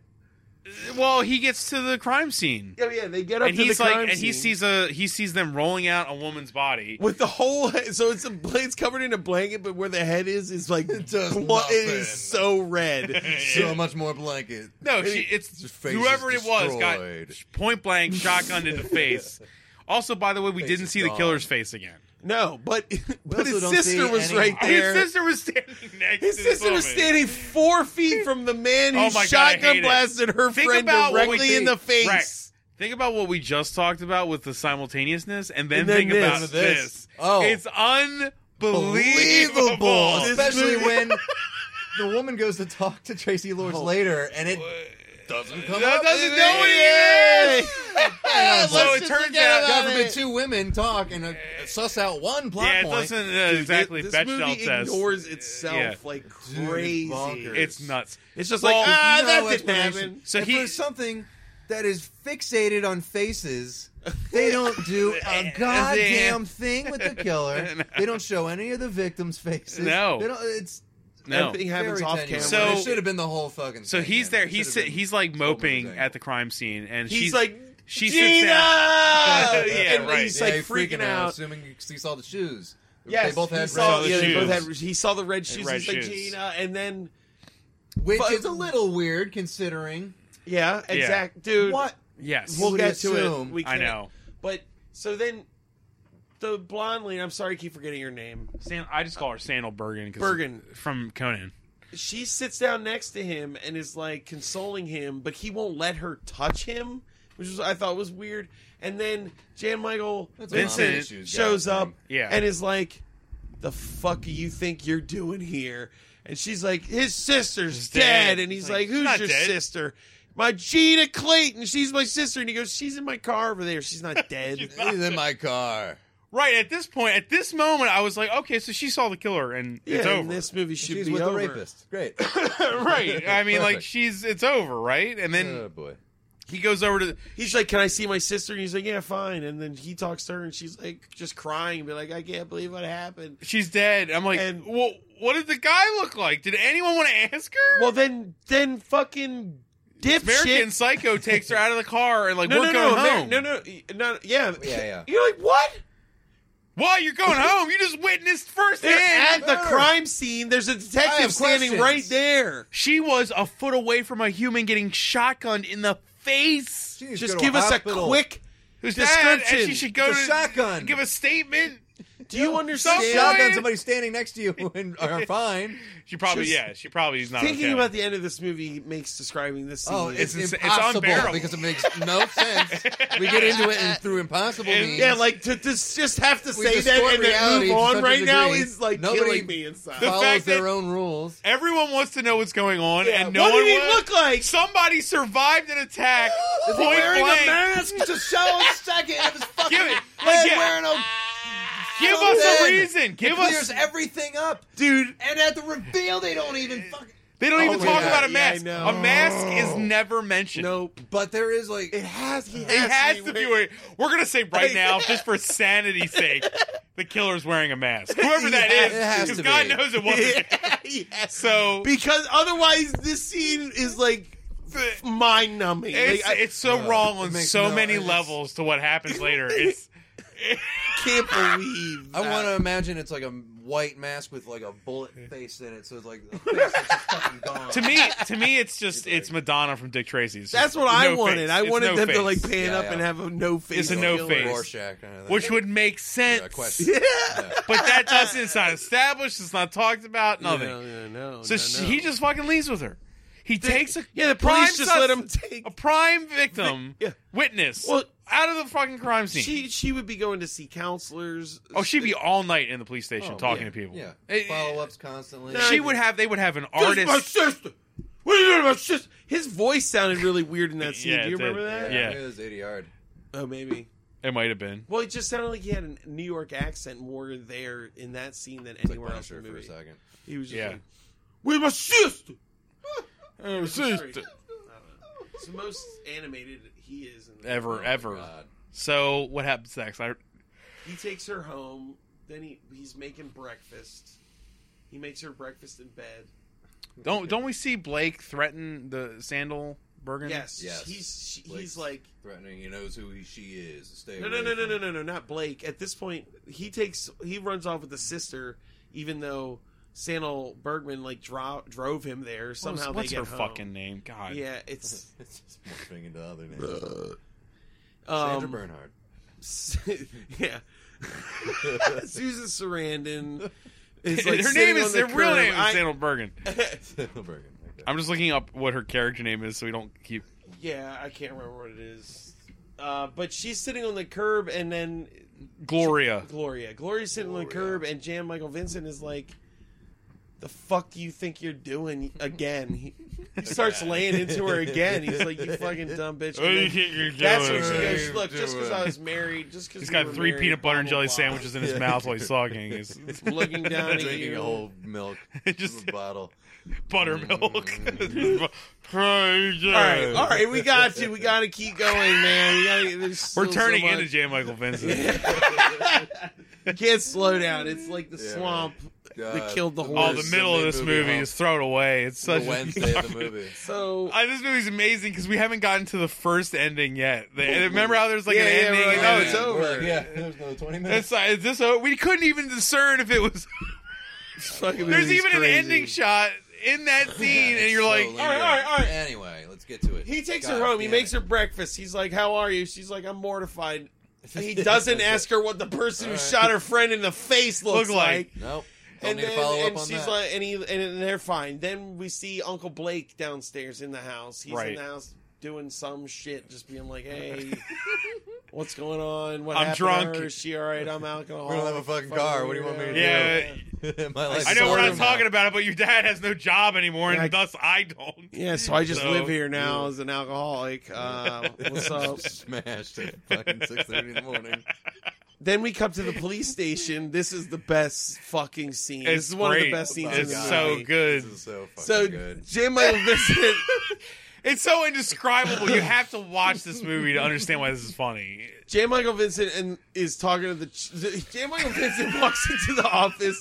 Speaker 5: Well, he gets to the crime scene.
Speaker 2: Yeah, yeah. They get up
Speaker 5: And
Speaker 2: to
Speaker 5: he's
Speaker 2: the
Speaker 5: like,
Speaker 2: crime
Speaker 5: and he
Speaker 2: scene
Speaker 5: sees a he sees them rolling out a woman's body.
Speaker 2: with the whole. So it's a it's covered in a blanket, but where the head is is like
Speaker 4: It does
Speaker 2: blo- it
Speaker 4: nothing.
Speaker 2: is so red.
Speaker 4: so much more blanket.
Speaker 5: No, she, it's
Speaker 4: His face
Speaker 5: whoever
Speaker 4: is
Speaker 5: it was got
Speaker 4: destroyed.
Speaker 5: point blank shotgunned in the face. Also, by the way, we
Speaker 4: Face
Speaker 5: didn't
Speaker 4: is
Speaker 5: see the
Speaker 4: gone.
Speaker 5: killer's face again.
Speaker 2: No, but but
Speaker 4: also
Speaker 2: his
Speaker 4: don't see
Speaker 2: sister was
Speaker 4: any-
Speaker 2: right there.
Speaker 5: His sister was standing next.
Speaker 2: His
Speaker 5: to this
Speaker 2: sister was
Speaker 5: woman.
Speaker 2: standing four feet from the man who
Speaker 5: Oh my God, I hate
Speaker 2: shotgun
Speaker 5: it.
Speaker 2: blasted her
Speaker 5: Think
Speaker 2: friend
Speaker 5: about what we
Speaker 2: directly in
Speaker 5: think.
Speaker 2: the face.
Speaker 5: Right. Think about what we just talked about with the simultaneousness, and then,
Speaker 2: And then
Speaker 5: think
Speaker 2: this.
Speaker 5: about
Speaker 2: And
Speaker 4: this.
Speaker 5: this.
Speaker 4: Oh.
Speaker 5: it's
Speaker 4: Believable,
Speaker 5: unbelievable.
Speaker 2: This
Speaker 4: especially
Speaker 2: movie-
Speaker 4: when the woman goes to talk to Tracy Lords later, and it doesn't come
Speaker 5: That
Speaker 4: up.
Speaker 5: doesn't
Speaker 4: in
Speaker 5: know
Speaker 4: it.
Speaker 5: what it is. so it
Speaker 4: Let's
Speaker 5: turns
Speaker 4: God
Speaker 5: out,
Speaker 4: forbid, two women talk and uh, suss out one plot
Speaker 5: yeah, it
Speaker 4: point.
Speaker 5: doesn't uh, exactly.
Speaker 2: This
Speaker 5: Bechdel
Speaker 2: movie
Speaker 5: test.
Speaker 2: ignores itself
Speaker 5: Yeah.
Speaker 2: like
Speaker 4: Dude,
Speaker 2: crazy.
Speaker 4: bonkers.
Speaker 5: It's nuts.
Speaker 2: It's just
Speaker 5: Well,
Speaker 2: like ah,
Speaker 4: no
Speaker 2: that didn't
Speaker 4: explanation.
Speaker 2: happen.
Speaker 5: So
Speaker 4: and
Speaker 5: he-
Speaker 4: for something that is fixated on faces, they don't do a goddamn thing with the killer. They don't show any of the victims' faces.
Speaker 5: No.
Speaker 4: they don't. It's
Speaker 5: No.
Speaker 2: Everything happens
Speaker 4: very
Speaker 2: off camera.
Speaker 4: tenuous.
Speaker 5: So-
Speaker 4: it should have been the whole fucking.
Speaker 5: So
Speaker 4: thing,
Speaker 5: he's
Speaker 4: man.
Speaker 5: there.
Speaker 4: It
Speaker 5: He's
Speaker 4: should
Speaker 5: sit,
Speaker 4: have been
Speaker 5: he's like
Speaker 4: totally
Speaker 5: moping
Speaker 4: different.
Speaker 5: at the crime scene, and
Speaker 2: He's
Speaker 5: she's
Speaker 2: like
Speaker 5: she sits
Speaker 2: Gina.
Speaker 5: down. Yeah,
Speaker 2: and
Speaker 5: right.
Speaker 2: He's
Speaker 4: Yeah,
Speaker 2: like
Speaker 4: he's
Speaker 2: freaking out.
Speaker 4: assuming he saw the shoes.
Speaker 2: Yes,
Speaker 4: they both
Speaker 2: he
Speaker 4: had
Speaker 2: saw,
Speaker 4: red
Speaker 5: the
Speaker 2: yeah, they
Speaker 5: shoes.
Speaker 2: both had- he saw the red shoes.
Speaker 5: red
Speaker 2: he's like
Speaker 5: shoes.
Speaker 2: Gina, and then
Speaker 4: which
Speaker 2: But-
Speaker 4: is a little weird considering
Speaker 2: yeah, exact dude.
Speaker 4: what
Speaker 5: Yes,
Speaker 4: You
Speaker 2: We'll
Speaker 4: would
Speaker 2: get to
Speaker 4: assume-
Speaker 2: it. We
Speaker 5: I
Speaker 2: can't.
Speaker 5: know.
Speaker 2: But so then, the blonde lady. I'm sorry, I keep forgetting your name.
Speaker 5: San, I just call her Sandal Bergen. 'cause-
Speaker 2: Bergen.
Speaker 5: from Conan.
Speaker 2: She sits down next to him and is like consoling him, but he won't let her touch him, which was I thought was weird. And then Jan Michael
Speaker 4: That's a lot of
Speaker 2: Vincent
Speaker 4: issues,
Speaker 2: shows
Speaker 4: goddamn.
Speaker 2: up
Speaker 5: Yeah.
Speaker 2: and is like, "The fuck you think you're doing here?" And she's like, "His sister's
Speaker 5: She's
Speaker 2: dead.
Speaker 5: dead.
Speaker 2: And he's
Speaker 5: He's
Speaker 2: like,
Speaker 5: like,
Speaker 2: "Who's
Speaker 5: "Not
Speaker 2: your
Speaker 5: dead."
Speaker 2: sister?" My Gina Clayton. She's my sister. And he goes, "She's in my car over there. She's not dead."
Speaker 4: he's in my car.
Speaker 5: Right at this point, at this moment, I was like, okay, so she saw the killer, and
Speaker 2: yeah,
Speaker 5: it's
Speaker 2: and
Speaker 5: over.
Speaker 2: this movie should
Speaker 4: She's
Speaker 2: be
Speaker 4: with
Speaker 2: over.
Speaker 4: the rapist. Great.
Speaker 5: right? I mean, like
Speaker 4: Perfect.
Speaker 5: she's it's over, right? And then
Speaker 4: oh boy.
Speaker 5: he goes over to. The,
Speaker 2: He's like, "Can I see my sister?" And he's like, "Yeah, fine." And then he talks to her, and she's like, just crying, and be like, "I can't believe what happened."
Speaker 5: she's dead. I'm like,
Speaker 2: And-
Speaker 5: well, what did the guy look like? Did anyone want to ask her?
Speaker 2: Well, then, then fucking
Speaker 5: American
Speaker 2: dipshit.
Speaker 5: Psycho takes her out of the car and like
Speaker 2: No, no,
Speaker 5: we're
Speaker 2: no,
Speaker 5: going
Speaker 2: Amer-
Speaker 5: home.
Speaker 2: no, no, y- no, yeah,
Speaker 4: Yeah, yeah.
Speaker 2: You're like, what?
Speaker 5: Why you're going home? You just witnessed
Speaker 2: They're
Speaker 5: firsthand.
Speaker 2: at the crime scene. There's a
Speaker 4: I
Speaker 2: detective
Speaker 4: have
Speaker 2: standing right
Speaker 4: questions.
Speaker 2: there.
Speaker 5: she was a foot away from a human getting shotgunned in the face.
Speaker 4: She needs to
Speaker 2: Just
Speaker 4: go to
Speaker 2: give us
Speaker 4: hospital.
Speaker 2: a quick.
Speaker 5: Who's
Speaker 2: Description.
Speaker 5: And she should go
Speaker 4: It's
Speaker 5: to
Speaker 4: a shotgun.
Speaker 5: Give a statement.
Speaker 2: Do you understand?
Speaker 5: Some
Speaker 4: shotgun
Speaker 5: point-
Speaker 4: somebody standing next to you and are fine.
Speaker 5: She probably
Speaker 2: Just-
Speaker 5: yeah. She probably is not
Speaker 2: Thinking
Speaker 5: okay.
Speaker 2: about the end of this movie makes describing this scene.
Speaker 4: Oh, it's,
Speaker 5: It's- it's
Speaker 4: impossible
Speaker 5: unbearable.
Speaker 4: because it makes no sense. We get into it and through impossible means.
Speaker 2: yeah, like to, to just have to
Speaker 4: We
Speaker 2: say that
Speaker 4: distort
Speaker 2: and then
Speaker 4: reality
Speaker 2: move
Speaker 4: to
Speaker 2: on
Speaker 4: such a
Speaker 2: right now
Speaker 4: degree.
Speaker 2: is like
Speaker 4: Nobody-
Speaker 2: killing me inside.
Speaker 4: follows
Speaker 5: fact
Speaker 4: their
Speaker 5: that-
Speaker 4: own rules.
Speaker 5: Everyone wants to know what's going on,
Speaker 2: Yeah,
Speaker 5: and no
Speaker 2: what
Speaker 5: one.
Speaker 2: did he
Speaker 5: wa-
Speaker 2: look like?
Speaker 5: Somebody survived an attack.
Speaker 4: Is
Speaker 5: point
Speaker 4: he wearing
Speaker 5: blank.
Speaker 4: a mask to show a second of his fucking
Speaker 5: Give it-
Speaker 4: head
Speaker 5: yeah.
Speaker 4: wearing a
Speaker 5: Give
Speaker 4: Well
Speaker 5: us a
Speaker 4: then,
Speaker 5: reason. Give us.
Speaker 4: clears everything up.
Speaker 2: dude.
Speaker 4: And at the reveal they don't even fucking
Speaker 5: They don't even
Speaker 4: Oh,
Speaker 5: talk
Speaker 4: yeah,
Speaker 5: about a
Speaker 2: yeah, I
Speaker 5: mask.
Speaker 2: know.
Speaker 5: a mask is never mentioned.
Speaker 2: Nope.
Speaker 4: But there is like
Speaker 2: It has. He
Speaker 5: It
Speaker 2: has,
Speaker 5: has to be. Wearing, we're gonna say right now, just for sanity's sake, the killer's wearing a mask. Whoever that
Speaker 4: It
Speaker 5: is,
Speaker 4: has
Speaker 5: because
Speaker 4: to
Speaker 5: God
Speaker 4: be.
Speaker 5: knows it wasn't.
Speaker 2: he has to.
Speaker 5: So
Speaker 2: because otherwise, this scene is like mind numbing.
Speaker 5: it's,
Speaker 2: Like, I
Speaker 5: it's so
Speaker 4: uh,
Speaker 5: wrong
Speaker 4: it
Speaker 5: on
Speaker 4: makes
Speaker 5: so
Speaker 4: no-
Speaker 5: many
Speaker 4: it's-
Speaker 5: levels to what happens later. It's
Speaker 2: can't believe.
Speaker 4: I
Speaker 2: that.
Speaker 4: want to imagine it's like a white mask with like a bullet face in it, so it's like the face is just fucking gone.
Speaker 5: to me, to me, it's just it's Madonna from Dick Tracy. It's just
Speaker 2: That's what I
Speaker 5: no
Speaker 2: wanted.
Speaker 5: face.
Speaker 2: I
Speaker 5: It's
Speaker 2: wanted
Speaker 5: no
Speaker 2: them to
Speaker 5: face.
Speaker 2: like pan
Speaker 4: Yeah,
Speaker 2: up
Speaker 4: yeah.
Speaker 2: and have a no face.
Speaker 5: It's a no
Speaker 2: killer.
Speaker 5: face.
Speaker 4: Rorschach, kind of thing.
Speaker 5: which would make
Speaker 4: a
Speaker 5: sense.
Speaker 4: question.
Speaker 2: Yeah.
Speaker 5: but that doesn't. It's not established. It's not talked about. Nothing.
Speaker 2: No, no, no.
Speaker 5: so
Speaker 2: no,
Speaker 5: she-
Speaker 2: no.
Speaker 5: he just fucking leaves with her. He takes a
Speaker 2: yeah. The
Speaker 5: prime
Speaker 2: police just let
Speaker 5: sus-
Speaker 2: him take.
Speaker 5: a prime victim
Speaker 2: Yeah.
Speaker 5: witness
Speaker 2: Well-
Speaker 5: out of the fucking crime scene.
Speaker 2: She she would be going to see counselors.
Speaker 5: oh, she'd be all night in the police station
Speaker 2: Oh, yeah,
Speaker 5: talking to people.
Speaker 4: Yeah,
Speaker 5: It-
Speaker 4: follow ups constantly.
Speaker 5: She would have. They would have an
Speaker 2: This is my
Speaker 5: artist.
Speaker 2: sister. What are you doing, to my sister? His voice sounded really weird in that scene.
Speaker 5: Yeah,
Speaker 2: Do you
Speaker 5: it did.
Speaker 2: remember that?
Speaker 5: Yeah.
Speaker 4: it was eighty yard.
Speaker 2: Oh, maybe.
Speaker 5: It might have been.
Speaker 2: Well, it just sounded like he had a New York accent more there in that scene than
Speaker 4: It's like
Speaker 2: anywhere else in the
Speaker 4: Punisher for a
Speaker 2: movie.
Speaker 4: second.
Speaker 2: He was just
Speaker 5: Yeah.
Speaker 2: like, "Where's my sister?"
Speaker 5: sister.
Speaker 2: It's the most animated he is. In the
Speaker 5: Ever,
Speaker 4: Oh,
Speaker 5: ever.
Speaker 4: God.
Speaker 5: So what happens next? I,
Speaker 2: He takes her home. Then he he's making breakfast. He makes her breakfast in bed.
Speaker 5: don't don't we see Blake threaten the sandal Bergen?
Speaker 2: Yes,
Speaker 4: Yes.
Speaker 2: he's she,
Speaker 4: Blake's
Speaker 2: he's like
Speaker 4: threatening. He knows who he, she is. Stay
Speaker 2: no, no,
Speaker 4: away
Speaker 2: no, no,
Speaker 4: from
Speaker 2: no,
Speaker 4: him.
Speaker 2: no, no, not Blake. At this point, he takes he runs off with the sister, even though Sanel Bergman like dro- drove him there.
Speaker 5: What was-
Speaker 2: Somehow
Speaker 5: what's
Speaker 2: they
Speaker 5: her
Speaker 2: get home.
Speaker 5: fucking name? God.
Speaker 2: yeah. It's
Speaker 4: It's just morphing into other names. Sandra
Speaker 2: um,
Speaker 4: Bernhard.
Speaker 2: yeah, Susan Sarandon. Is like
Speaker 5: her
Speaker 2: sitting
Speaker 5: name is
Speaker 2: on the
Speaker 5: their real
Speaker 2: curb.
Speaker 5: name is
Speaker 2: I-
Speaker 5: Sandal Bergen.
Speaker 4: Sandra Bergen. Okay.
Speaker 5: I'm just looking up what her character name is so we don't keep.
Speaker 2: yeah, I can't remember what it is. Uh, but she's sitting on the curb, and then
Speaker 5: Gloria.
Speaker 2: Gloria. Gloria's sitting on the
Speaker 4: Gloria.
Speaker 2: curb, and Jan Michael Vincent is like, "The fuck do you think you're doing again?" He, he starts laying into her again. He's like, "You fucking dumb bitch."
Speaker 5: What do you
Speaker 2: And then
Speaker 5: think you're
Speaker 2: That's
Speaker 5: doing?
Speaker 2: when she goes.
Speaker 4: What
Speaker 2: Look,
Speaker 4: are you
Speaker 2: just because I
Speaker 4: doing?"
Speaker 2: was married, just because
Speaker 5: He's got three peanut butter and jelly sandwiches in his
Speaker 4: Yeah.
Speaker 5: mouth while he's talking. He's
Speaker 2: Looking down at
Speaker 4: Drinking
Speaker 2: you.
Speaker 4: a whole milk
Speaker 5: Just-
Speaker 4: bottle.
Speaker 5: buttermilk.
Speaker 2: All right, all right, we got to, we got to keep going, man. We gotta, there's still
Speaker 5: We're turning
Speaker 2: so much.
Speaker 5: into J. Michael Vincent.
Speaker 2: You can't slow down. It's like the
Speaker 4: Yeah.
Speaker 2: swamp that
Speaker 4: Uh,
Speaker 2: killed the
Speaker 4: the
Speaker 2: horse.
Speaker 5: Oh, the middle of
Speaker 4: Sunday
Speaker 5: this
Speaker 4: movie,
Speaker 5: movie
Speaker 4: huh?
Speaker 5: is thrown away. It's
Speaker 4: The
Speaker 5: such
Speaker 4: Wednesday of the movie.
Speaker 2: so
Speaker 5: I, this movie's amazing because we haven't gotten to the first ending yet. They, remember how there's like
Speaker 2: Yeah,
Speaker 5: an
Speaker 2: yeah,
Speaker 5: ending?
Speaker 2: we're like,
Speaker 5: and
Speaker 2: oh,
Speaker 5: then-
Speaker 2: it's over.
Speaker 4: We're like, yeah, there's another 20 minutes.
Speaker 5: It's like, is this o- we couldn't even discern if it was.
Speaker 2: fucking
Speaker 5: There's
Speaker 2: movie's
Speaker 5: even
Speaker 2: crazy.
Speaker 5: an ending shot in that scene, and you're like,
Speaker 2: all right, all right, all right.
Speaker 4: Anyway, let's get to it.
Speaker 2: He takes
Speaker 4: God
Speaker 2: her home. He
Speaker 4: damn
Speaker 2: makes
Speaker 4: it.
Speaker 2: her breakfast. He's like, "How are you?" She's like, "I'm mortified." He doesn't ask her what the person who
Speaker 4: All right.
Speaker 2: shot her friend in the face looks
Speaker 5: Look like.
Speaker 2: like.
Speaker 4: Nope. Don't
Speaker 2: And
Speaker 4: need
Speaker 2: then,
Speaker 4: to follow
Speaker 2: and
Speaker 4: up on
Speaker 2: she's
Speaker 4: that.
Speaker 2: like, and he, and they're fine. Then we see Uncle Blake downstairs in the house. He's in
Speaker 5: Right.
Speaker 2: the house doing some shit, just being like, "Hey, what's going on? What
Speaker 5: I'm
Speaker 2: happened to
Speaker 5: drunk.
Speaker 2: her? Is she all right? I'm alcoholic.
Speaker 4: We don't have a fucking car. What do you want me to do?
Speaker 5: Yeah.
Speaker 4: My life
Speaker 5: I
Speaker 4: is
Speaker 5: know we're
Speaker 4: over.
Speaker 5: not talking about it, but your dad has no job anymore,
Speaker 2: Yeah, I-
Speaker 5: and thus I don't.
Speaker 2: Yeah, so I just
Speaker 5: So-
Speaker 2: live here now as an alcoholic. Uh, what's up?
Speaker 4: Smashed at fucking 6.30 in the morning.
Speaker 2: then we come to the police station. This is the best fucking scene. this
Speaker 5: It's
Speaker 2: is one of the
Speaker 5: great.
Speaker 2: best scenes
Speaker 4: Oh,
Speaker 2: in the
Speaker 5: It's
Speaker 4: God.
Speaker 5: so
Speaker 2: movie.
Speaker 5: good.
Speaker 4: This is so fucking
Speaker 2: So
Speaker 4: good.
Speaker 2: Jim Michael Vincent,
Speaker 5: It's so indescribable. You have to watch this movie to understand why this is funny.
Speaker 2: J. Michael Vincent, and is talking to the. ch- the- J. Michael Vincent walks into the office.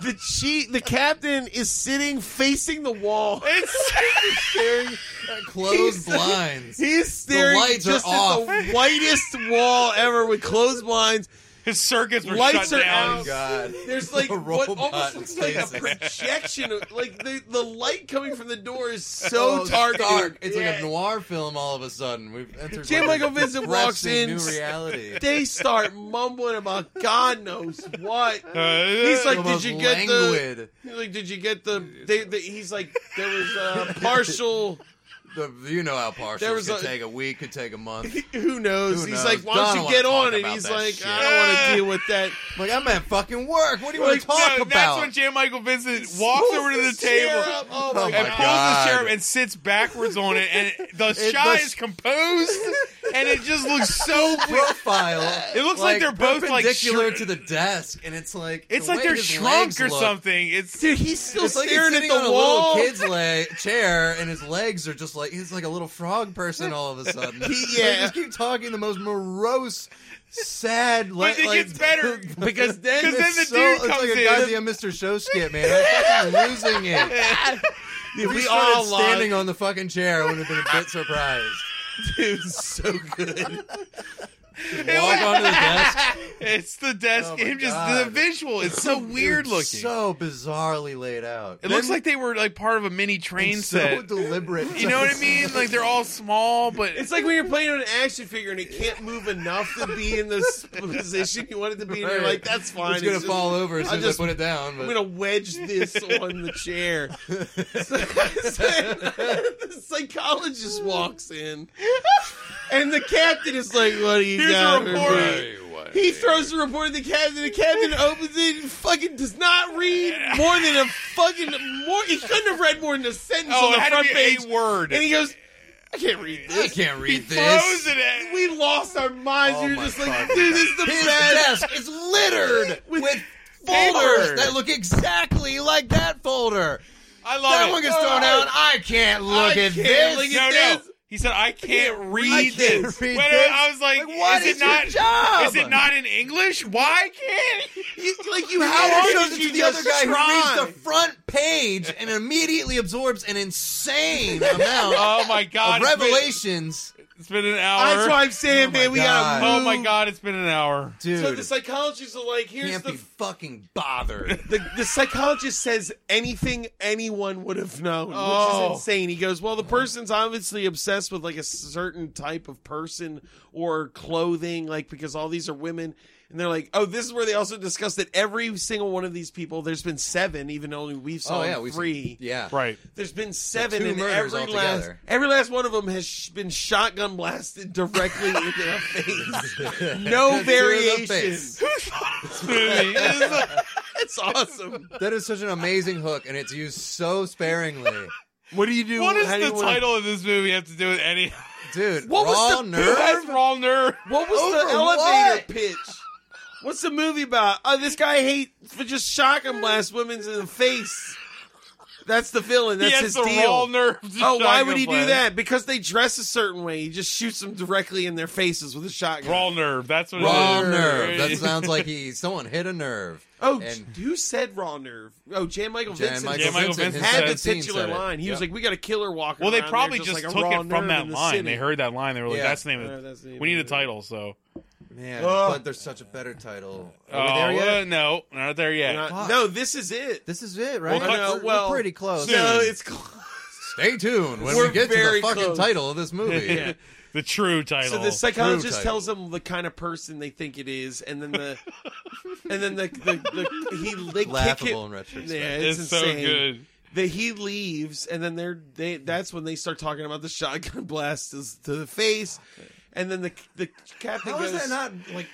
Speaker 2: The chief, the captain, is sitting facing the wall,
Speaker 5: It's
Speaker 2: staring.
Speaker 4: Closed blinds.
Speaker 2: He's staring
Speaker 4: lights are
Speaker 2: just at the whitest wall ever with closed blinds.
Speaker 5: his circuits were
Speaker 2: Lights
Speaker 5: shut
Speaker 2: are
Speaker 5: down.
Speaker 2: out.
Speaker 4: God.
Speaker 2: There's like
Speaker 4: The
Speaker 2: what
Speaker 4: robot
Speaker 2: almost looks like a
Speaker 4: faces.
Speaker 2: projection. Of, like the the light coming from the door is so
Speaker 4: Oh, it's
Speaker 2: dark.
Speaker 4: dark. It's
Speaker 2: Yeah.
Speaker 4: like a noir film all of a sudden. We've entered
Speaker 2: Jim
Speaker 4: like, a
Speaker 2: Michael Vincent walks in,
Speaker 4: depressing new reality.
Speaker 2: they start mumbling about God knows what.
Speaker 5: Uh,
Speaker 2: He's like,
Speaker 4: The
Speaker 2: did
Speaker 4: most
Speaker 2: you get the?
Speaker 4: languid,
Speaker 2: He's like, did you get the? They, the he's like, there was a partial.
Speaker 4: the, you know how partial
Speaker 2: There was
Speaker 4: could
Speaker 2: a-
Speaker 4: take a week, could take a month.
Speaker 2: Who knows?
Speaker 4: Who
Speaker 2: he's
Speaker 4: knows?
Speaker 2: like, why
Speaker 4: Don't
Speaker 2: don't you
Speaker 4: wanna
Speaker 2: get
Speaker 4: talk
Speaker 2: on it?
Speaker 4: about
Speaker 2: He's
Speaker 4: that
Speaker 2: like,
Speaker 4: shit.
Speaker 2: I don't want to deal with that.
Speaker 4: Like I'm at fucking work. What do you
Speaker 2: Like,
Speaker 4: want to talk
Speaker 5: No,
Speaker 4: about?
Speaker 5: That's when Jan Michael Vincent walks
Speaker 2: Pulls
Speaker 5: over to the
Speaker 2: his chair
Speaker 5: table.
Speaker 2: up. Oh
Speaker 4: Oh
Speaker 2: my
Speaker 5: and
Speaker 2: god!
Speaker 5: pulls
Speaker 4: God.
Speaker 5: the chair up and sits backwards on it, and it- the
Speaker 4: It
Speaker 5: shot
Speaker 4: looks-
Speaker 5: is composed, and it just looks so. weird.
Speaker 4: profile.
Speaker 5: It looks like they're both, like,
Speaker 4: perpendicular
Speaker 5: shr-
Speaker 4: to the desk, and it's like
Speaker 5: It's
Speaker 4: the
Speaker 5: like
Speaker 4: way
Speaker 5: they're
Speaker 4: his
Speaker 5: shrunk
Speaker 4: legs
Speaker 5: or
Speaker 4: look,
Speaker 5: something. It's
Speaker 2: Dude, he's still
Speaker 4: It's like he's
Speaker 2: staring
Speaker 4: sitting
Speaker 2: at
Speaker 4: on
Speaker 2: the
Speaker 4: a
Speaker 2: wall.
Speaker 4: little kid's la- chair, and his legs are just like he's like a little frog person all of a sudden.
Speaker 2: He-
Speaker 4: They
Speaker 2: yeah.
Speaker 4: just keep talking the most morose, sad. le-
Speaker 5: but it
Speaker 4: like,
Speaker 5: gets better.
Speaker 2: because then,
Speaker 5: Because then
Speaker 4: It's
Speaker 5: the
Speaker 4: so,
Speaker 5: dude
Speaker 4: it's
Speaker 5: comes
Speaker 4: like a
Speaker 5: in.
Speaker 4: goddamn Mr. Show skit, man. I'm fucking losing it.
Speaker 2: dude,
Speaker 4: We
Speaker 2: we
Speaker 4: started
Speaker 2: all lost.
Speaker 4: standing on the fucking chair. I would have been a bit surprised.
Speaker 2: Dude, so good.
Speaker 4: Walk onto the desk.
Speaker 5: It's the desk.
Speaker 4: Oh my
Speaker 5: him just the
Speaker 4: God.
Speaker 5: visual. It's so weird
Speaker 4: It's
Speaker 5: looking.
Speaker 4: So bizarrely laid out.
Speaker 5: it looks like they were like part of a mini train
Speaker 4: so
Speaker 5: set.
Speaker 4: deliberate.
Speaker 5: You know what I mean? Like they're all small, but
Speaker 2: It's like when you're playing on an action figure and it can't move enough to be in the s- position you want it to be, and you're like, "That's fine."
Speaker 4: It's gonna
Speaker 2: just-
Speaker 4: fall over as
Speaker 2: I
Speaker 4: soon as I
Speaker 2: just-
Speaker 4: put it down.
Speaker 2: I'm
Speaker 4: But
Speaker 2: gonna wedge this on the chair. the psychologist walks in, and the captain is like, "What do you
Speaker 5: Here's a
Speaker 2: got?" for
Speaker 5: report.
Speaker 2: me?" He throws the report at the captain. The captain opens it and fucking does not read more than a fucking more. He couldn't have read more than a sentence
Speaker 5: oh,
Speaker 2: on
Speaker 5: it
Speaker 2: the
Speaker 5: had to
Speaker 2: front
Speaker 5: be
Speaker 2: page.
Speaker 5: a word.
Speaker 2: And he goes, "I can't read this."
Speaker 4: I can't read
Speaker 5: throws
Speaker 4: this.
Speaker 5: it at.
Speaker 2: We lost our minds.
Speaker 4: Oh
Speaker 2: we were
Speaker 4: my
Speaker 2: just like,
Speaker 4: fucking
Speaker 2: dude, this is the
Speaker 4: His
Speaker 2: best.
Speaker 4: desk is littered with,
Speaker 5: paper.
Speaker 4: folders that look exactly like that folder.
Speaker 5: I love
Speaker 4: That
Speaker 5: it.
Speaker 4: one gets thrown out. and I can't look
Speaker 2: I
Speaker 4: at
Speaker 2: can't
Speaker 4: this.
Speaker 2: look at
Speaker 5: no,
Speaker 2: this.
Speaker 5: no. He said, "I can't read
Speaker 4: can't
Speaker 5: this."
Speaker 4: read
Speaker 5: Wait,
Speaker 4: this.
Speaker 5: I was like,
Speaker 4: Like, what
Speaker 5: is,
Speaker 4: is
Speaker 5: it
Speaker 4: your
Speaker 5: not?
Speaker 4: job?
Speaker 5: Is it not in English? Why can't? he?
Speaker 2: You- like you,
Speaker 4: How
Speaker 2: how
Speaker 4: hard
Speaker 2: often
Speaker 4: shows
Speaker 2: did
Speaker 4: it to
Speaker 2: you
Speaker 4: the other
Speaker 2: just
Speaker 4: guy
Speaker 2: try?
Speaker 4: who reads the front page and immediately absorbs an insane amount
Speaker 5: Oh my god!
Speaker 4: of
Speaker 5: it's been-
Speaker 4: revelations.
Speaker 5: It's been an hour.
Speaker 2: That's what I'm saying,
Speaker 4: Oh my
Speaker 2: man. We
Speaker 4: God.
Speaker 2: gotta
Speaker 5: Oh
Speaker 2: move.
Speaker 5: my god! It's been an hour.
Speaker 4: Dude,
Speaker 2: So the psychologists are like, here's
Speaker 4: can't
Speaker 2: the
Speaker 4: be fucking bothered.
Speaker 2: the, the psychologist says anything anyone would have known, which
Speaker 5: Oh.
Speaker 2: is insane. He goes, "Well, the person's obviously obsessed with like a certain type of person or clothing, like because all these are women." And they're like, "Oh, this is where they also discuss that every single one of these people, there's been seven, even though only we saw
Speaker 4: oh yeah, we
Speaker 2: three.
Speaker 4: Yeah,
Speaker 5: Right.
Speaker 2: There's been seven,
Speaker 4: two
Speaker 2: and
Speaker 4: murders
Speaker 2: every last
Speaker 4: altogether.
Speaker 2: every last one of them has sh- been shotgun blasted directly in the face. No
Speaker 4: To the
Speaker 2: variation.
Speaker 4: face.
Speaker 2: It's awesome.
Speaker 4: That is such an amazing hook, and it's used so sparingly,
Speaker 2: What do you do?
Speaker 5: what does
Speaker 2: how do
Speaker 5: the
Speaker 2: you wanna-
Speaker 5: title of this movie have to do with any?
Speaker 4: dude.
Speaker 2: What was
Speaker 4: raw
Speaker 2: the-
Speaker 4: nerve.
Speaker 5: That's raw nerve.
Speaker 2: What was
Speaker 4: Over
Speaker 2: the elevator
Speaker 4: what?
Speaker 2: pitch? What's the movie about? Oh, this guy hates for just shotgun blast women in the face. That's the villain.
Speaker 5: He
Speaker 2: That's
Speaker 5: has
Speaker 2: his
Speaker 5: the
Speaker 2: deal.
Speaker 5: raw nerve. to
Speaker 2: Oh, why
Speaker 5: shotgun
Speaker 2: would he do
Speaker 5: blast.
Speaker 2: that? Because they dress a certain way. He just shoots them directly in their faces with a shotgun.
Speaker 5: Raw nerve. That's what
Speaker 4: Raw
Speaker 5: it is.
Speaker 4: nerve. That sounds like he someone hit a nerve.
Speaker 2: Oh,
Speaker 4: and
Speaker 2: who said raw nerve? Oh, Jan Michael
Speaker 4: Jan
Speaker 2: Vincent.
Speaker 4: Michael,
Speaker 5: Jan Michael
Speaker 4: Vincent,
Speaker 5: Vincent
Speaker 4: his
Speaker 2: had the
Speaker 4: son Dean
Speaker 2: titular
Speaker 4: said it.
Speaker 2: line. He was like, "We got a killer walking."
Speaker 5: Well, they
Speaker 2: around there
Speaker 5: probably
Speaker 2: just,
Speaker 5: just,
Speaker 2: like a
Speaker 5: took
Speaker 2: raw
Speaker 5: it from
Speaker 2: nerve
Speaker 5: that
Speaker 2: in the
Speaker 5: line.
Speaker 2: city."
Speaker 5: They heard that line. They were like,
Speaker 4: Yeah.
Speaker 5: "That's the name
Speaker 2: Yeah,
Speaker 5: of
Speaker 2: that's the
Speaker 5: it."
Speaker 2: name
Speaker 5: We
Speaker 2: of
Speaker 5: need a
Speaker 2: it.
Speaker 5: title." So,
Speaker 4: Man,
Speaker 2: Ugh.
Speaker 4: but there's such a better title.
Speaker 5: oh
Speaker 4: Are we there yet?
Speaker 5: uh, no, not there yet.
Speaker 2: Uh,
Speaker 4: Fuck.
Speaker 2: No, this is it.
Speaker 4: This is it, right?
Speaker 2: Well,
Speaker 4: We're-
Speaker 2: no,
Speaker 4: we're,
Speaker 2: well,
Speaker 4: pretty close.
Speaker 5: soon.
Speaker 2: No, it's close.
Speaker 4: Stay tuned when
Speaker 2: We're
Speaker 4: we get to the
Speaker 2: very
Speaker 4: fucking
Speaker 2: close.
Speaker 4: title of this movie.
Speaker 5: Yeah. the true title.
Speaker 2: So the psychologist
Speaker 4: title.
Speaker 2: tells them the kind of person they think it is, and then the, and then the, the, the he they kick
Speaker 4: Laughable
Speaker 2: it.
Speaker 4: in retrospect.
Speaker 2: Yeah, it's,
Speaker 5: it's so
Speaker 2: insane.
Speaker 5: good.
Speaker 2: That he leaves, and then they're they. That's when they start talking about the shotgun blast is to the face, and then the the captain
Speaker 4: How is
Speaker 2: goes.
Speaker 4: that not like?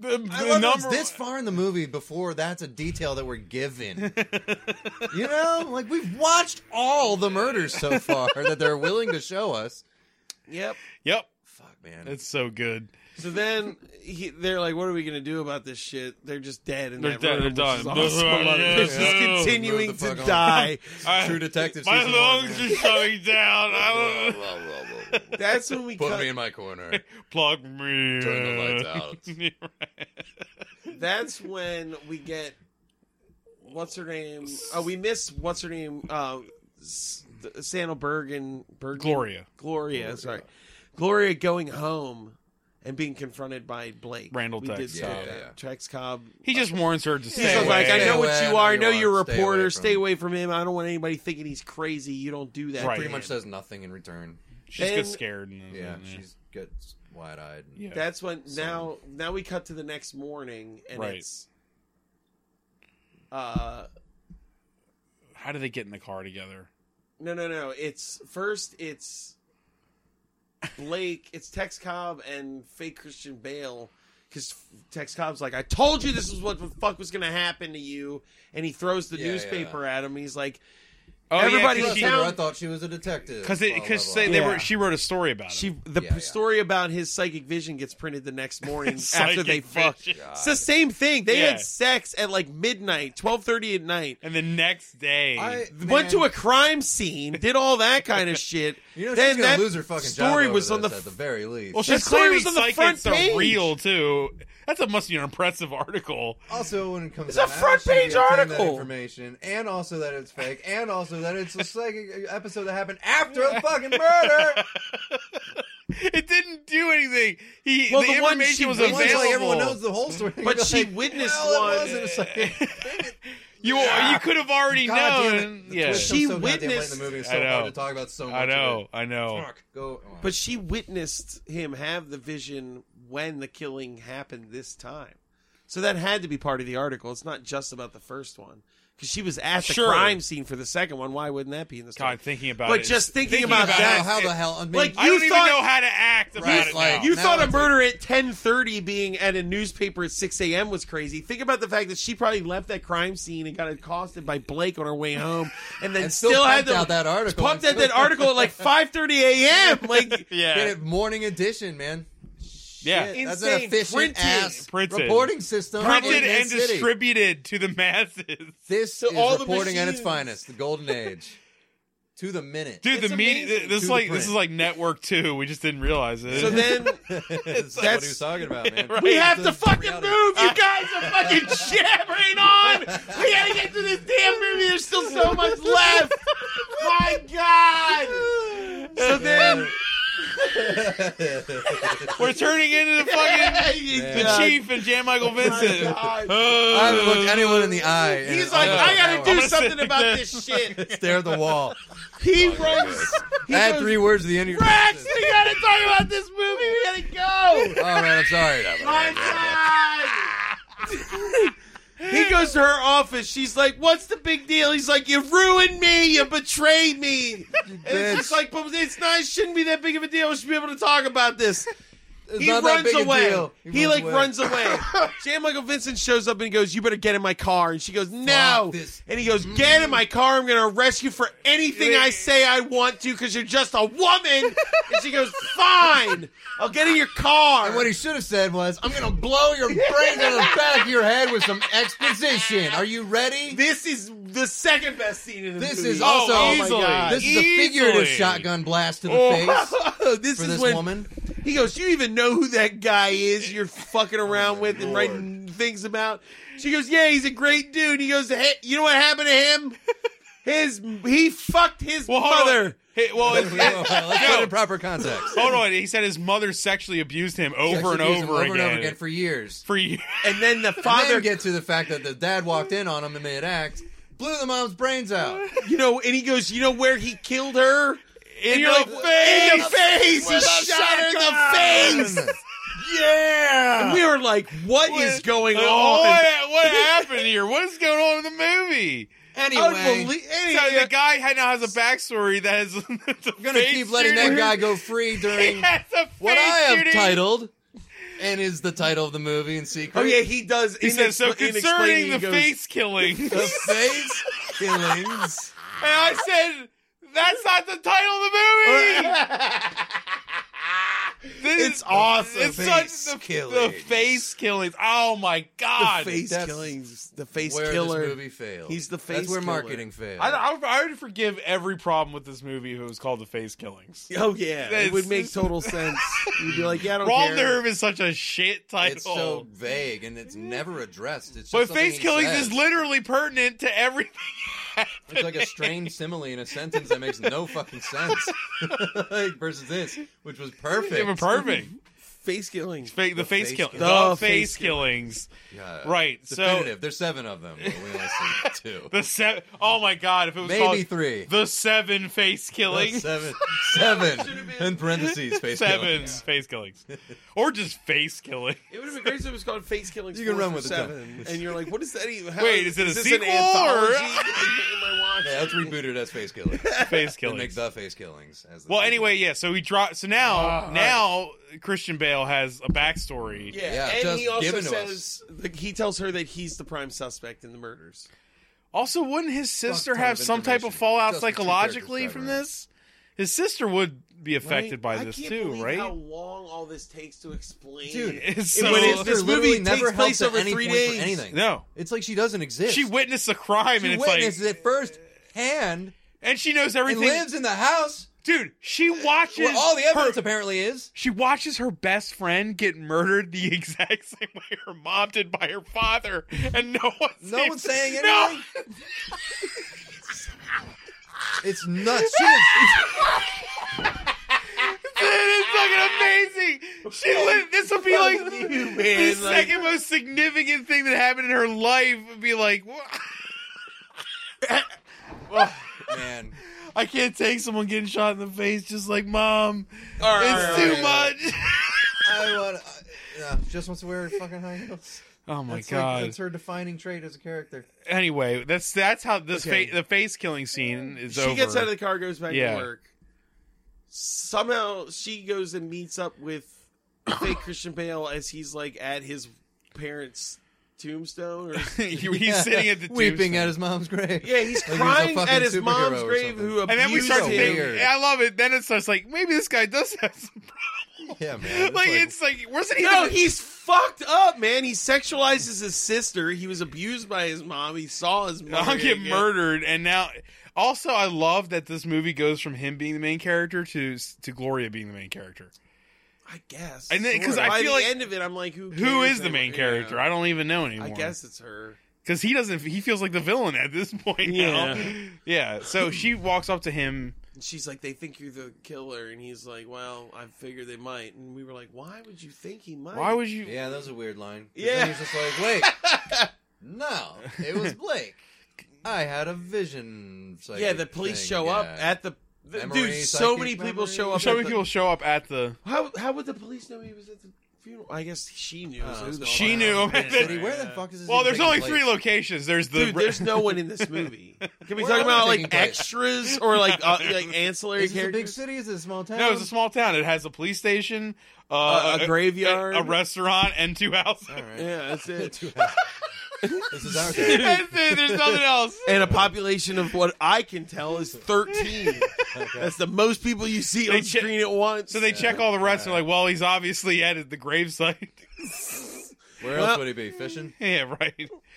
Speaker 5: The, the
Speaker 4: I love that it's
Speaker 5: number
Speaker 4: this far in the movie before that's a detail that we're given. you know, like we've watched all the murders so far that they're willing to show us.
Speaker 2: Yep.
Speaker 5: Yep,
Speaker 4: Fuck, man.
Speaker 5: it's so good.
Speaker 2: So then he, they're like, "What are we gonna do about this shit? They're just dead, and
Speaker 5: They're
Speaker 2: that
Speaker 5: dead,
Speaker 2: Room,
Speaker 5: they're
Speaker 2: which is
Speaker 5: done.
Speaker 2: awesome.
Speaker 5: Yeah,
Speaker 2: They're just
Speaker 5: yeah.
Speaker 2: continuing
Speaker 4: Move the
Speaker 2: to
Speaker 4: fuck on.
Speaker 2: die.
Speaker 5: I-
Speaker 4: True Detective
Speaker 5: My
Speaker 4: season one,
Speaker 5: lungs uh,
Speaker 4: man.
Speaker 5: are shutting down. I don't-
Speaker 2: That's when we
Speaker 4: Put
Speaker 2: cut.
Speaker 4: me in my corner.
Speaker 5: Plug me.
Speaker 4: Turn the lights
Speaker 5: in.
Speaker 4: out.
Speaker 5: Right.
Speaker 2: that's when we get what's her name? Oh, we miss what's her name? Uh, S- Sandal Bergen, Bergen,
Speaker 5: Gloria.
Speaker 2: Gloria, Sorry, Gloria going home and being confronted by Blake.
Speaker 5: Randall
Speaker 2: we
Speaker 5: Tex.
Speaker 2: did
Speaker 4: Yeah,
Speaker 2: start
Speaker 4: yeah,
Speaker 2: that.
Speaker 4: yeah.
Speaker 2: Tex Cobb.
Speaker 5: He just warns her to
Speaker 2: He's
Speaker 5: stay away.
Speaker 4: away.
Speaker 2: like, I know what
Speaker 4: Stay
Speaker 2: you are. I
Speaker 4: away
Speaker 2: know you're a
Speaker 4: from- stay away
Speaker 2: reporter.
Speaker 4: from
Speaker 2: Stay
Speaker 4: him."
Speaker 2: away from him. I don't want anybody thinking he's crazy. You don't do that.
Speaker 5: Right.
Speaker 2: to
Speaker 4: Pretty
Speaker 2: him.
Speaker 4: much says nothing in return.
Speaker 5: she just gets
Speaker 2: then-
Speaker 5: scared. And,
Speaker 4: Yeah,
Speaker 5: and-
Speaker 4: she's gets wide eyed.
Speaker 5: Mm-hmm. yeah.
Speaker 2: That's when now now we cut to the next morning and
Speaker 5: Right.
Speaker 2: it's uh
Speaker 5: How do they get in the car together?
Speaker 2: no no no it's first it's Blake it's Tex Cobb and fake Christian Bale because Tex Cobb's like I told you this is what the fuck was gonna happen to you and he throws the
Speaker 4: Yeah,
Speaker 2: newspaper at him he's like
Speaker 5: Oh, yeah,
Speaker 2: Everybody
Speaker 5: 'cause
Speaker 2: in
Speaker 5: she-
Speaker 2: town-
Speaker 4: I thought she was a detective.
Speaker 5: because
Speaker 4: Blah,
Speaker 5: it
Speaker 4: blah,
Speaker 5: because
Speaker 4: blah.
Speaker 5: they
Speaker 2: Yeah.
Speaker 5: were she wrote a story about it.
Speaker 2: She the
Speaker 4: Yeah, yeah.
Speaker 2: story about his psychic vision gets printed the next morning after
Speaker 5: Psychic
Speaker 2: they fucked.
Speaker 5: vision.
Speaker 2: It's the same thing. They
Speaker 5: Yeah.
Speaker 2: had sex at like midnight, twelve thirty at night.
Speaker 5: and the next day,
Speaker 4: I- man,
Speaker 2: Went to a crime scene, did all that kind of shit.
Speaker 4: You know
Speaker 2: then
Speaker 4: she's gonna
Speaker 2: that
Speaker 4: lose her fucking
Speaker 2: story
Speaker 4: job over
Speaker 2: was on the
Speaker 4: this at
Speaker 2: f-
Speaker 4: the very least.
Speaker 5: well,
Speaker 2: she- that
Speaker 5: she's
Speaker 2: story
Speaker 5: clearly
Speaker 2: was on the
Speaker 5: psychic,
Speaker 2: front
Speaker 5: so
Speaker 2: page.
Speaker 5: real too. That's a must be an impressive article.
Speaker 4: also, when it comes
Speaker 2: It's a
Speaker 4: out,
Speaker 2: front
Speaker 4: she obtained
Speaker 2: page
Speaker 4: that
Speaker 2: article.
Speaker 4: information, and also that it's fake, and also that it's a psychic episode that happened after the fucking murder.
Speaker 5: It didn't do anything. He
Speaker 2: Well,
Speaker 5: the,
Speaker 2: the one she
Speaker 5: information was
Speaker 2: witnessed-
Speaker 4: Once,
Speaker 5: available.
Speaker 4: like everyone knows the whole story,
Speaker 2: But
Speaker 4: you're
Speaker 2: she
Speaker 4: like,
Speaker 2: witnessed
Speaker 4: well, it
Speaker 2: one.
Speaker 4: wasn't a psychic. Dang it.
Speaker 5: you you could have already
Speaker 4: Ah, God damn
Speaker 5: known.
Speaker 4: it. The
Speaker 5: Yeah,
Speaker 4: twist
Speaker 2: She
Speaker 4: comes so goddamn late in
Speaker 2: witnessed-
Speaker 4: the movie. It's
Speaker 5: I
Speaker 4: so
Speaker 5: know.
Speaker 4: hard to talk about so much.
Speaker 5: I
Speaker 4: of
Speaker 5: know.
Speaker 4: it.
Speaker 5: I know.
Speaker 4: Fuck. Go.
Speaker 2: But she witnessed him have the vision when the killing happened this time. So that had to be part of the article. It's not just about the first one. Because she was at the
Speaker 5: Sure.
Speaker 2: crime scene for the second one. Why wouldn't that be in the story?
Speaker 5: God, thinking about
Speaker 2: But
Speaker 5: it.
Speaker 2: just thinking about
Speaker 4: I
Speaker 2: that-
Speaker 4: don't know how the hell. I mean,
Speaker 2: Like,
Speaker 5: I
Speaker 2: You
Speaker 5: don't
Speaker 2: thought-
Speaker 5: even know how to act about
Speaker 4: Right,
Speaker 5: it.
Speaker 4: like,
Speaker 5: now.
Speaker 2: You
Speaker 4: Now
Speaker 2: thought a
Speaker 4: it's
Speaker 2: murder at ten thirty being at a newspaper at six a.m. was crazy. Think about the fact that she probably left that crime scene and got accosted by Blake on her way home, and then
Speaker 4: And
Speaker 2: still,
Speaker 4: still
Speaker 2: had
Speaker 4: pumped
Speaker 2: the,
Speaker 4: out that article.
Speaker 2: Pumped out that article at like five thirty a.m. Like
Speaker 4: Get
Speaker 5: yeah,
Speaker 4: it morning edition, man.
Speaker 5: yeah.
Speaker 4: Shit, that's
Speaker 2: Insane.
Speaker 4: an efficient
Speaker 2: Printed.
Speaker 4: ass
Speaker 5: Printed.
Speaker 4: reporting system.
Speaker 5: Printed and
Speaker 4: in this city.
Speaker 5: distributed to the masses.
Speaker 4: This
Speaker 2: So
Speaker 4: is
Speaker 2: all the
Speaker 4: reporting at its
Speaker 2: machines-
Speaker 4: finest, the golden age. to the minute.
Speaker 5: Dude,
Speaker 2: It's
Speaker 5: the media.
Speaker 2: amazing.
Speaker 5: This
Speaker 4: To
Speaker 5: is
Speaker 4: the
Speaker 5: like this
Speaker 4: print.
Speaker 5: is like Network Two. We just didn't realize it.
Speaker 2: So then
Speaker 4: That's like what
Speaker 2: That's-
Speaker 4: he was talking about, man.
Speaker 5: Right.
Speaker 2: we have
Speaker 4: It's a
Speaker 2: to fucking
Speaker 4: reality.
Speaker 2: move. You guys are fucking jabbering on. We gotta get to this damn movie. There's still so much left. My God. So then,
Speaker 5: We're turning into the fucking the
Speaker 4: God.
Speaker 5: Chief and Jan Michael Vincent.
Speaker 4: I haven't looked anyone in the eye. in
Speaker 2: He's
Speaker 4: all
Speaker 2: like,
Speaker 4: of
Speaker 2: I
Speaker 4: an
Speaker 2: gotta
Speaker 4: hour."
Speaker 2: do something about this shit.
Speaker 4: Stare at the wall.
Speaker 2: He runs. He
Speaker 4: Add
Speaker 2: goes,
Speaker 4: three words to the end of your
Speaker 2: Rex,
Speaker 4: sentence.
Speaker 2: we gotta talk about this movie. We gotta go.
Speaker 4: Oh man, I'm sorry.
Speaker 2: My God. He goes to her office. She's like, "What's the big deal?" He's like, "You ruined me. You betrayed me." And it's just
Speaker 4: bitch.
Speaker 2: like, but it's not. It shouldn't be that big of a deal. We should be able to talk about this.
Speaker 4: It's
Speaker 2: he
Speaker 4: not that
Speaker 2: runs
Speaker 4: big a
Speaker 2: away.
Speaker 4: deal.
Speaker 2: He, like runs away. Jan Michael Vincent shows up and he goes, "You better get in my car." And she goes, "No."
Speaker 4: Fuck this.
Speaker 2: And he goes, "Get in my car. I'm going to arrest you for anything I say I want to because you're just a woman." and she goes, "Fine. I'll get in your car."
Speaker 4: And what he should have said was, "I'm gonna blow your brains out of the back of your head with some exposition. Are you ready?"
Speaker 2: this is the second best scene in the
Speaker 4: This
Speaker 2: movie.
Speaker 4: is also
Speaker 5: Oh,
Speaker 2: my
Speaker 5: easily.
Speaker 2: God.
Speaker 4: This is a
Speaker 5: Easily.
Speaker 4: figurative shotgun blast to the face
Speaker 2: Oh, this
Speaker 4: for
Speaker 2: is
Speaker 4: this
Speaker 2: when
Speaker 4: woman.
Speaker 2: he goes. You even know who that guy is? You're fucking around with and writing things about. She goes, "Yeah, he's a great dude." He goes, "Hey, you know what happened to him? His he fucked his
Speaker 5: Well, hold on.
Speaker 2: mother."
Speaker 5: Hey, well,
Speaker 4: Let's
Speaker 5: it's, it's,
Speaker 4: put it in proper context.
Speaker 5: hold on. He said his mother sexually abused him over and
Speaker 4: Sexually abused him
Speaker 5: over, again.
Speaker 4: and over again for years.
Speaker 5: for years.
Speaker 2: And then the
Speaker 4: Father
Speaker 2: father,
Speaker 4: get to the fact that the dad walked in on him in mid-act, blew the mom's brains out.
Speaker 2: you know, and he goes, "You know where he killed her?"
Speaker 5: In
Speaker 2: your face! In the face! He shot her in the face!
Speaker 5: Yeah.
Speaker 2: And we were like, "What is going
Speaker 5: What- Uh,
Speaker 2: on?"
Speaker 5: What, what happened here? What is going on in the movie?
Speaker 4: Anyway,
Speaker 2: Unbelie- any-
Speaker 5: So the guy had- now has a backstory that is
Speaker 4: I'm gonna keep letting that guy go free during what I have titled, and is the title of the movie in secret.
Speaker 2: Oh yeah, he does.
Speaker 5: He
Speaker 2: in
Speaker 5: says so
Speaker 2: expl- in
Speaker 5: concerning
Speaker 2: explaining,
Speaker 5: the
Speaker 2: he goes,
Speaker 5: face killing. and
Speaker 4: the face killings.
Speaker 5: I said that's not the title of the movie. This-
Speaker 2: It's awesome.
Speaker 5: It's
Speaker 4: Face
Speaker 5: such the, the
Speaker 4: killings.
Speaker 5: face killings. Oh my god.
Speaker 2: the face
Speaker 4: that's
Speaker 2: killings, the face
Speaker 4: where
Speaker 2: killer.
Speaker 4: this movie failed.
Speaker 2: He's the face
Speaker 4: That's where
Speaker 2: killer.
Speaker 4: marketing failed.
Speaker 5: I, I, would- I would forgive every problem with this movie if it was called the face killings.
Speaker 2: Oh yeah,
Speaker 5: That's-
Speaker 2: it would make total sense. You'd be like, yeah, I don't
Speaker 5: Raw
Speaker 2: care.
Speaker 5: Nerve is such a shit title.
Speaker 4: it's so vague and it's never addressed. It's just
Speaker 5: But
Speaker 4: something
Speaker 5: face
Speaker 4: he
Speaker 5: killings
Speaker 4: says.
Speaker 5: is literally pertinent to everything.
Speaker 4: It's like a strange simile in a sentence that makes no fucking sense. like versus this, which was perfect.
Speaker 5: They were perfect.
Speaker 2: Face killings.
Speaker 5: Fa- the, face,
Speaker 4: face
Speaker 5: kill-
Speaker 4: kill-
Speaker 5: the,
Speaker 2: The
Speaker 5: face,
Speaker 2: face
Speaker 5: killings.
Speaker 4: Yeah.
Speaker 5: Right.
Speaker 4: Definitive. There's seven of them, but we only see two.
Speaker 5: So the seven oh my god, if it was
Speaker 4: Maybe
Speaker 5: called
Speaker 4: three.
Speaker 5: the seven face killings.
Speaker 4: Seven. Seven. In parentheses, face
Speaker 5: seven
Speaker 4: killings.
Speaker 5: face killings. or just face killing.
Speaker 2: It would have been great if it was called Face Killings.
Speaker 4: You can
Speaker 2: four
Speaker 4: run
Speaker 2: for
Speaker 4: with it, Tom.
Speaker 2: seven, and you're like, what is that even? How,
Speaker 5: Wait, is it a
Speaker 2: this
Speaker 5: sequel,
Speaker 2: an anthology? Am
Speaker 5: or-
Speaker 2: I watching?
Speaker 4: Yeah, let's reboot it as face killings.
Speaker 5: Face
Speaker 4: And make
Speaker 5: killings.
Speaker 4: the face killings. As the
Speaker 5: Well,
Speaker 4: sequel.
Speaker 5: anyway, yeah. So we drop. So now, now Christian Bale has a backstory.
Speaker 2: Yeah,
Speaker 4: Yeah,
Speaker 2: and
Speaker 4: just
Speaker 2: he also
Speaker 4: given to
Speaker 2: says like, he tells her that he's the prime suspect in the murders.
Speaker 5: Also, wouldn't his sister
Speaker 4: ton
Speaker 5: have
Speaker 4: of
Speaker 5: some type of
Speaker 4: information.
Speaker 5: fallout
Speaker 4: Just the two
Speaker 5: psychologically
Speaker 4: characters
Speaker 5: from
Speaker 4: driving around.
Speaker 5: this? His sister would be
Speaker 2: Right?
Speaker 5: affected by
Speaker 2: I
Speaker 5: this
Speaker 2: can't
Speaker 5: too,
Speaker 2: believe
Speaker 5: right?
Speaker 2: How long all this takes to explain?
Speaker 4: Dude,
Speaker 5: It's
Speaker 2: And
Speaker 5: so,
Speaker 2: when it's-
Speaker 4: Sister
Speaker 2: this
Speaker 4: literally
Speaker 2: movie
Speaker 4: never
Speaker 2: takes
Speaker 4: helps
Speaker 2: place
Speaker 4: at
Speaker 2: over
Speaker 4: any
Speaker 2: three
Speaker 4: point for
Speaker 2: days.
Speaker 4: anything.
Speaker 5: no,
Speaker 4: It's like she doesn't exist.
Speaker 5: she witnessed the crime,
Speaker 4: She
Speaker 5: and it's like,
Speaker 4: witnesses it first hand
Speaker 5: and she knows
Speaker 4: and
Speaker 5: everything.
Speaker 4: lives in the house
Speaker 5: Dude, she watches
Speaker 4: where all the evidence
Speaker 5: her,
Speaker 4: apparently is.
Speaker 5: She watches her best friend get murdered the exact same way her mom did by her father, and no one,
Speaker 4: No
Speaker 5: seems-
Speaker 4: one's saying
Speaker 5: No!
Speaker 4: anything. It's nuts. She is,
Speaker 5: It's fucking amazing. She li- this will be like the
Speaker 2: man, like-
Speaker 5: second most significant thing that happened in her life. Would be like, "Wha-
Speaker 4: man,
Speaker 5: I can't take someone getting shot in the face. Just like mom,
Speaker 2: All right, all
Speaker 5: it's
Speaker 2: right,
Speaker 5: too
Speaker 4: right,
Speaker 5: much.
Speaker 4: I want. Uh, just wants to wear fucking high heels.
Speaker 5: Oh my
Speaker 4: That's like-
Speaker 5: god.
Speaker 4: that's her defining trait as a character.
Speaker 5: anyway, that's that's how this
Speaker 2: Okay.
Speaker 5: fa- the face killing scene is
Speaker 2: she
Speaker 5: over.
Speaker 2: gets out of the car, goes back to
Speaker 5: Yeah.
Speaker 2: work. Somehow she goes and meets up with fake Christian Bale as he's like at his parents' tombstone. Or
Speaker 5: He- He's sitting at the
Speaker 4: weeping
Speaker 5: tombstone.
Speaker 4: at his mom's grave.
Speaker 2: yeah, he's
Speaker 4: Like a
Speaker 2: crying
Speaker 4: fucking
Speaker 2: at his
Speaker 4: superhero
Speaker 2: mom's
Speaker 4: or
Speaker 2: grave,
Speaker 4: something.
Speaker 2: who abused
Speaker 5: and then we start
Speaker 4: so
Speaker 5: thinking.
Speaker 4: weird.
Speaker 5: I love it. Then it starts like maybe this guy does have some.
Speaker 4: Yeah, man.
Speaker 5: Like, it's like wasn't he?
Speaker 2: No,
Speaker 5: the-
Speaker 2: he's fucked up, man. He sexualizes his sister. He was abused by his mom. He saw his mom
Speaker 5: I'll get murdered, and now Also, I love that this movie goes from him being the main character to to Gloria being the main character.
Speaker 2: I guess.
Speaker 5: And then- 'cause
Speaker 2: Sort of.
Speaker 5: I
Speaker 2: By
Speaker 5: feel
Speaker 2: the
Speaker 5: like-
Speaker 2: end of it, I'm like, who?
Speaker 5: Who
Speaker 2: cares
Speaker 5: is the main
Speaker 2: anymore?
Speaker 5: character?
Speaker 2: Yeah.
Speaker 5: I don't even know anymore.
Speaker 2: I guess it's her.
Speaker 5: because he doesn't. He feels like the villain at this point. Yeah,
Speaker 2: Yeah.
Speaker 5: yeah. So she walks up to him.
Speaker 2: And she's like, they think you're the killer, and he's like, well, I figured they might. And we were like, why would you think he might?
Speaker 5: Why would you?
Speaker 4: Yeah, that was a weird line. 'Cause
Speaker 2: Yeah.
Speaker 4: Then he's just like, wait, no, it was Blake. I had a vision. psychic
Speaker 2: Yeah, the police
Speaker 4: thing,
Speaker 2: show
Speaker 4: yeah.
Speaker 2: up at the. the-
Speaker 4: Memory,
Speaker 2: dude, so
Speaker 4: psychic
Speaker 2: many people
Speaker 4: memory.
Speaker 2: show up.
Speaker 5: So
Speaker 2: at
Speaker 5: many
Speaker 2: the-
Speaker 5: people show up at the.
Speaker 2: How how would the police know he was at the funeral? I guess she knew.
Speaker 4: Oh,
Speaker 2: so who the
Speaker 5: She
Speaker 2: fuck-
Speaker 5: knew him.
Speaker 2: Yeah.
Speaker 4: City, where the fuck is this?
Speaker 5: Well,
Speaker 4: even
Speaker 5: there's
Speaker 4: taking
Speaker 5: only
Speaker 4: place?
Speaker 5: three locations. There's the.
Speaker 2: Dude, there's no one in this movie. Can we
Speaker 4: Where
Speaker 2: talk
Speaker 4: are
Speaker 2: about
Speaker 4: they
Speaker 2: like
Speaker 4: taking place?
Speaker 2: extras or like uh, like ancillary
Speaker 4: Is this a big
Speaker 2: characters?
Speaker 4: city? Is it a small town?
Speaker 5: no, it's a small town. It has a police station, uh,
Speaker 2: Uh, a graveyard.
Speaker 5: a, restaurant, and two houses.
Speaker 4: All right.
Speaker 2: yeah, that's it.
Speaker 4: This is our town.
Speaker 5: That's it. There's nothing else.
Speaker 2: and a population of what I can tell is 13. That's the most people you see
Speaker 5: They
Speaker 2: on
Speaker 5: che-
Speaker 2: screen at once.
Speaker 5: So they check all the rest. They're like, well, he's obviously at the gravesite.
Speaker 4: Where else would he be fishing?
Speaker 5: yeah, right.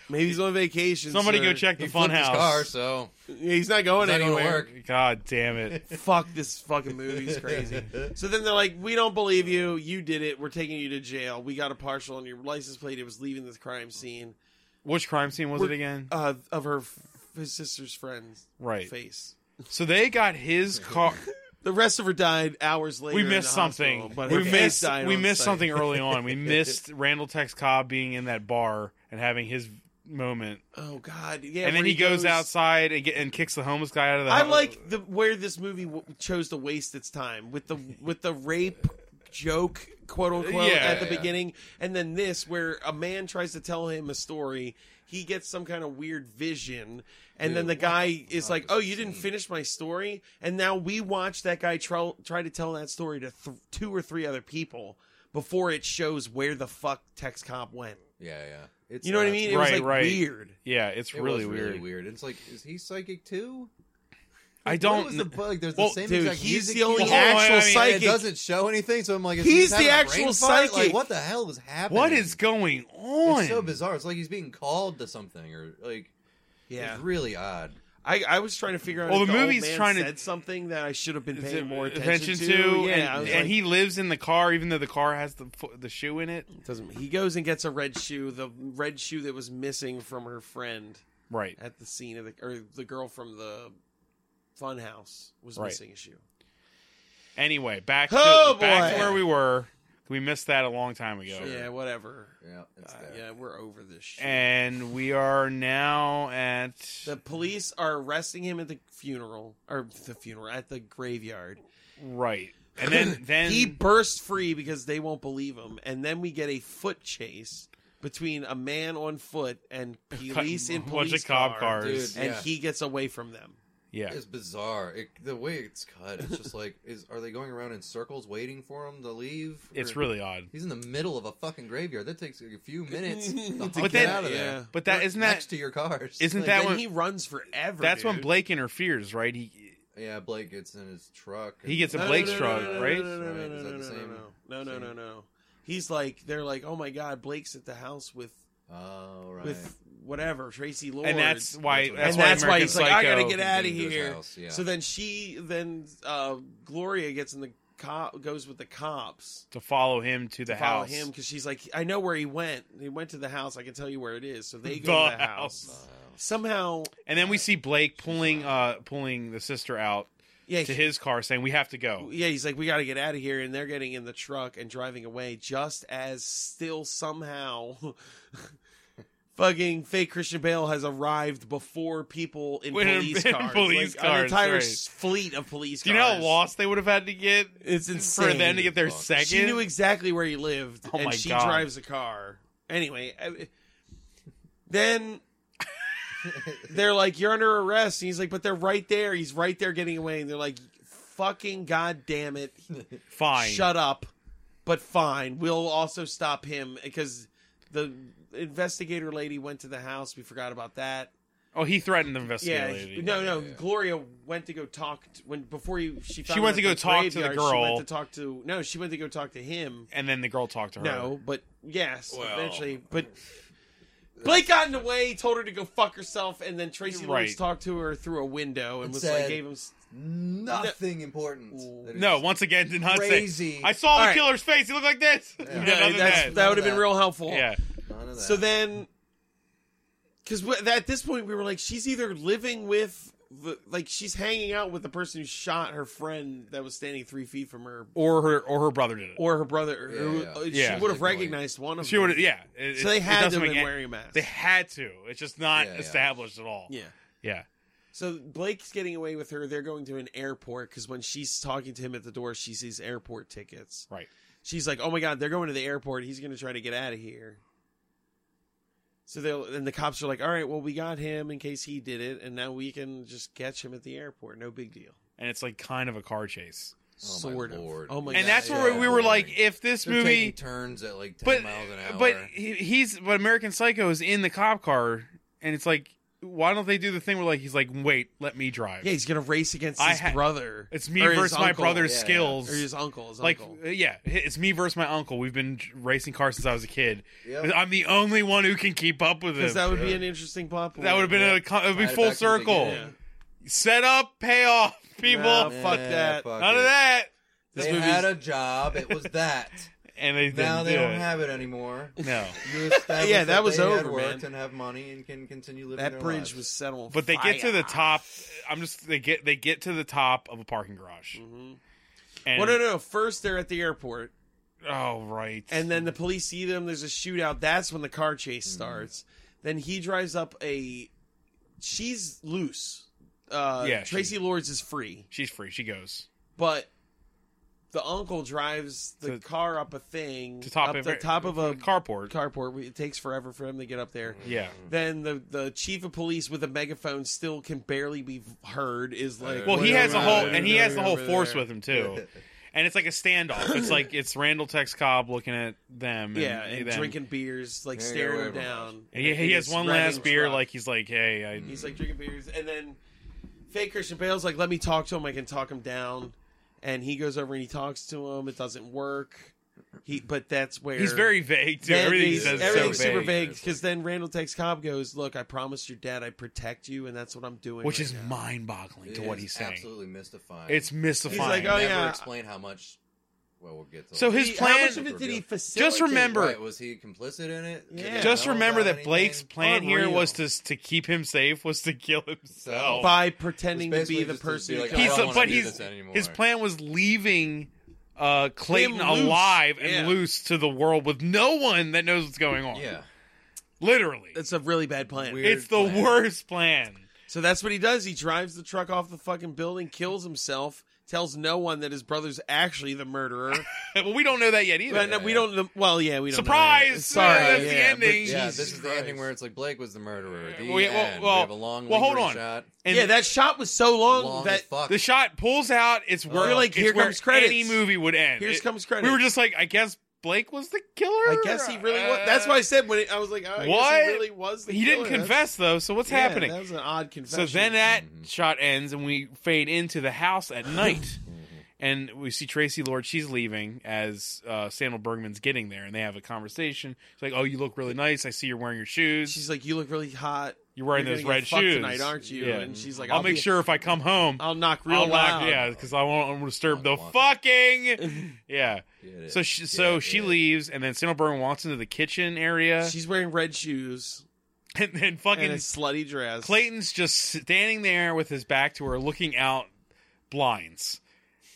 Speaker 2: Maybe he's on vacation.
Speaker 5: Somebody
Speaker 2: sir.
Speaker 5: go check the
Speaker 4: He flipped his car,
Speaker 5: funhouse.
Speaker 4: so
Speaker 2: Yeah, he's not going
Speaker 4: He's not gonna
Speaker 2: anywhere.
Speaker 4: work.
Speaker 5: God damn it.
Speaker 2: Fuck this fucking movie's crazy. so then they're like, "We don't believe you. You did it. We're taking you to jail. We got a partial on your license plate. It was leaving the crime scene
Speaker 5: Which crime scene was
Speaker 2: We're-
Speaker 5: it again?
Speaker 2: uh, of her f- his sister's friend's
Speaker 5: Right.
Speaker 2: face."
Speaker 5: So they got his car.
Speaker 2: The rest of her died hours later.
Speaker 5: We
Speaker 2: in the
Speaker 5: missed something.
Speaker 2: hospital, but
Speaker 5: we
Speaker 2: her face
Speaker 5: missed.
Speaker 2: died
Speaker 5: we
Speaker 2: on
Speaker 5: missed
Speaker 2: site.
Speaker 5: something early on. We missed Randall Tex Cobb being in that bar and having his moment,
Speaker 2: Oh God! Yeah.
Speaker 5: and then
Speaker 2: where
Speaker 5: he goes,
Speaker 2: goes
Speaker 5: outside and, get, and kicks the homeless guy out of the.
Speaker 2: I
Speaker 5: house.
Speaker 2: like the where this movie w- chose to waste its time with the with the rape joke quote unquote
Speaker 5: Yeah,
Speaker 2: at the
Speaker 4: yeah.
Speaker 2: beginning, and then this where a man tries to tell him a story. He gets some kind of weird vision, and then
Speaker 4: Dude,
Speaker 2: the
Speaker 4: what
Speaker 2: guy
Speaker 4: the
Speaker 2: is
Speaker 4: fuck
Speaker 2: like,
Speaker 4: is
Speaker 2: "Oh,
Speaker 4: this
Speaker 2: you didn't
Speaker 4: scene?"
Speaker 2: finish my story," and now we watch that guy try, try to tell that story to th- two or three other people before it shows where the fuck Tex Cop went.
Speaker 4: yeah, yeah. It's
Speaker 2: You know what I
Speaker 4: nuts.
Speaker 2: mean? It
Speaker 4: It
Speaker 5: Right,
Speaker 2: was like
Speaker 5: right.
Speaker 2: weird.
Speaker 5: Yeah, it's
Speaker 4: was
Speaker 5: really,
Speaker 4: really
Speaker 5: weird.
Speaker 4: weird. It's like, is he psychic too?
Speaker 5: I
Speaker 4: What
Speaker 5: don't.
Speaker 4: was
Speaker 5: kn-
Speaker 4: the bu- like? There's
Speaker 5: Well,
Speaker 4: the same
Speaker 2: Dude,
Speaker 4: exact
Speaker 2: he's
Speaker 4: music
Speaker 2: the only
Speaker 4: cue.
Speaker 5: Oh, I
Speaker 2: actual
Speaker 5: mean, it
Speaker 4: And
Speaker 2: psychic.
Speaker 4: It doesn't show anything, so I'm like, is
Speaker 2: He's
Speaker 4: he having
Speaker 2: the
Speaker 4: a
Speaker 2: actual
Speaker 4: brain fart?
Speaker 2: psychic.
Speaker 4: Like, what the hell is happening?
Speaker 5: what is going on?
Speaker 4: It's so bizarre. It's like he's being called to something, or like
Speaker 2: Yeah.
Speaker 4: it's really odd.
Speaker 2: I, I was trying to figure out.
Speaker 5: Well,
Speaker 2: if
Speaker 5: the
Speaker 2: the,
Speaker 5: movie's
Speaker 2: old man
Speaker 5: trying to-
Speaker 2: said something that I should have been
Speaker 5: Is
Speaker 2: paying
Speaker 5: it
Speaker 2: more attention,
Speaker 5: attention
Speaker 2: to. Yeah, I
Speaker 5: and,
Speaker 2: was
Speaker 5: and
Speaker 2: like,
Speaker 5: he lives in the car, even though the car has the fo- the shoe in it.
Speaker 2: doesn't. He goes and gets a red shoe, the red shoe that was missing from her friend
Speaker 5: Right.
Speaker 2: at the scene of the or the girl from the funhouse was
Speaker 5: Right.
Speaker 2: missing a shoe.
Speaker 5: Anyway, back to,
Speaker 2: Oh,
Speaker 5: back to
Speaker 2: boy.
Speaker 5: where we were. We missed that a long time ago.
Speaker 2: Yeah, whatever.
Speaker 4: Yeah, it's
Speaker 2: Uh,
Speaker 4: there.
Speaker 2: yeah, we're over this shit.
Speaker 5: And we are now at
Speaker 2: the police are arresting him at the funeral or the funeral at the graveyard.
Speaker 5: right. And then then
Speaker 2: he bursts free because they won't believe him, and then we get a foot chase between a man on foot and police in
Speaker 5: bunch
Speaker 2: police
Speaker 5: of cop
Speaker 2: car,
Speaker 5: cars.
Speaker 4: Dude.
Speaker 2: and
Speaker 4: Yeah.
Speaker 2: he gets away from them.
Speaker 5: Yeah.
Speaker 4: It's bizarre. It, the way it's cut, it's just like, is are they going around in circles waiting for him to leave?
Speaker 5: It's
Speaker 4: Or-
Speaker 5: really odd.
Speaker 4: He's in the middle of a fucking graveyard. That takes a few minutes to,
Speaker 2: To
Speaker 5: But
Speaker 4: hunk get
Speaker 5: then-
Speaker 4: out of
Speaker 2: yeah.
Speaker 4: there.
Speaker 5: But that isn't that
Speaker 4: next to your cars.
Speaker 5: isn't
Speaker 2: Like,
Speaker 5: that
Speaker 2: then
Speaker 5: when
Speaker 2: he runs forever.
Speaker 5: that's when
Speaker 2: dude.
Speaker 5: Blake interferes, right? He
Speaker 4: yeah, Blake gets in his truck.
Speaker 5: He gets a
Speaker 2: No, no,
Speaker 5: Blake's
Speaker 2: no, no,
Speaker 5: truck,
Speaker 2: no, no,
Speaker 5: right?
Speaker 2: No, no, no, no,
Speaker 4: Right, is
Speaker 2: no,
Speaker 4: that the
Speaker 2: no,
Speaker 4: same-
Speaker 2: no, no, no,
Speaker 4: same-
Speaker 2: no, no. He's like, they're like, oh my god, Blake's at the house with
Speaker 4: Oh right.
Speaker 2: with whatever Tracy Lord,
Speaker 5: and that's why
Speaker 4: That's
Speaker 5: that's
Speaker 2: and
Speaker 5: why
Speaker 2: that's why he's
Speaker 5: American
Speaker 2: like, I gotta
Speaker 5: Psycho-
Speaker 2: get out of
Speaker 4: Into his
Speaker 2: here.
Speaker 4: house, yeah.
Speaker 2: So then she, then uh, Gloria gets in the cop, goes with the cops.
Speaker 5: to follow him to the
Speaker 2: to follow
Speaker 5: house.
Speaker 2: him because she's like, I know where he went. He went to the house. I can tell you where it is. So they go
Speaker 5: The
Speaker 2: to the house.
Speaker 5: house.
Speaker 2: Somehow,
Speaker 5: And then we see Blake pulling uh pulling the sister out
Speaker 2: yeah,
Speaker 5: to
Speaker 2: he-
Speaker 5: his car saying we have to go.
Speaker 2: yeah. He's like, we got to get out of here, and they're getting in the truck and driving away. Just as still somehow. Fucking fake Christian Bale has arrived before people in
Speaker 5: When-
Speaker 2: police
Speaker 5: in
Speaker 2: cars,
Speaker 5: police
Speaker 2: like,
Speaker 5: cars,
Speaker 2: an entire
Speaker 5: right.
Speaker 2: s- fleet of police
Speaker 5: Do
Speaker 2: cars.
Speaker 5: you know how lost they would have had to get
Speaker 2: It's
Speaker 5: for
Speaker 2: insane
Speaker 5: them to get their
Speaker 4: Fuck.
Speaker 5: second?
Speaker 2: She knew exactly where he lived,
Speaker 5: Oh
Speaker 2: and
Speaker 5: my
Speaker 2: she
Speaker 5: God.
Speaker 2: drives a car. Anyway, I- then they're like, "You're under arrest," and he's like, "But they're right there. He's right there getting away." And they're like, "Fucking goddamn it!
Speaker 5: Fine.
Speaker 2: Shut up!" But fine, we'll also stop him because the investigator lady went to the house. We forgot about that.
Speaker 5: Oh, he threatened the
Speaker 2: Yeah,
Speaker 5: investigator.
Speaker 2: he- no, no. Gloria went to go talk to, when before he, she. Found
Speaker 5: went
Speaker 2: him
Speaker 5: to
Speaker 2: at
Speaker 5: go talk to the
Speaker 2: graveyard, She
Speaker 5: girl.
Speaker 2: went to talk to no. She went to go talk to him.
Speaker 5: And then the girl talked to her.
Speaker 2: No, but yes, eventually. But Blake got in the way, told her to go fuck herself, and then Tracy
Speaker 5: Right.
Speaker 2: Lawrence talked to her through a window and
Speaker 4: And
Speaker 2: was like,
Speaker 4: said-
Speaker 2: gave him. s-
Speaker 4: Nothing important. that
Speaker 5: No,
Speaker 4: is-
Speaker 5: once again, did not
Speaker 4: Crazy.
Speaker 5: say. I saw the
Speaker 2: All right.
Speaker 5: killer's face. He looked like this. Yeah,
Speaker 4: Yeah,
Speaker 5: none
Speaker 2: Yeah,
Speaker 5: of
Speaker 2: that's,
Speaker 5: that.
Speaker 2: that would have been
Speaker 4: None of
Speaker 2: real helpful.
Speaker 5: yeah.
Speaker 4: None of that.
Speaker 2: So then, because at this point we were like, she's either living with, the, like, she's hanging out with the person who shot her friend that was standing three feet from her,
Speaker 5: Or her, or her brother did it.
Speaker 2: or her brother.
Speaker 4: Yeah,
Speaker 2: who,
Speaker 4: yeah.
Speaker 2: uh,
Speaker 5: Yeah.
Speaker 2: she would have
Speaker 4: Like, like-
Speaker 2: recognized one of
Speaker 5: she
Speaker 2: them.
Speaker 5: would. Yeah. It,
Speaker 2: So they
Speaker 5: it- it
Speaker 2: had to
Speaker 5: doesn't
Speaker 2: have
Speaker 5: make
Speaker 2: been
Speaker 5: any-
Speaker 2: wearing a mask.
Speaker 5: They had to. It's just not
Speaker 4: Yeah, yeah.
Speaker 5: established at all.
Speaker 2: yeah.
Speaker 5: Yeah.
Speaker 2: So Blake's getting away with her. They're going to an airport because when she's talking to him at the door, she sees airport tickets.
Speaker 5: Right.
Speaker 2: She's like, "Oh my god, they're going to the airport. He's going to try to get out of here." So they will and the cops are like, "All right, well we got him in case he did it, and now we can just catch him at the airport. No big deal."
Speaker 5: And it's like kind of a car chase.
Speaker 4: Oh, my
Speaker 2: sort of.
Speaker 4: Lord.
Speaker 2: Oh my
Speaker 5: and
Speaker 2: god.
Speaker 5: that's
Speaker 4: yeah,
Speaker 5: where
Speaker 4: yeah,
Speaker 5: we were
Speaker 4: boring.
Speaker 5: like, if this
Speaker 4: They're
Speaker 5: movie
Speaker 4: taking turns at like 10
Speaker 5: but
Speaker 4: miles an hour.
Speaker 5: but he, he's but American Psycho is in the cop car, and it's like, why don't they do the thing where like he's like, wait, let me drive.
Speaker 2: yeah, he's going to race against
Speaker 5: I
Speaker 2: his
Speaker 5: ha-
Speaker 2: brother.
Speaker 5: it's me
Speaker 2: or his
Speaker 5: versus my
Speaker 2: uncle.
Speaker 5: brother's
Speaker 4: Yeah, yeah.
Speaker 5: skills.
Speaker 2: or his uncle. His
Speaker 5: like
Speaker 2: uncle.
Speaker 5: uh, yeah, it's me versus my uncle. We've been j- racing cars since I was a kid.
Speaker 4: Yep.
Speaker 5: I'm the only one who can keep up with him.
Speaker 2: Because that would be an interesting plot.
Speaker 5: That would have been a co- it would be
Speaker 4: Right
Speaker 5: full
Speaker 4: back to the
Speaker 5: circle.
Speaker 4: beginning.
Speaker 2: Yeah.
Speaker 5: Set up, pay off, people.
Speaker 2: Nah,
Speaker 4: Yeah,
Speaker 2: fuck that.
Speaker 4: fuck
Speaker 5: None
Speaker 4: it.
Speaker 5: of that.
Speaker 2: This
Speaker 4: they
Speaker 2: movie's-
Speaker 4: had a job. It was that.
Speaker 5: And they
Speaker 4: now
Speaker 5: didn't
Speaker 4: they
Speaker 5: do
Speaker 4: don't
Speaker 5: it.
Speaker 4: have it anymore.
Speaker 5: no.
Speaker 4: You established
Speaker 2: Yeah, that was
Speaker 4: they had
Speaker 2: over,
Speaker 4: worked
Speaker 2: man.
Speaker 4: And have money and can continue living.
Speaker 2: That
Speaker 4: their
Speaker 2: bridge
Speaker 4: lives.
Speaker 2: was set on
Speaker 5: But they get to the
Speaker 2: fire.
Speaker 5: top. I'm just they get they get to the top of a parking garage. And,
Speaker 2: Well, no, no, no. First, they're at the airport,
Speaker 5: Oh right.
Speaker 2: and then the police see them. There's a shootout. That's when the car chase starts. Then he drives up a. She's loose. Uh,
Speaker 5: Yeah,
Speaker 2: Tracy
Speaker 5: she-
Speaker 2: Lords is free,
Speaker 5: she's free. She goes.
Speaker 2: but the uncle drives the
Speaker 5: To-
Speaker 2: car up a thing
Speaker 5: to top
Speaker 2: up
Speaker 5: of
Speaker 2: the
Speaker 5: it-
Speaker 2: top of a
Speaker 5: carport.
Speaker 2: carport. We- It takes forever for him to get up there.
Speaker 5: Yeah.
Speaker 2: Then the the chief of police with a megaphone still can barely be heard. Is like,
Speaker 5: Well, he
Speaker 2: "We're
Speaker 5: has a
Speaker 2: over
Speaker 5: whole
Speaker 2: there,
Speaker 5: and he has
Speaker 2: we're
Speaker 5: the whole
Speaker 2: over
Speaker 5: force
Speaker 2: there."
Speaker 5: with him too. And it's like a standoff. It's like it's Randall Tex Cobb looking at them. And,
Speaker 2: Yeah, and
Speaker 5: them.
Speaker 2: drinking beers, like
Speaker 4: Yeah,
Speaker 2: staring
Speaker 4: yeah,
Speaker 2: her
Speaker 4: yeah.
Speaker 2: down.
Speaker 5: And he, he has
Speaker 2: He's
Speaker 5: one
Speaker 2: riding
Speaker 5: last beer.
Speaker 2: truck.
Speaker 5: Like he's like, hey, I.
Speaker 2: he's like drinking beers, and then fake Christian Bale's like, "Let me talk to him. I can talk him down." And he goes over and he talks to him. It doesn't work. He, but that's where
Speaker 5: he's very vague too.
Speaker 2: Then
Speaker 5: everything he
Speaker 2: he's-
Speaker 5: says
Speaker 2: everything's
Speaker 5: is so
Speaker 2: super
Speaker 5: vague.
Speaker 2: vague because then Randall Tex Cobb goes, "Look, I promised your dad I'd protect you, and that's what I'm doing."
Speaker 5: which
Speaker 2: right
Speaker 5: is
Speaker 2: now."
Speaker 5: mind-boggling
Speaker 4: It
Speaker 5: to what
Speaker 4: is
Speaker 5: he's saying.
Speaker 4: Absolutely mystifying.
Speaker 5: It's
Speaker 2: He's
Speaker 5: mystifying.
Speaker 2: like,
Speaker 4: Never
Speaker 2: oh, yeah.
Speaker 4: Explain how much. Well, we'll get to.
Speaker 5: So
Speaker 4: that.
Speaker 5: his
Speaker 2: He-
Speaker 5: plan-
Speaker 2: How much of it did he facilitate?
Speaker 5: remember-
Speaker 4: Right, was he complicit in it? Did he
Speaker 2: Yeah.
Speaker 5: Just
Speaker 4: know
Speaker 5: remember
Speaker 4: about
Speaker 5: that Blake's
Speaker 4: anything?
Speaker 5: plan here
Speaker 2: Unreal.
Speaker 5: was to to keep him safe was to kill himself.
Speaker 2: by pretending
Speaker 4: It
Speaker 2: to
Speaker 4: was
Speaker 2: be
Speaker 4: basically
Speaker 2: the
Speaker 4: just to
Speaker 2: person.
Speaker 4: be
Speaker 2: who
Speaker 4: like,
Speaker 2: killed
Speaker 4: I
Speaker 5: he's
Speaker 4: don't
Speaker 2: him.
Speaker 4: wanna
Speaker 5: but
Speaker 4: do
Speaker 5: he's
Speaker 4: this anymore.
Speaker 5: his plan was leaving uh, Clayton
Speaker 2: Him loose.
Speaker 5: alive and
Speaker 2: Yeah.
Speaker 5: loose to the world with no one that knows what's going on.
Speaker 4: Yeah.
Speaker 5: literally,
Speaker 2: It's a really bad plan.
Speaker 4: Weird
Speaker 5: it's the
Speaker 4: plan.
Speaker 5: worst plan.
Speaker 2: So that's what he does. He drives the truck off the fucking building, kills himself, tells no one that his brother's actually the murderer.
Speaker 5: Well, we don't know that yet either.
Speaker 2: but no, we don't. Well, yeah, we don't. know
Speaker 5: Surprise!
Speaker 2: that. Sorry,
Speaker 5: Yeah, that's the
Speaker 2: yeah,
Speaker 5: ending.
Speaker 2: But,
Speaker 4: Yeah,
Speaker 2: Jesus
Speaker 4: this is the
Speaker 2: Christ.
Speaker 4: ending where it's like Blake was the murderer. The
Speaker 5: Well, yeah, well,
Speaker 4: end.
Speaker 5: well,
Speaker 4: we have a long,
Speaker 5: well, hold
Speaker 4: lingering
Speaker 5: on.
Speaker 4: shot.
Speaker 5: And
Speaker 2: yeah, that shot was so long,
Speaker 4: Long
Speaker 2: that
Speaker 4: as fuck.
Speaker 5: the shot pulls out. It's where
Speaker 2: You're like,
Speaker 5: it's
Speaker 2: here
Speaker 5: where
Speaker 2: comes credits.
Speaker 5: Any movie would end.
Speaker 2: Here's
Speaker 5: It-
Speaker 2: comes
Speaker 5: We were
Speaker 2: credits.
Speaker 5: just like, I guess Blake was the killer.
Speaker 2: I guess he really was. That's why I said when it, I was like, oh, I
Speaker 5: What?
Speaker 2: guess he really was. The
Speaker 5: he didn't
Speaker 2: killer.
Speaker 5: confess though. So what's
Speaker 2: That's, yeah,
Speaker 5: happening?
Speaker 2: That was an odd
Speaker 5: So
Speaker 2: confession.
Speaker 5: then that
Speaker 2: Mm-hmm.
Speaker 5: shot ends, and we fade into the house at night, and we see Tracy Lord. She's leaving as uh, Samuel Bergman's getting there, and they have a conversation. She's like, "Oh, you look really nice. I see you're wearing your shoes.
Speaker 2: she's like, "You look really hot.
Speaker 5: you're wearing
Speaker 2: You're
Speaker 5: those
Speaker 2: gonna get
Speaker 5: red
Speaker 2: fucked
Speaker 5: shoes
Speaker 2: tonight, aren't you?"
Speaker 5: Yeah.
Speaker 2: And she's like,
Speaker 5: I'll,
Speaker 2: "I'll,
Speaker 5: make
Speaker 2: be-
Speaker 5: sure if I come home,
Speaker 2: I'll knock real
Speaker 5: I'll knock-
Speaker 2: loud."
Speaker 5: yeah, because I won't disturb the
Speaker 4: I want
Speaker 5: fucking yeah."
Speaker 4: Get it.
Speaker 5: So she,
Speaker 4: Get
Speaker 5: so
Speaker 4: it.
Speaker 5: she leaves, and then Samuel Bergman walks into the kitchen area,
Speaker 2: She's wearing red shoes
Speaker 5: and then fucking
Speaker 2: and a slutty dress.
Speaker 5: Clayton's just standing there with his back to her, looking out blinds,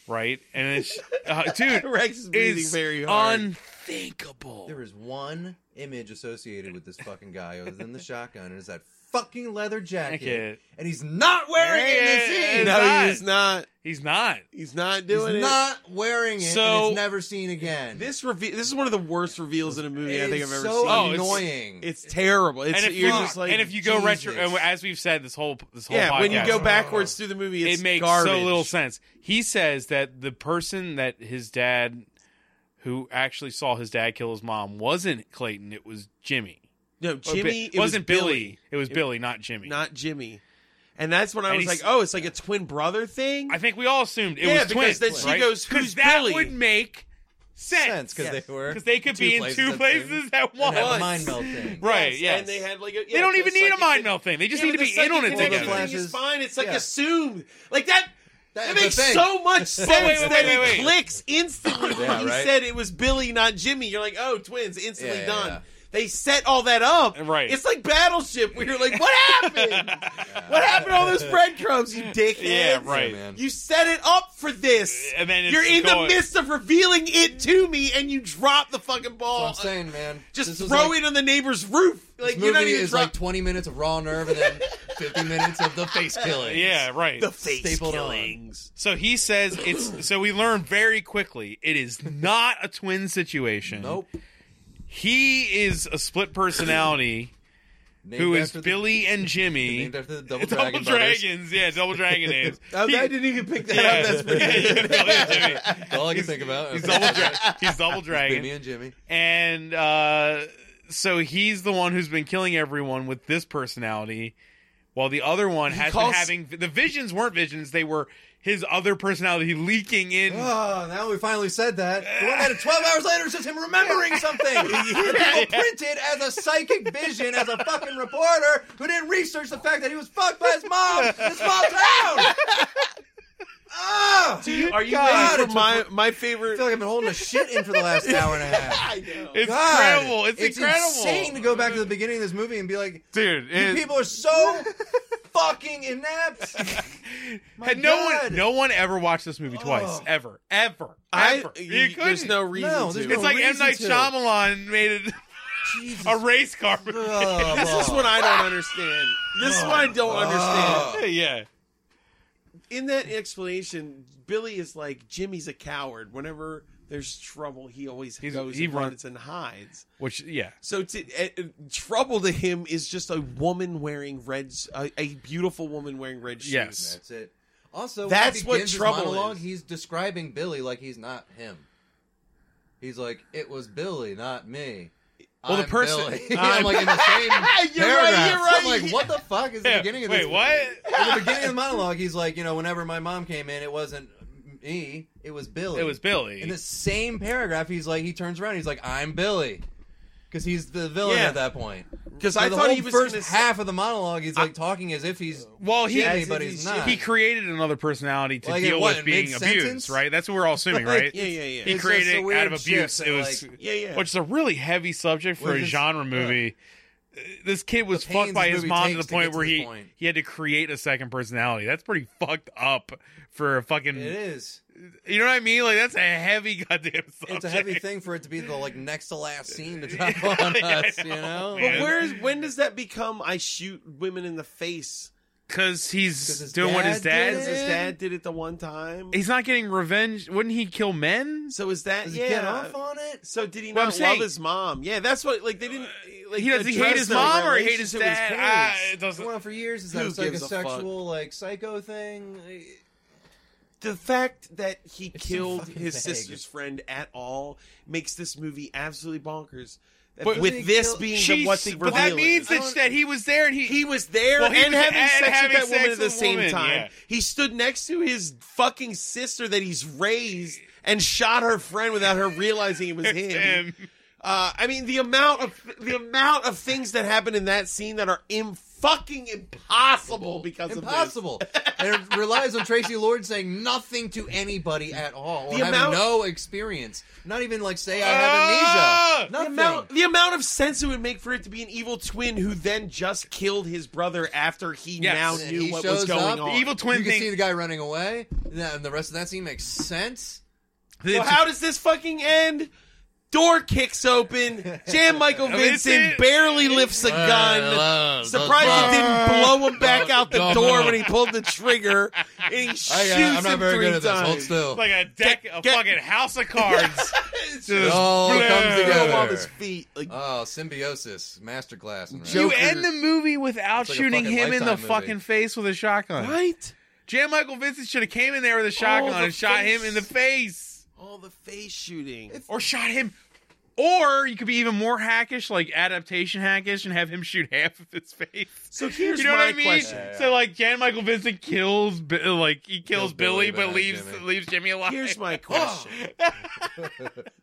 Speaker 5: right? And it's uh, dude,
Speaker 2: Rex is breathing
Speaker 5: it's
Speaker 2: very hard.
Speaker 5: unthinkable.
Speaker 4: There is one image associated with this fucking guy other than the shotgun, and it's that fucking leather jacket.
Speaker 5: Jacket.
Speaker 4: And he's not wearing it in this
Speaker 5: Yeah,
Speaker 4: scene.
Speaker 5: it's-
Speaker 2: no,
Speaker 5: not.
Speaker 2: he's not.
Speaker 5: He's not.
Speaker 2: He's not
Speaker 4: he's
Speaker 2: doing it.
Speaker 4: not wearing it.
Speaker 5: So-
Speaker 4: and it's never seen again.
Speaker 2: This reveal. This is one of the worst reveals in a movie
Speaker 4: It
Speaker 2: I think I've
Speaker 4: is
Speaker 2: ever
Speaker 4: so
Speaker 2: seen.
Speaker 5: Oh, it's-
Speaker 4: annoying.
Speaker 2: it's terrible. It's
Speaker 5: and if
Speaker 2: you're
Speaker 5: you
Speaker 2: just like
Speaker 5: and if you go retro,
Speaker 4: Jesus.
Speaker 5: and as we've said this whole this whole
Speaker 2: yeah,
Speaker 5: podcast,
Speaker 2: when you go backwards through the movie, it's
Speaker 5: it makes
Speaker 2: garbage.
Speaker 5: so little sense. He says that the person that his dad, who actually saw his dad kill his mom, wasn't Clayton. It was Jimmy.
Speaker 2: No,
Speaker 5: Or Bi-
Speaker 2: Jimmy. It
Speaker 5: wasn't
Speaker 2: was
Speaker 5: Billy. It was Billy, not Jimmy.
Speaker 2: not Jimmy. And that's when I
Speaker 5: And
Speaker 2: was like,
Speaker 5: he's-
Speaker 2: oh, it's like a twin brother thing.
Speaker 5: I think we all assumed it
Speaker 2: Yeah,
Speaker 5: was twins.
Speaker 2: because then she
Speaker 5: right?
Speaker 2: goes,
Speaker 5: 'Cause
Speaker 2: "Who's
Speaker 5: that
Speaker 2: Billy?"
Speaker 5: would make sense
Speaker 4: because
Speaker 2: Yes.
Speaker 4: they were
Speaker 5: because they could
Speaker 4: two
Speaker 5: be in
Speaker 4: places
Speaker 5: two
Speaker 4: at
Speaker 5: places at
Speaker 4: and have a
Speaker 5: once.
Speaker 4: mind meld thing.
Speaker 5: Right?
Speaker 2: Yes,
Speaker 5: Yes.
Speaker 2: And they had like a,
Speaker 5: They
Speaker 2: yeah,
Speaker 5: don't
Speaker 2: the
Speaker 5: even need a
Speaker 2: psychic
Speaker 5: mind
Speaker 2: con-
Speaker 5: melt thing. They just
Speaker 2: Yeah,
Speaker 5: need to
Speaker 2: but the
Speaker 5: be in
Speaker 2: psychic
Speaker 5: on it
Speaker 2: connection
Speaker 5: together.
Speaker 2: in your
Speaker 4: Flashes.
Speaker 2: spine, it's like
Speaker 4: Yeah.
Speaker 2: assumed. Like that.
Speaker 4: That
Speaker 2: It
Speaker 4: is
Speaker 2: makes
Speaker 4: the thing.
Speaker 2: so much sense
Speaker 5: wait, wait,
Speaker 2: that
Speaker 5: wait,
Speaker 2: it
Speaker 5: wait.
Speaker 2: clicks instantly when
Speaker 4: Yeah,
Speaker 2: he
Speaker 4: right?
Speaker 2: said it was Billy, not Jimmy. You're like, oh, twins, instantly
Speaker 4: Yeah, yeah,
Speaker 2: done.
Speaker 4: yeah.
Speaker 2: They set all that up.
Speaker 5: Right.
Speaker 2: It's like Battleship, where you're like, what happened? What happened to all those breadcrumbs, you dickhead?
Speaker 5: Yeah, right.
Speaker 4: Yeah, man.
Speaker 2: You set it up for this.
Speaker 5: And then it's
Speaker 2: you're in
Speaker 5: going-
Speaker 2: the midst of revealing it to me, and you drop the fucking
Speaker 4: That's what
Speaker 2: ball.
Speaker 4: I'm saying, man.
Speaker 2: Just
Speaker 4: This is
Speaker 2: throw
Speaker 4: like,
Speaker 2: it on the neighbor's roof.
Speaker 4: This
Speaker 2: Like
Speaker 4: movie
Speaker 2: you're not even
Speaker 4: is
Speaker 2: drop-
Speaker 4: like 20 minutes of raw nerve and then 50 minutes of the face killing.
Speaker 5: Yeah, right.
Speaker 2: the face
Speaker 4: stapled on.
Speaker 2: killings.
Speaker 5: so he says it's. So we learn very quickly it is not a twin situation.
Speaker 4: Nope.
Speaker 5: He is a split personality
Speaker 4: Named
Speaker 5: who is
Speaker 4: after the-
Speaker 5: Billy and Jimmy.
Speaker 4: Named after the Double,
Speaker 5: Double
Speaker 4: Dragon Brothers.
Speaker 5: dragons, yeah, double dragon names.
Speaker 2: I, I didn't even pick that up. That's pretty
Speaker 5: Yeah,
Speaker 2: good.
Speaker 5: Billy and Jimmy.
Speaker 4: That's all I can think about.
Speaker 5: He's double, dra- he's double dragon.
Speaker 4: Jimmy and Jimmy.
Speaker 5: and uh, so he's the one who's been killing everyone with this personality, while the other one has
Speaker 2: calls-
Speaker 5: been having the visions weren't visions; they were his other personality leaking in.
Speaker 4: Oh, now we finally said that. The one that 12 hours later is just him remembering something. yeah, people printed as a psychic vision as a fucking reporter who didn't research the fact that he was fucked by his mom in a small town. Ah! I
Speaker 2: Are you
Speaker 4: God,
Speaker 2: ready
Speaker 4: it's
Speaker 2: for my my favorite?
Speaker 4: feel like I've been holding a shit in for the last hour and a half.
Speaker 2: I know.
Speaker 5: it's
Speaker 4: God,
Speaker 5: incredible! It's, incredible,
Speaker 4: insane to go back to the beginning of this movie and be like,
Speaker 5: dude.
Speaker 4: you
Speaker 5: it-
Speaker 4: people are so fucking inept. My
Speaker 5: and no
Speaker 4: God.
Speaker 5: one, no one ever watched this movie twice,
Speaker 4: Oh.
Speaker 5: ever, ever,
Speaker 2: I,
Speaker 5: ever. You
Speaker 2: you, there's
Speaker 5: couldn't.
Speaker 2: no reason.
Speaker 4: No,
Speaker 2: to.
Speaker 4: there's
Speaker 5: It's
Speaker 4: no
Speaker 5: like M
Speaker 4: reason
Speaker 5: Night
Speaker 4: to.
Speaker 5: Shyamalan made it
Speaker 4: Jesus.
Speaker 5: a race car. movie.
Speaker 4: Oh,
Speaker 2: This is what I don't understand. This is what I don't understand.
Speaker 5: yeah,
Speaker 2: In that explanation, Billy is like Jimmy's a coward. Whenever there's trouble, he always
Speaker 5: He's-
Speaker 2: goes
Speaker 5: he
Speaker 2: and
Speaker 5: run-
Speaker 2: runs and hides.
Speaker 5: which yeah,
Speaker 2: So to, uh, uh, trouble to him is just a woman wearing red, s- a, a beautiful woman wearing red shoes.
Speaker 5: Yes.
Speaker 4: That's it. Also, when
Speaker 2: That's
Speaker 4: he
Speaker 2: what
Speaker 4: begins his
Speaker 2: trouble
Speaker 4: monologue,
Speaker 2: is.
Speaker 4: He's describing Billy like he's not him. He's like, it was Billy, not me.
Speaker 2: Well, the
Speaker 4: I'm
Speaker 2: person-
Speaker 4: Billy." I'm
Speaker 2: I'm-
Speaker 4: like in the same paragraph.
Speaker 2: You're right, you're right.
Speaker 4: I'm like, what the fuck is the
Speaker 5: yeah.
Speaker 4: beginning of
Speaker 5: Wait,
Speaker 4: this?
Speaker 5: what?
Speaker 4: At the beginning of the monologue, he's like, you know, whenever my mom came in, it wasn't me, it was Billy.
Speaker 5: It was Billy.
Speaker 4: In the same paragraph, he's like, he turns around, he's like, I'm Billy. Because he's the villain
Speaker 2: Yeah.
Speaker 4: at that point.
Speaker 2: Because
Speaker 4: So
Speaker 2: I
Speaker 4: the
Speaker 2: thought
Speaker 4: whole
Speaker 2: he was
Speaker 4: first
Speaker 2: gonna say-
Speaker 4: half of the monologue, he's like talking as if he's
Speaker 5: well, he
Speaker 4: Jimmy,
Speaker 2: as
Speaker 4: but
Speaker 2: if
Speaker 4: he's
Speaker 2: he's
Speaker 4: not.
Speaker 5: he created another personality to
Speaker 4: Like,
Speaker 5: deal
Speaker 4: what,
Speaker 5: with being
Speaker 4: mid-sentence?
Speaker 5: abused, right? That's what we're all assuming, right?
Speaker 2: Yeah, yeah, yeah.
Speaker 5: He
Speaker 4: It's just a
Speaker 5: created
Speaker 4: weird
Speaker 5: out of abuse.
Speaker 4: shift,
Speaker 5: It was,
Speaker 4: like-
Speaker 2: Yeah, yeah.
Speaker 5: which is a really heavy subject for
Speaker 4: Which
Speaker 5: a
Speaker 4: is-
Speaker 5: genre movie. Uh, This kid was
Speaker 4: The
Speaker 5: fucked
Speaker 4: pains
Speaker 5: by
Speaker 4: this
Speaker 5: his
Speaker 4: movie
Speaker 5: mom to the
Speaker 4: takes to get
Speaker 5: point
Speaker 4: to
Speaker 5: where
Speaker 4: this
Speaker 5: he
Speaker 4: point.
Speaker 5: he had to create a second personality. That's pretty fucked up for a fucking.
Speaker 4: It is.
Speaker 5: You know what I mean? Like that's a heavy goddamn. Subject.
Speaker 4: It's a heavy thing for it to be the like next to last scene to drop on
Speaker 5: Yeah, I
Speaker 4: us, you
Speaker 5: know,
Speaker 4: know?
Speaker 5: man.
Speaker 2: But where is when does that become I shoot women in the face?
Speaker 5: because
Speaker 4: 'Cause
Speaker 5: he's
Speaker 4: his
Speaker 5: doing what his
Speaker 4: dad
Speaker 5: dad.
Speaker 4: did
Speaker 2: Because his dad did it the one time.
Speaker 5: He's not getting revenge. Wouldn't he kill men?
Speaker 2: So is that
Speaker 4: Does he
Speaker 2: yeah?
Speaker 4: get off on it?
Speaker 2: so did he
Speaker 5: Well,
Speaker 2: not
Speaker 5: I'm saying-
Speaker 2: love his mom? Yeah, that's what like they didn't. Like,
Speaker 5: He does he hate
Speaker 2: address
Speaker 5: his
Speaker 2: the
Speaker 5: mom or he hate his
Speaker 2: relationship with
Speaker 5: dad?
Speaker 2: parents.
Speaker 5: Ah, it doesn't.
Speaker 4: Going on for years. Is that
Speaker 2: Who
Speaker 4: it's like a
Speaker 2: gives a fuck?
Speaker 4: sexual, like psycho thing?
Speaker 2: the fact that he
Speaker 4: It's so
Speaker 2: killed
Speaker 4: fucking
Speaker 2: his
Speaker 4: vague.
Speaker 2: sister's friend at all makes this movie absolutely bonkers.
Speaker 5: But-
Speaker 2: with
Speaker 4: Doesn't he
Speaker 2: this
Speaker 4: kill-
Speaker 2: being
Speaker 5: Jeez,
Speaker 2: the, what the
Speaker 5: but that
Speaker 2: reveal
Speaker 5: means
Speaker 2: is.
Speaker 5: that, that he was there and he,
Speaker 2: He was there
Speaker 5: Well, he
Speaker 2: and
Speaker 5: was-
Speaker 2: having
Speaker 5: and
Speaker 2: sex
Speaker 5: having
Speaker 2: with that
Speaker 5: sex
Speaker 2: woman at
Speaker 5: with
Speaker 2: the
Speaker 5: the
Speaker 2: same
Speaker 5: woman,
Speaker 2: time.
Speaker 5: yeah.
Speaker 2: He stood next to his fucking sister that he's raised and shot her friend without her realizing it was him.
Speaker 5: him.
Speaker 2: Uh, I mean, the amount of the amount of things that happen in that scene that are im- fucking impossible because
Speaker 4: Impossible. and it relies on Tracy Lord saying nothing to anybody at all, or
Speaker 2: The
Speaker 4: having
Speaker 2: amount-
Speaker 4: no experience. Not even like say I have amnesia.
Speaker 2: of this.
Speaker 4: Nothing.
Speaker 2: Ah! The amount, the amount of sense it would make for it to be an evil twin who then just killed his brother after he
Speaker 5: Yes.
Speaker 2: now
Speaker 4: And
Speaker 2: knew
Speaker 4: he
Speaker 2: what was
Speaker 4: shows
Speaker 2: going
Speaker 4: up.
Speaker 2: on.
Speaker 5: The evil twin
Speaker 4: you can
Speaker 5: thing.
Speaker 4: see the guy running away, and the rest of that scene makes sense.
Speaker 2: So how does this fucking end? Door kicks open. Jan Michael
Speaker 5: it's-
Speaker 2: Vincent barely lifts a gun. Surprised it didn't blow him back out the door when he pulled the trigger, and he shoots
Speaker 4: I, am not
Speaker 2: him
Speaker 4: very
Speaker 2: three
Speaker 4: good at this. Hold
Speaker 2: times.
Speaker 4: still.
Speaker 5: like a deck, a
Speaker 2: get-
Speaker 5: fucking house of cards. Just
Speaker 4: It all
Speaker 5: blah.
Speaker 4: comes
Speaker 2: Throw him
Speaker 4: together.
Speaker 2: off his feet. Like,
Speaker 4: Oh, symbiosis, masterclass. in
Speaker 5: You
Speaker 2: Joker.
Speaker 5: end the movie without
Speaker 4: It's like a
Speaker 5: shooting
Speaker 4: fucking
Speaker 5: him in the
Speaker 4: Lifetime movie.
Speaker 5: fucking face with a shotgun.
Speaker 2: right?
Speaker 5: Jan Michael Vincent should have came in there with a shotgun
Speaker 2: Oh, the
Speaker 5: and shot him
Speaker 2: face.
Speaker 5: in the face,
Speaker 2: All the face shooting.
Speaker 5: or shot him Or you could be even more hackish, like adaptation hackish, and have him shoot half of his face.
Speaker 2: So here's
Speaker 5: you know
Speaker 2: my
Speaker 5: what I mean?
Speaker 2: question.
Speaker 4: Yeah, yeah.
Speaker 5: So like Jan Michael Vincent kills, Bi- like he kills,
Speaker 4: Kills
Speaker 5: Billy,
Speaker 4: Billy,
Speaker 5: but
Speaker 4: but
Speaker 5: leaves
Speaker 4: Jimmy.
Speaker 5: leaves Jimmy alive.
Speaker 2: Here's my question.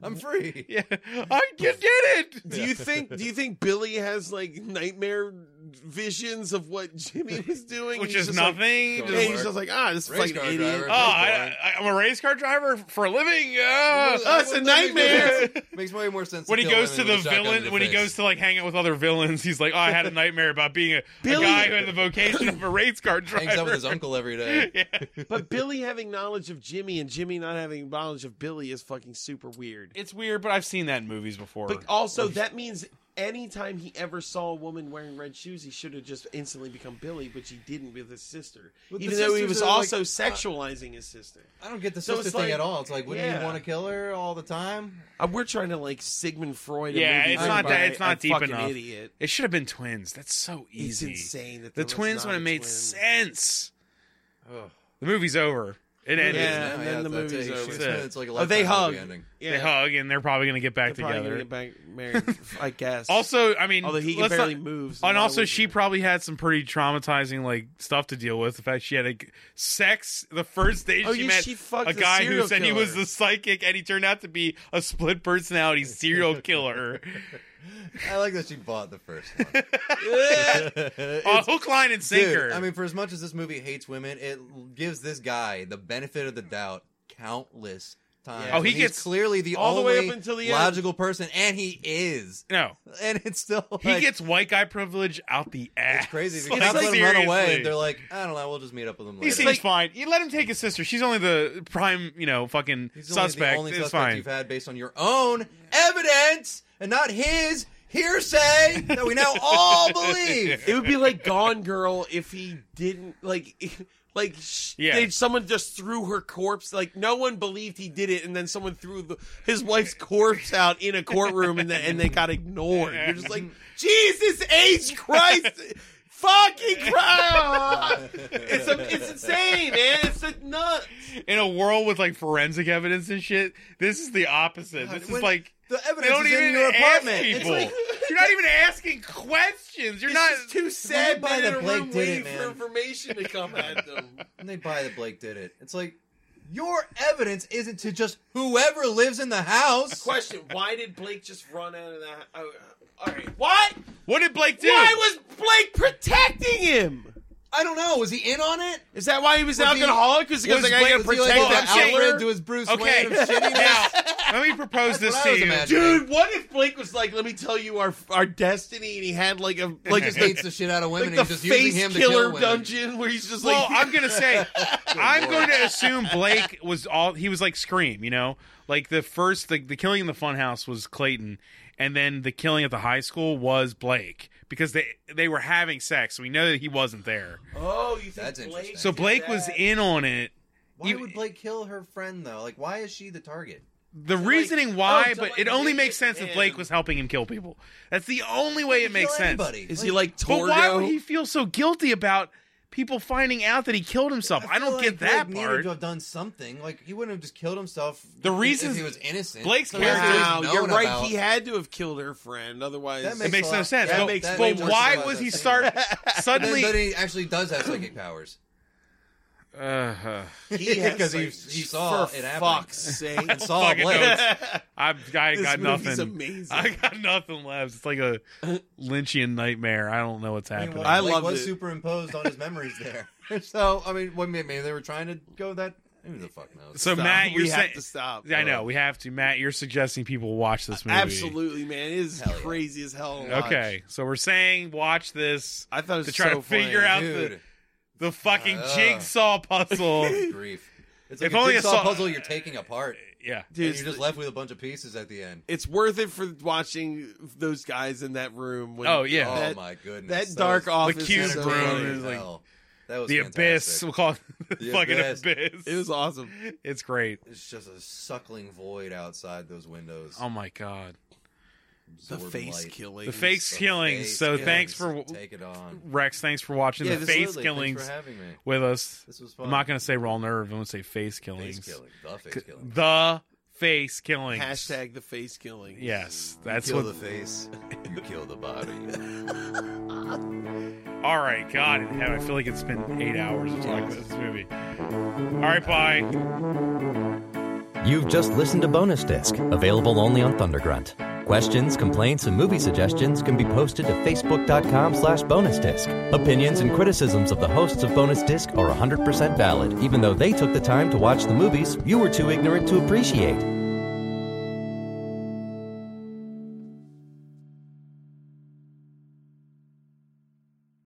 Speaker 4: I'm free.
Speaker 5: yeah, I you did it.
Speaker 2: Do you think do you think Billy has like nightmare visions of what Jimmy was doing?
Speaker 5: Which
Speaker 2: He's
Speaker 5: is
Speaker 2: just like-
Speaker 5: nothing.
Speaker 4: Don't
Speaker 2: yeah,
Speaker 5: Just,
Speaker 2: he's just like, ah, this
Speaker 4: Race
Speaker 2: fucking
Speaker 4: car
Speaker 2: idiot.
Speaker 5: oh,
Speaker 4: driver.
Speaker 5: I, I, I'm a race car driver for a living. Uh,
Speaker 2: Oh, it's a nightmare.
Speaker 4: Makes way more sense. to
Speaker 5: when he
Speaker 4: kill
Speaker 5: goes to
Speaker 4: him
Speaker 5: the
Speaker 4: than with a shotgun
Speaker 5: villain,
Speaker 4: to the
Speaker 5: when he
Speaker 4: face.
Speaker 5: goes to like hang out with other villains, he's like, "Oh, I had a nightmare about being a, a
Speaker 2: Billy-
Speaker 5: guy who had the vocation of a race car driver."
Speaker 4: hangs out with his uncle every day.
Speaker 5: Yeah.
Speaker 2: But Billy having knowledge of Jimmy and Jimmy not having knowledge of Billy is fucking super weird.
Speaker 5: It's weird, but I've seen that in movies before.
Speaker 2: But also, that means anytime he ever saw a woman wearing red shoes, he should have just instantly become Billy, which he didn't with his sister.
Speaker 4: But the
Speaker 2: Even though he
Speaker 4: sisters
Speaker 2: was
Speaker 4: are, like,
Speaker 5: uh,
Speaker 2: also sexualizing his sister.
Speaker 4: I don't get the
Speaker 2: So
Speaker 4: sister
Speaker 2: it's
Speaker 4: thing
Speaker 2: like-
Speaker 4: at all. It's like, wouldn't
Speaker 2: yeah.
Speaker 4: you want to kill her all the time?
Speaker 2: Uh, we're trying to like Sigmund Freud. a
Speaker 5: Yeah,
Speaker 2: movie
Speaker 5: it's
Speaker 2: made
Speaker 4: not
Speaker 2: by
Speaker 4: that-
Speaker 5: it's not
Speaker 2: a
Speaker 5: deep
Speaker 2: fucking
Speaker 5: enough.
Speaker 2: Idiot.
Speaker 5: it should have been twins. That's so
Speaker 2: It's
Speaker 5: easy.
Speaker 2: insane that
Speaker 5: The
Speaker 2: there was
Speaker 5: twins
Speaker 2: not
Speaker 5: would
Speaker 2: a
Speaker 5: have made
Speaker 2: twin.
Speaker 5: sense.
Speaker 4: Ugh.
Speaker 5: The movie's over. It ended.
Speaker 2: Yeah, and then the
Speaker 4: that's
Speaker 2: movie's
Speaker 4: it.
Speaker 2: over.
Speaker 4: It's,
Speaker 5: That's it.
Speaker 4: it's like a
Speaker 2: Oh, they
Speaker 4: lifetime
Speaker 2: hug.
Speaker 4: movie ending.
Speaker 2: Yeah,
Speaker 5: They hug, and they're probably gonna get
Speaker 2: They're
Speaker 5: back
Speaker 2: probably
Speaker 5: together.
Speaker 2: gonna get back married, I guess.
Speaker 5: Also, I mean,
Speaker 2: although he can
Speaker 5: let's not-
Speaker 2: barely move, so
Speaker 5: and
Speaker 2: why
Speaker 5: also
Speaker 2: would
Speaker 5: she
Speaker 2: you?
Speaker 5: probably had some pretty traumatizing like stuff to deal with. The fact she had like sex the first day
Speaker 2: Oh,
Speaker 5: she
Speaker 2: yeah,
Speaker 5: met
Speaker 2: she fucked
Speaker 5: a
Speaker 2: the
Speaker 5: guy who
Speaker 2: serial
Speaker 5: said he was
Speaker 2: killer.
Speaker 5: the psychic, and he turned out to be a split personality serial killer.
Speaker 4: I like that she bought the first one. It's-
Speaker 5: uh, hook, line, and sinker.
Speaker 4: Dude, I mean, for as much as this movie hates women, it gives this guy the benefit of the doubt countless times.
Speaker 5: Oh, he
Speaker 4: He's
Speaker 5: gets-
Speaker 4: clearly the
Speaker 2: all the
Speaker 4: only
Speaker 2: way up until the end.
Speaker 4: logical person, and he is.
Speaker 5: no,
Speaker 4: And it's still
Speaker 5: he
Speaker 4: like,
Speaker 5: gets white guy privilege out the ass.
Speaker 4: it's crazy
Speaker 5: Like,
Speaker 4: because they let him run away.
Speaker 5: seriously.
Speaker 4: And they're like, I don't know, we'll just meet up with him
Speaker 5: He
Speaker 4: later.
Speaker 5: seems fine. You let him take his sister. She's only the prime, you know, fucking
Speaker 4: He's only
Speaker 5: suspect.
Speaker 4: the only
Speaker 5: it's
Speaker 4: suspect
Speaker 5: fine.
Speaker 4: you've had based on your own evidence and not his hearsay that we now all believe.
Speaker 2: it would be like Gone Girl if he didn't like. Like sh-
Speaker 5: Yeah.
Speaker 2: they, someone just threw her corpse. Like no one believed he did it, and then someone threw the, his wife's corpse out in a courtroom, and, the, and they got ignored. You're just like Jesus H Christ, fucking Christ! It's a, it's insane, man. It's a nut.
Speaker 5: In a world with like forensic evidence and shit, this is the opposite. this is
Speaker 4: When
Speaker 5: like
Speaker 4: the
Speaker 5: They
Speaker 4: evidence
Speaker 5: don't
Speaker 4: is
Speaker 5: even
Speaker 4: in your
Speaker 5: ask
Speaker 4: apartment. It's
Speaker 5: people.
Speaker 4: like-
Speaker 5: You're not even asking questions. You're
Speaker 2: It's
Speaker 5: not.
Speaker 2: just two sad
Speaker 4: buy
Speaker 2: men in
Speaker 4: the
Speaker 2: a
Speaker 4: Blake
Speaker 2: room
Speaker 4: did
Speaker 2: waiting
Speaker 4: it,
Speaker 2: for
Speaker 4: man.
Speaker 2: information to come at them.
Speaker 4: and they buy that Blake did it. It's like your evidence isn't to just whoever lives in the house.
Speaker 2: Question: Why did Blake just run out of that? Oh, all right, what?
Speaker 5: what did Blake do?
Speaker 2: Why was Blake protecting him?
Speaker 4: I don't know. Was he in on it?
Speaker 2: Is that why he was,
Speaker 4: Was
Speaker 2: an
Speaker 4: he-
Speaker 2: alcoholic? Because
Speaker 5: was
Speaker 2: like, I
Speaker 5: Blake-
Speaker 2: gotta
Speaker 4: Was he like
Speaker 2: protect
Speaker 4: the
Speaker 5: I'm saying-
Speaker 2: that
Speaker 4: Alfred
Speaker 2: killer.
Speaker 4: to his Bruce
Speaker 5: okay?
Speaker 4: Wayne of shittiness?
Speaker 5: Now let me propose this
Speaker 4: what I
Speaker 5: to
Speaker 4: was
Speaker 5: you.
Speaker 4: imagining.
Speaker 2: Dude, what if Blake was like, "Let me tell you our our destiny," and he had like a like
Speaker 4: He just
Speaker 2: the,
Speaker 4: hates the shit out of women.
Speaker 2: like
Speaker 4: and
Speaker 2: the
Speaker 4: he's just using
Speaker 2: face
Speaker 4: him to kill
Speaker 2: killer
Speaker 4: women.
Speaker 2: dungeon where he's just like,
Speaker 5: Well, I'm gonna say, I'm
Speaker 4: Lord.
Speaker 5: going to assume Blake was all he was like Scream, you know, like the first the, the killing in the funhouse was Clayton, and then the killing at the high school was Blake because they they were having sex. We know that he wasn't there,
Speaker 2: "Oh, you think
Speaker 4: That's
Speaker 2: Blake?"
Speaker 4: interesting.
Speaker 5: so
Speaker 2: did
Speaker 5: Blake was
Speaker 2: that?
Speaker 5: in on it.
Speaker 4: Why
Speaker 5: You-
Speaker 4: would Blake kill her friend though? Like, why is she the target?
Speaker 5: The
Speaker 2: like,
Speaker 5: reasoning
Speaker 2: oh,
Speaker 5: why,
Speaker 2: so
Speaker 5: but
Speaker 2: like
Speaker 5: it only
Speaker 2: they-
Speaker 5: makes sense if
Speaker 2: man.
Speaker 5: Blake was helping him kill people. That's the only way it makes
Speaker 4: kill
Speaker 5: sense.
Speaker 4: Anybody.
Speaker 2: Is he like
Speaker 5: But
Speaker 2: Torgo?
Speaker 5: why would he feel so guilty about people finding out that he killed himself? I,
Speaker 4: feel
Speaker 5: don't
Speaker 4: like
Speaker 5: get that
Speaker 4: Blake Needed
Speaker 5: part.
Speaker 4: to have done something. Like he wouldn't have just killed himself.
Speaker 5: The
Speaker 4: if-
Speaker 5: reason-
Speaker 4: if he was innocent.
Speaker 5: Blake's
Speaker 4: So
Speaker 5: character is
Speaker 2: Wow,
Speaker 4: known
Speaker 2: you're right.
Speaker 4: about-
Speaker 2: He had to have killed her friend, otherwise
Speaker 4: That
Speaker 5: It makes
Speaker 4: a
Speaker 5: no
Speaker 4: lot-
Speaker 5: sense.
Speaker 4: that
Speaker 5: But-
Speaker 2: makes
Speaker 4: that
Speaker 2: way
Speaker 5: but
Speaker 4: makes
Speaker 2: more
Speaker 5: why
Speaker 4: sense.
Speaker 5: was he
Speaker 4: That's-
Speaker 5: start
Speaker 4: But then,
Speaker 5: suddenly?
Speaker 4: but he actually does have psychic powers.
Speaker 5: Uh, uh,
Speaker 2: He has,
Speaker 4: Because he-
Speaker 2: like,
Speaker 4: he saw
Speaker 2: for
Speaker 4: it happen.
Speaker 2: fuck's sake.
Speaker 4: And saw
Speaker 5: Fucking
Speaker 4: Blake.
Speaker 5: I, I
Speaker 2: This
Speaker 5: got
Speaker 2: movie's
Speaker 5: nothing.
Speaker 2: amazing.
Speaker 5: I got nothing left. It's like a Lynchian nightmare. I don't know what's
Speaker 4: I mean,
Speaker 5: happening.
Speaker 4: what
Speaker 2: I
Speaker 4: Blake
Speaker 2: loved
Speaker 4: was
Speaker 2: it.
Speaker 4: superimposed on his memories there. so I mean, what maybe they were trying to go that. Who the fuck knows?
Speaker 5: so
Speaker 2: Stop.
Speaker 5: Matt, you're
Speaker 2: we have
Speaker 5: saying
Speaker 2: to stop.
Speaker 5: I know we have to. Matt, you're suggesting people watch this movie.
Speaker 2: Absolutely, man. It is
Speaker 4: Hell yeah.
Speaker 2: crazy as hell. to watch.
Speaker 5: Okay, so we're saying watch this
Speaker 2: I thought it was
Speaker 5: to try
Speaker 2: so
Speaker 5: to figure
Speaker 2: funny.
Speaker 5: out the,
Speaker 4: Dude.
Speaker 5: the fucking
Speaker 4: Uh.
Speaker 5: jigsaw puzzle.
Speaker 4: grief. It's like
Speaker 5: If
Speaker 4: a
Speaker 5: only I
Speaker 4: jigsaw
Speaker 5: saw-
Speaker 4: puzzle you're taking apart.
Speaker 5: yeah.
Speaker 4: And
Speaker 2: Dude,
Speaker 4: you're just left with a bunch of pieces at the end.
Speaker 2: it's worth it for watching those guys in that room. When
Speaker 5: Oh, yeah.
Speaker 4: oh
Speaker 2: that,
Speaker 4: my goodness.
Speaker 2: that
Speaker 4: was
Speaker 2: dark office
Speaker 5: cube
Speaker 2: is uh, so
Speaker 5: room
Speaker 2: funny.
Speaker 5: is like-
Speaker 4: hell. that was
Speaker 5: the abyss.
Speaker 4: fantastic.
Speaker 5: We'll call it the,
Speaker 4: The
Speaker 5: fucking abyss.
Speaker 4: abyss.
Speaker 2: It was awesome.
Speaker 5: it's great.
Speaker 4: It's just a suckling void outside those windows.
Speaker 5: Oh my god.
Speaker 2: Um, The
Speaker 4: absorbing
Speaker 2: face
Speaker 4: light.
Speaker 2: killing.
Speaker 5: The face killings.
Speaker 4: Face
Speaker 5: so thanks for
Speaker 4: killings. take it on.
Speaker 5: Rex. Thanks for watching
Speaker 2: Yeah,
Speaker 5: the
Speaker 2: this-
Speaker 5: face
Speaker 4: Absolutely.
Speaker 5: killings
Speaker 4: Thanks for having me.
Speaker 5: with us.
Speaker 4: This was fun.
Speaker 5: I'm not gonna say raw nerve. I'm gonna say face
Speaker 4: face
Speaker 5: killings.
Speaker 4: killing. The face killing.
Speaker 5: The face killing.
Speaker 2: Hashtag the face killing.
Speaker 5: Yes,
Speaker 4: You
Speaker 5: that's
Speaker 4: kill
Speaker 5: what.
Speaker 4: the face. You kill the body.
Speaker 5: All right, God, in heaven, I feel like it's been eight hours of talking about this movie. All right, bye.
Speaker 1: You've just listened to Bonus Disc, available only on Thundergrunt. Questions, complaints, and movie suggestions can be posted to facebook.com slash bonus disc. Opinions and criticisms of the hosts of Bonus Disc are 100% valid, even though they took the time to watch the movies you were too ignorant to appreciate.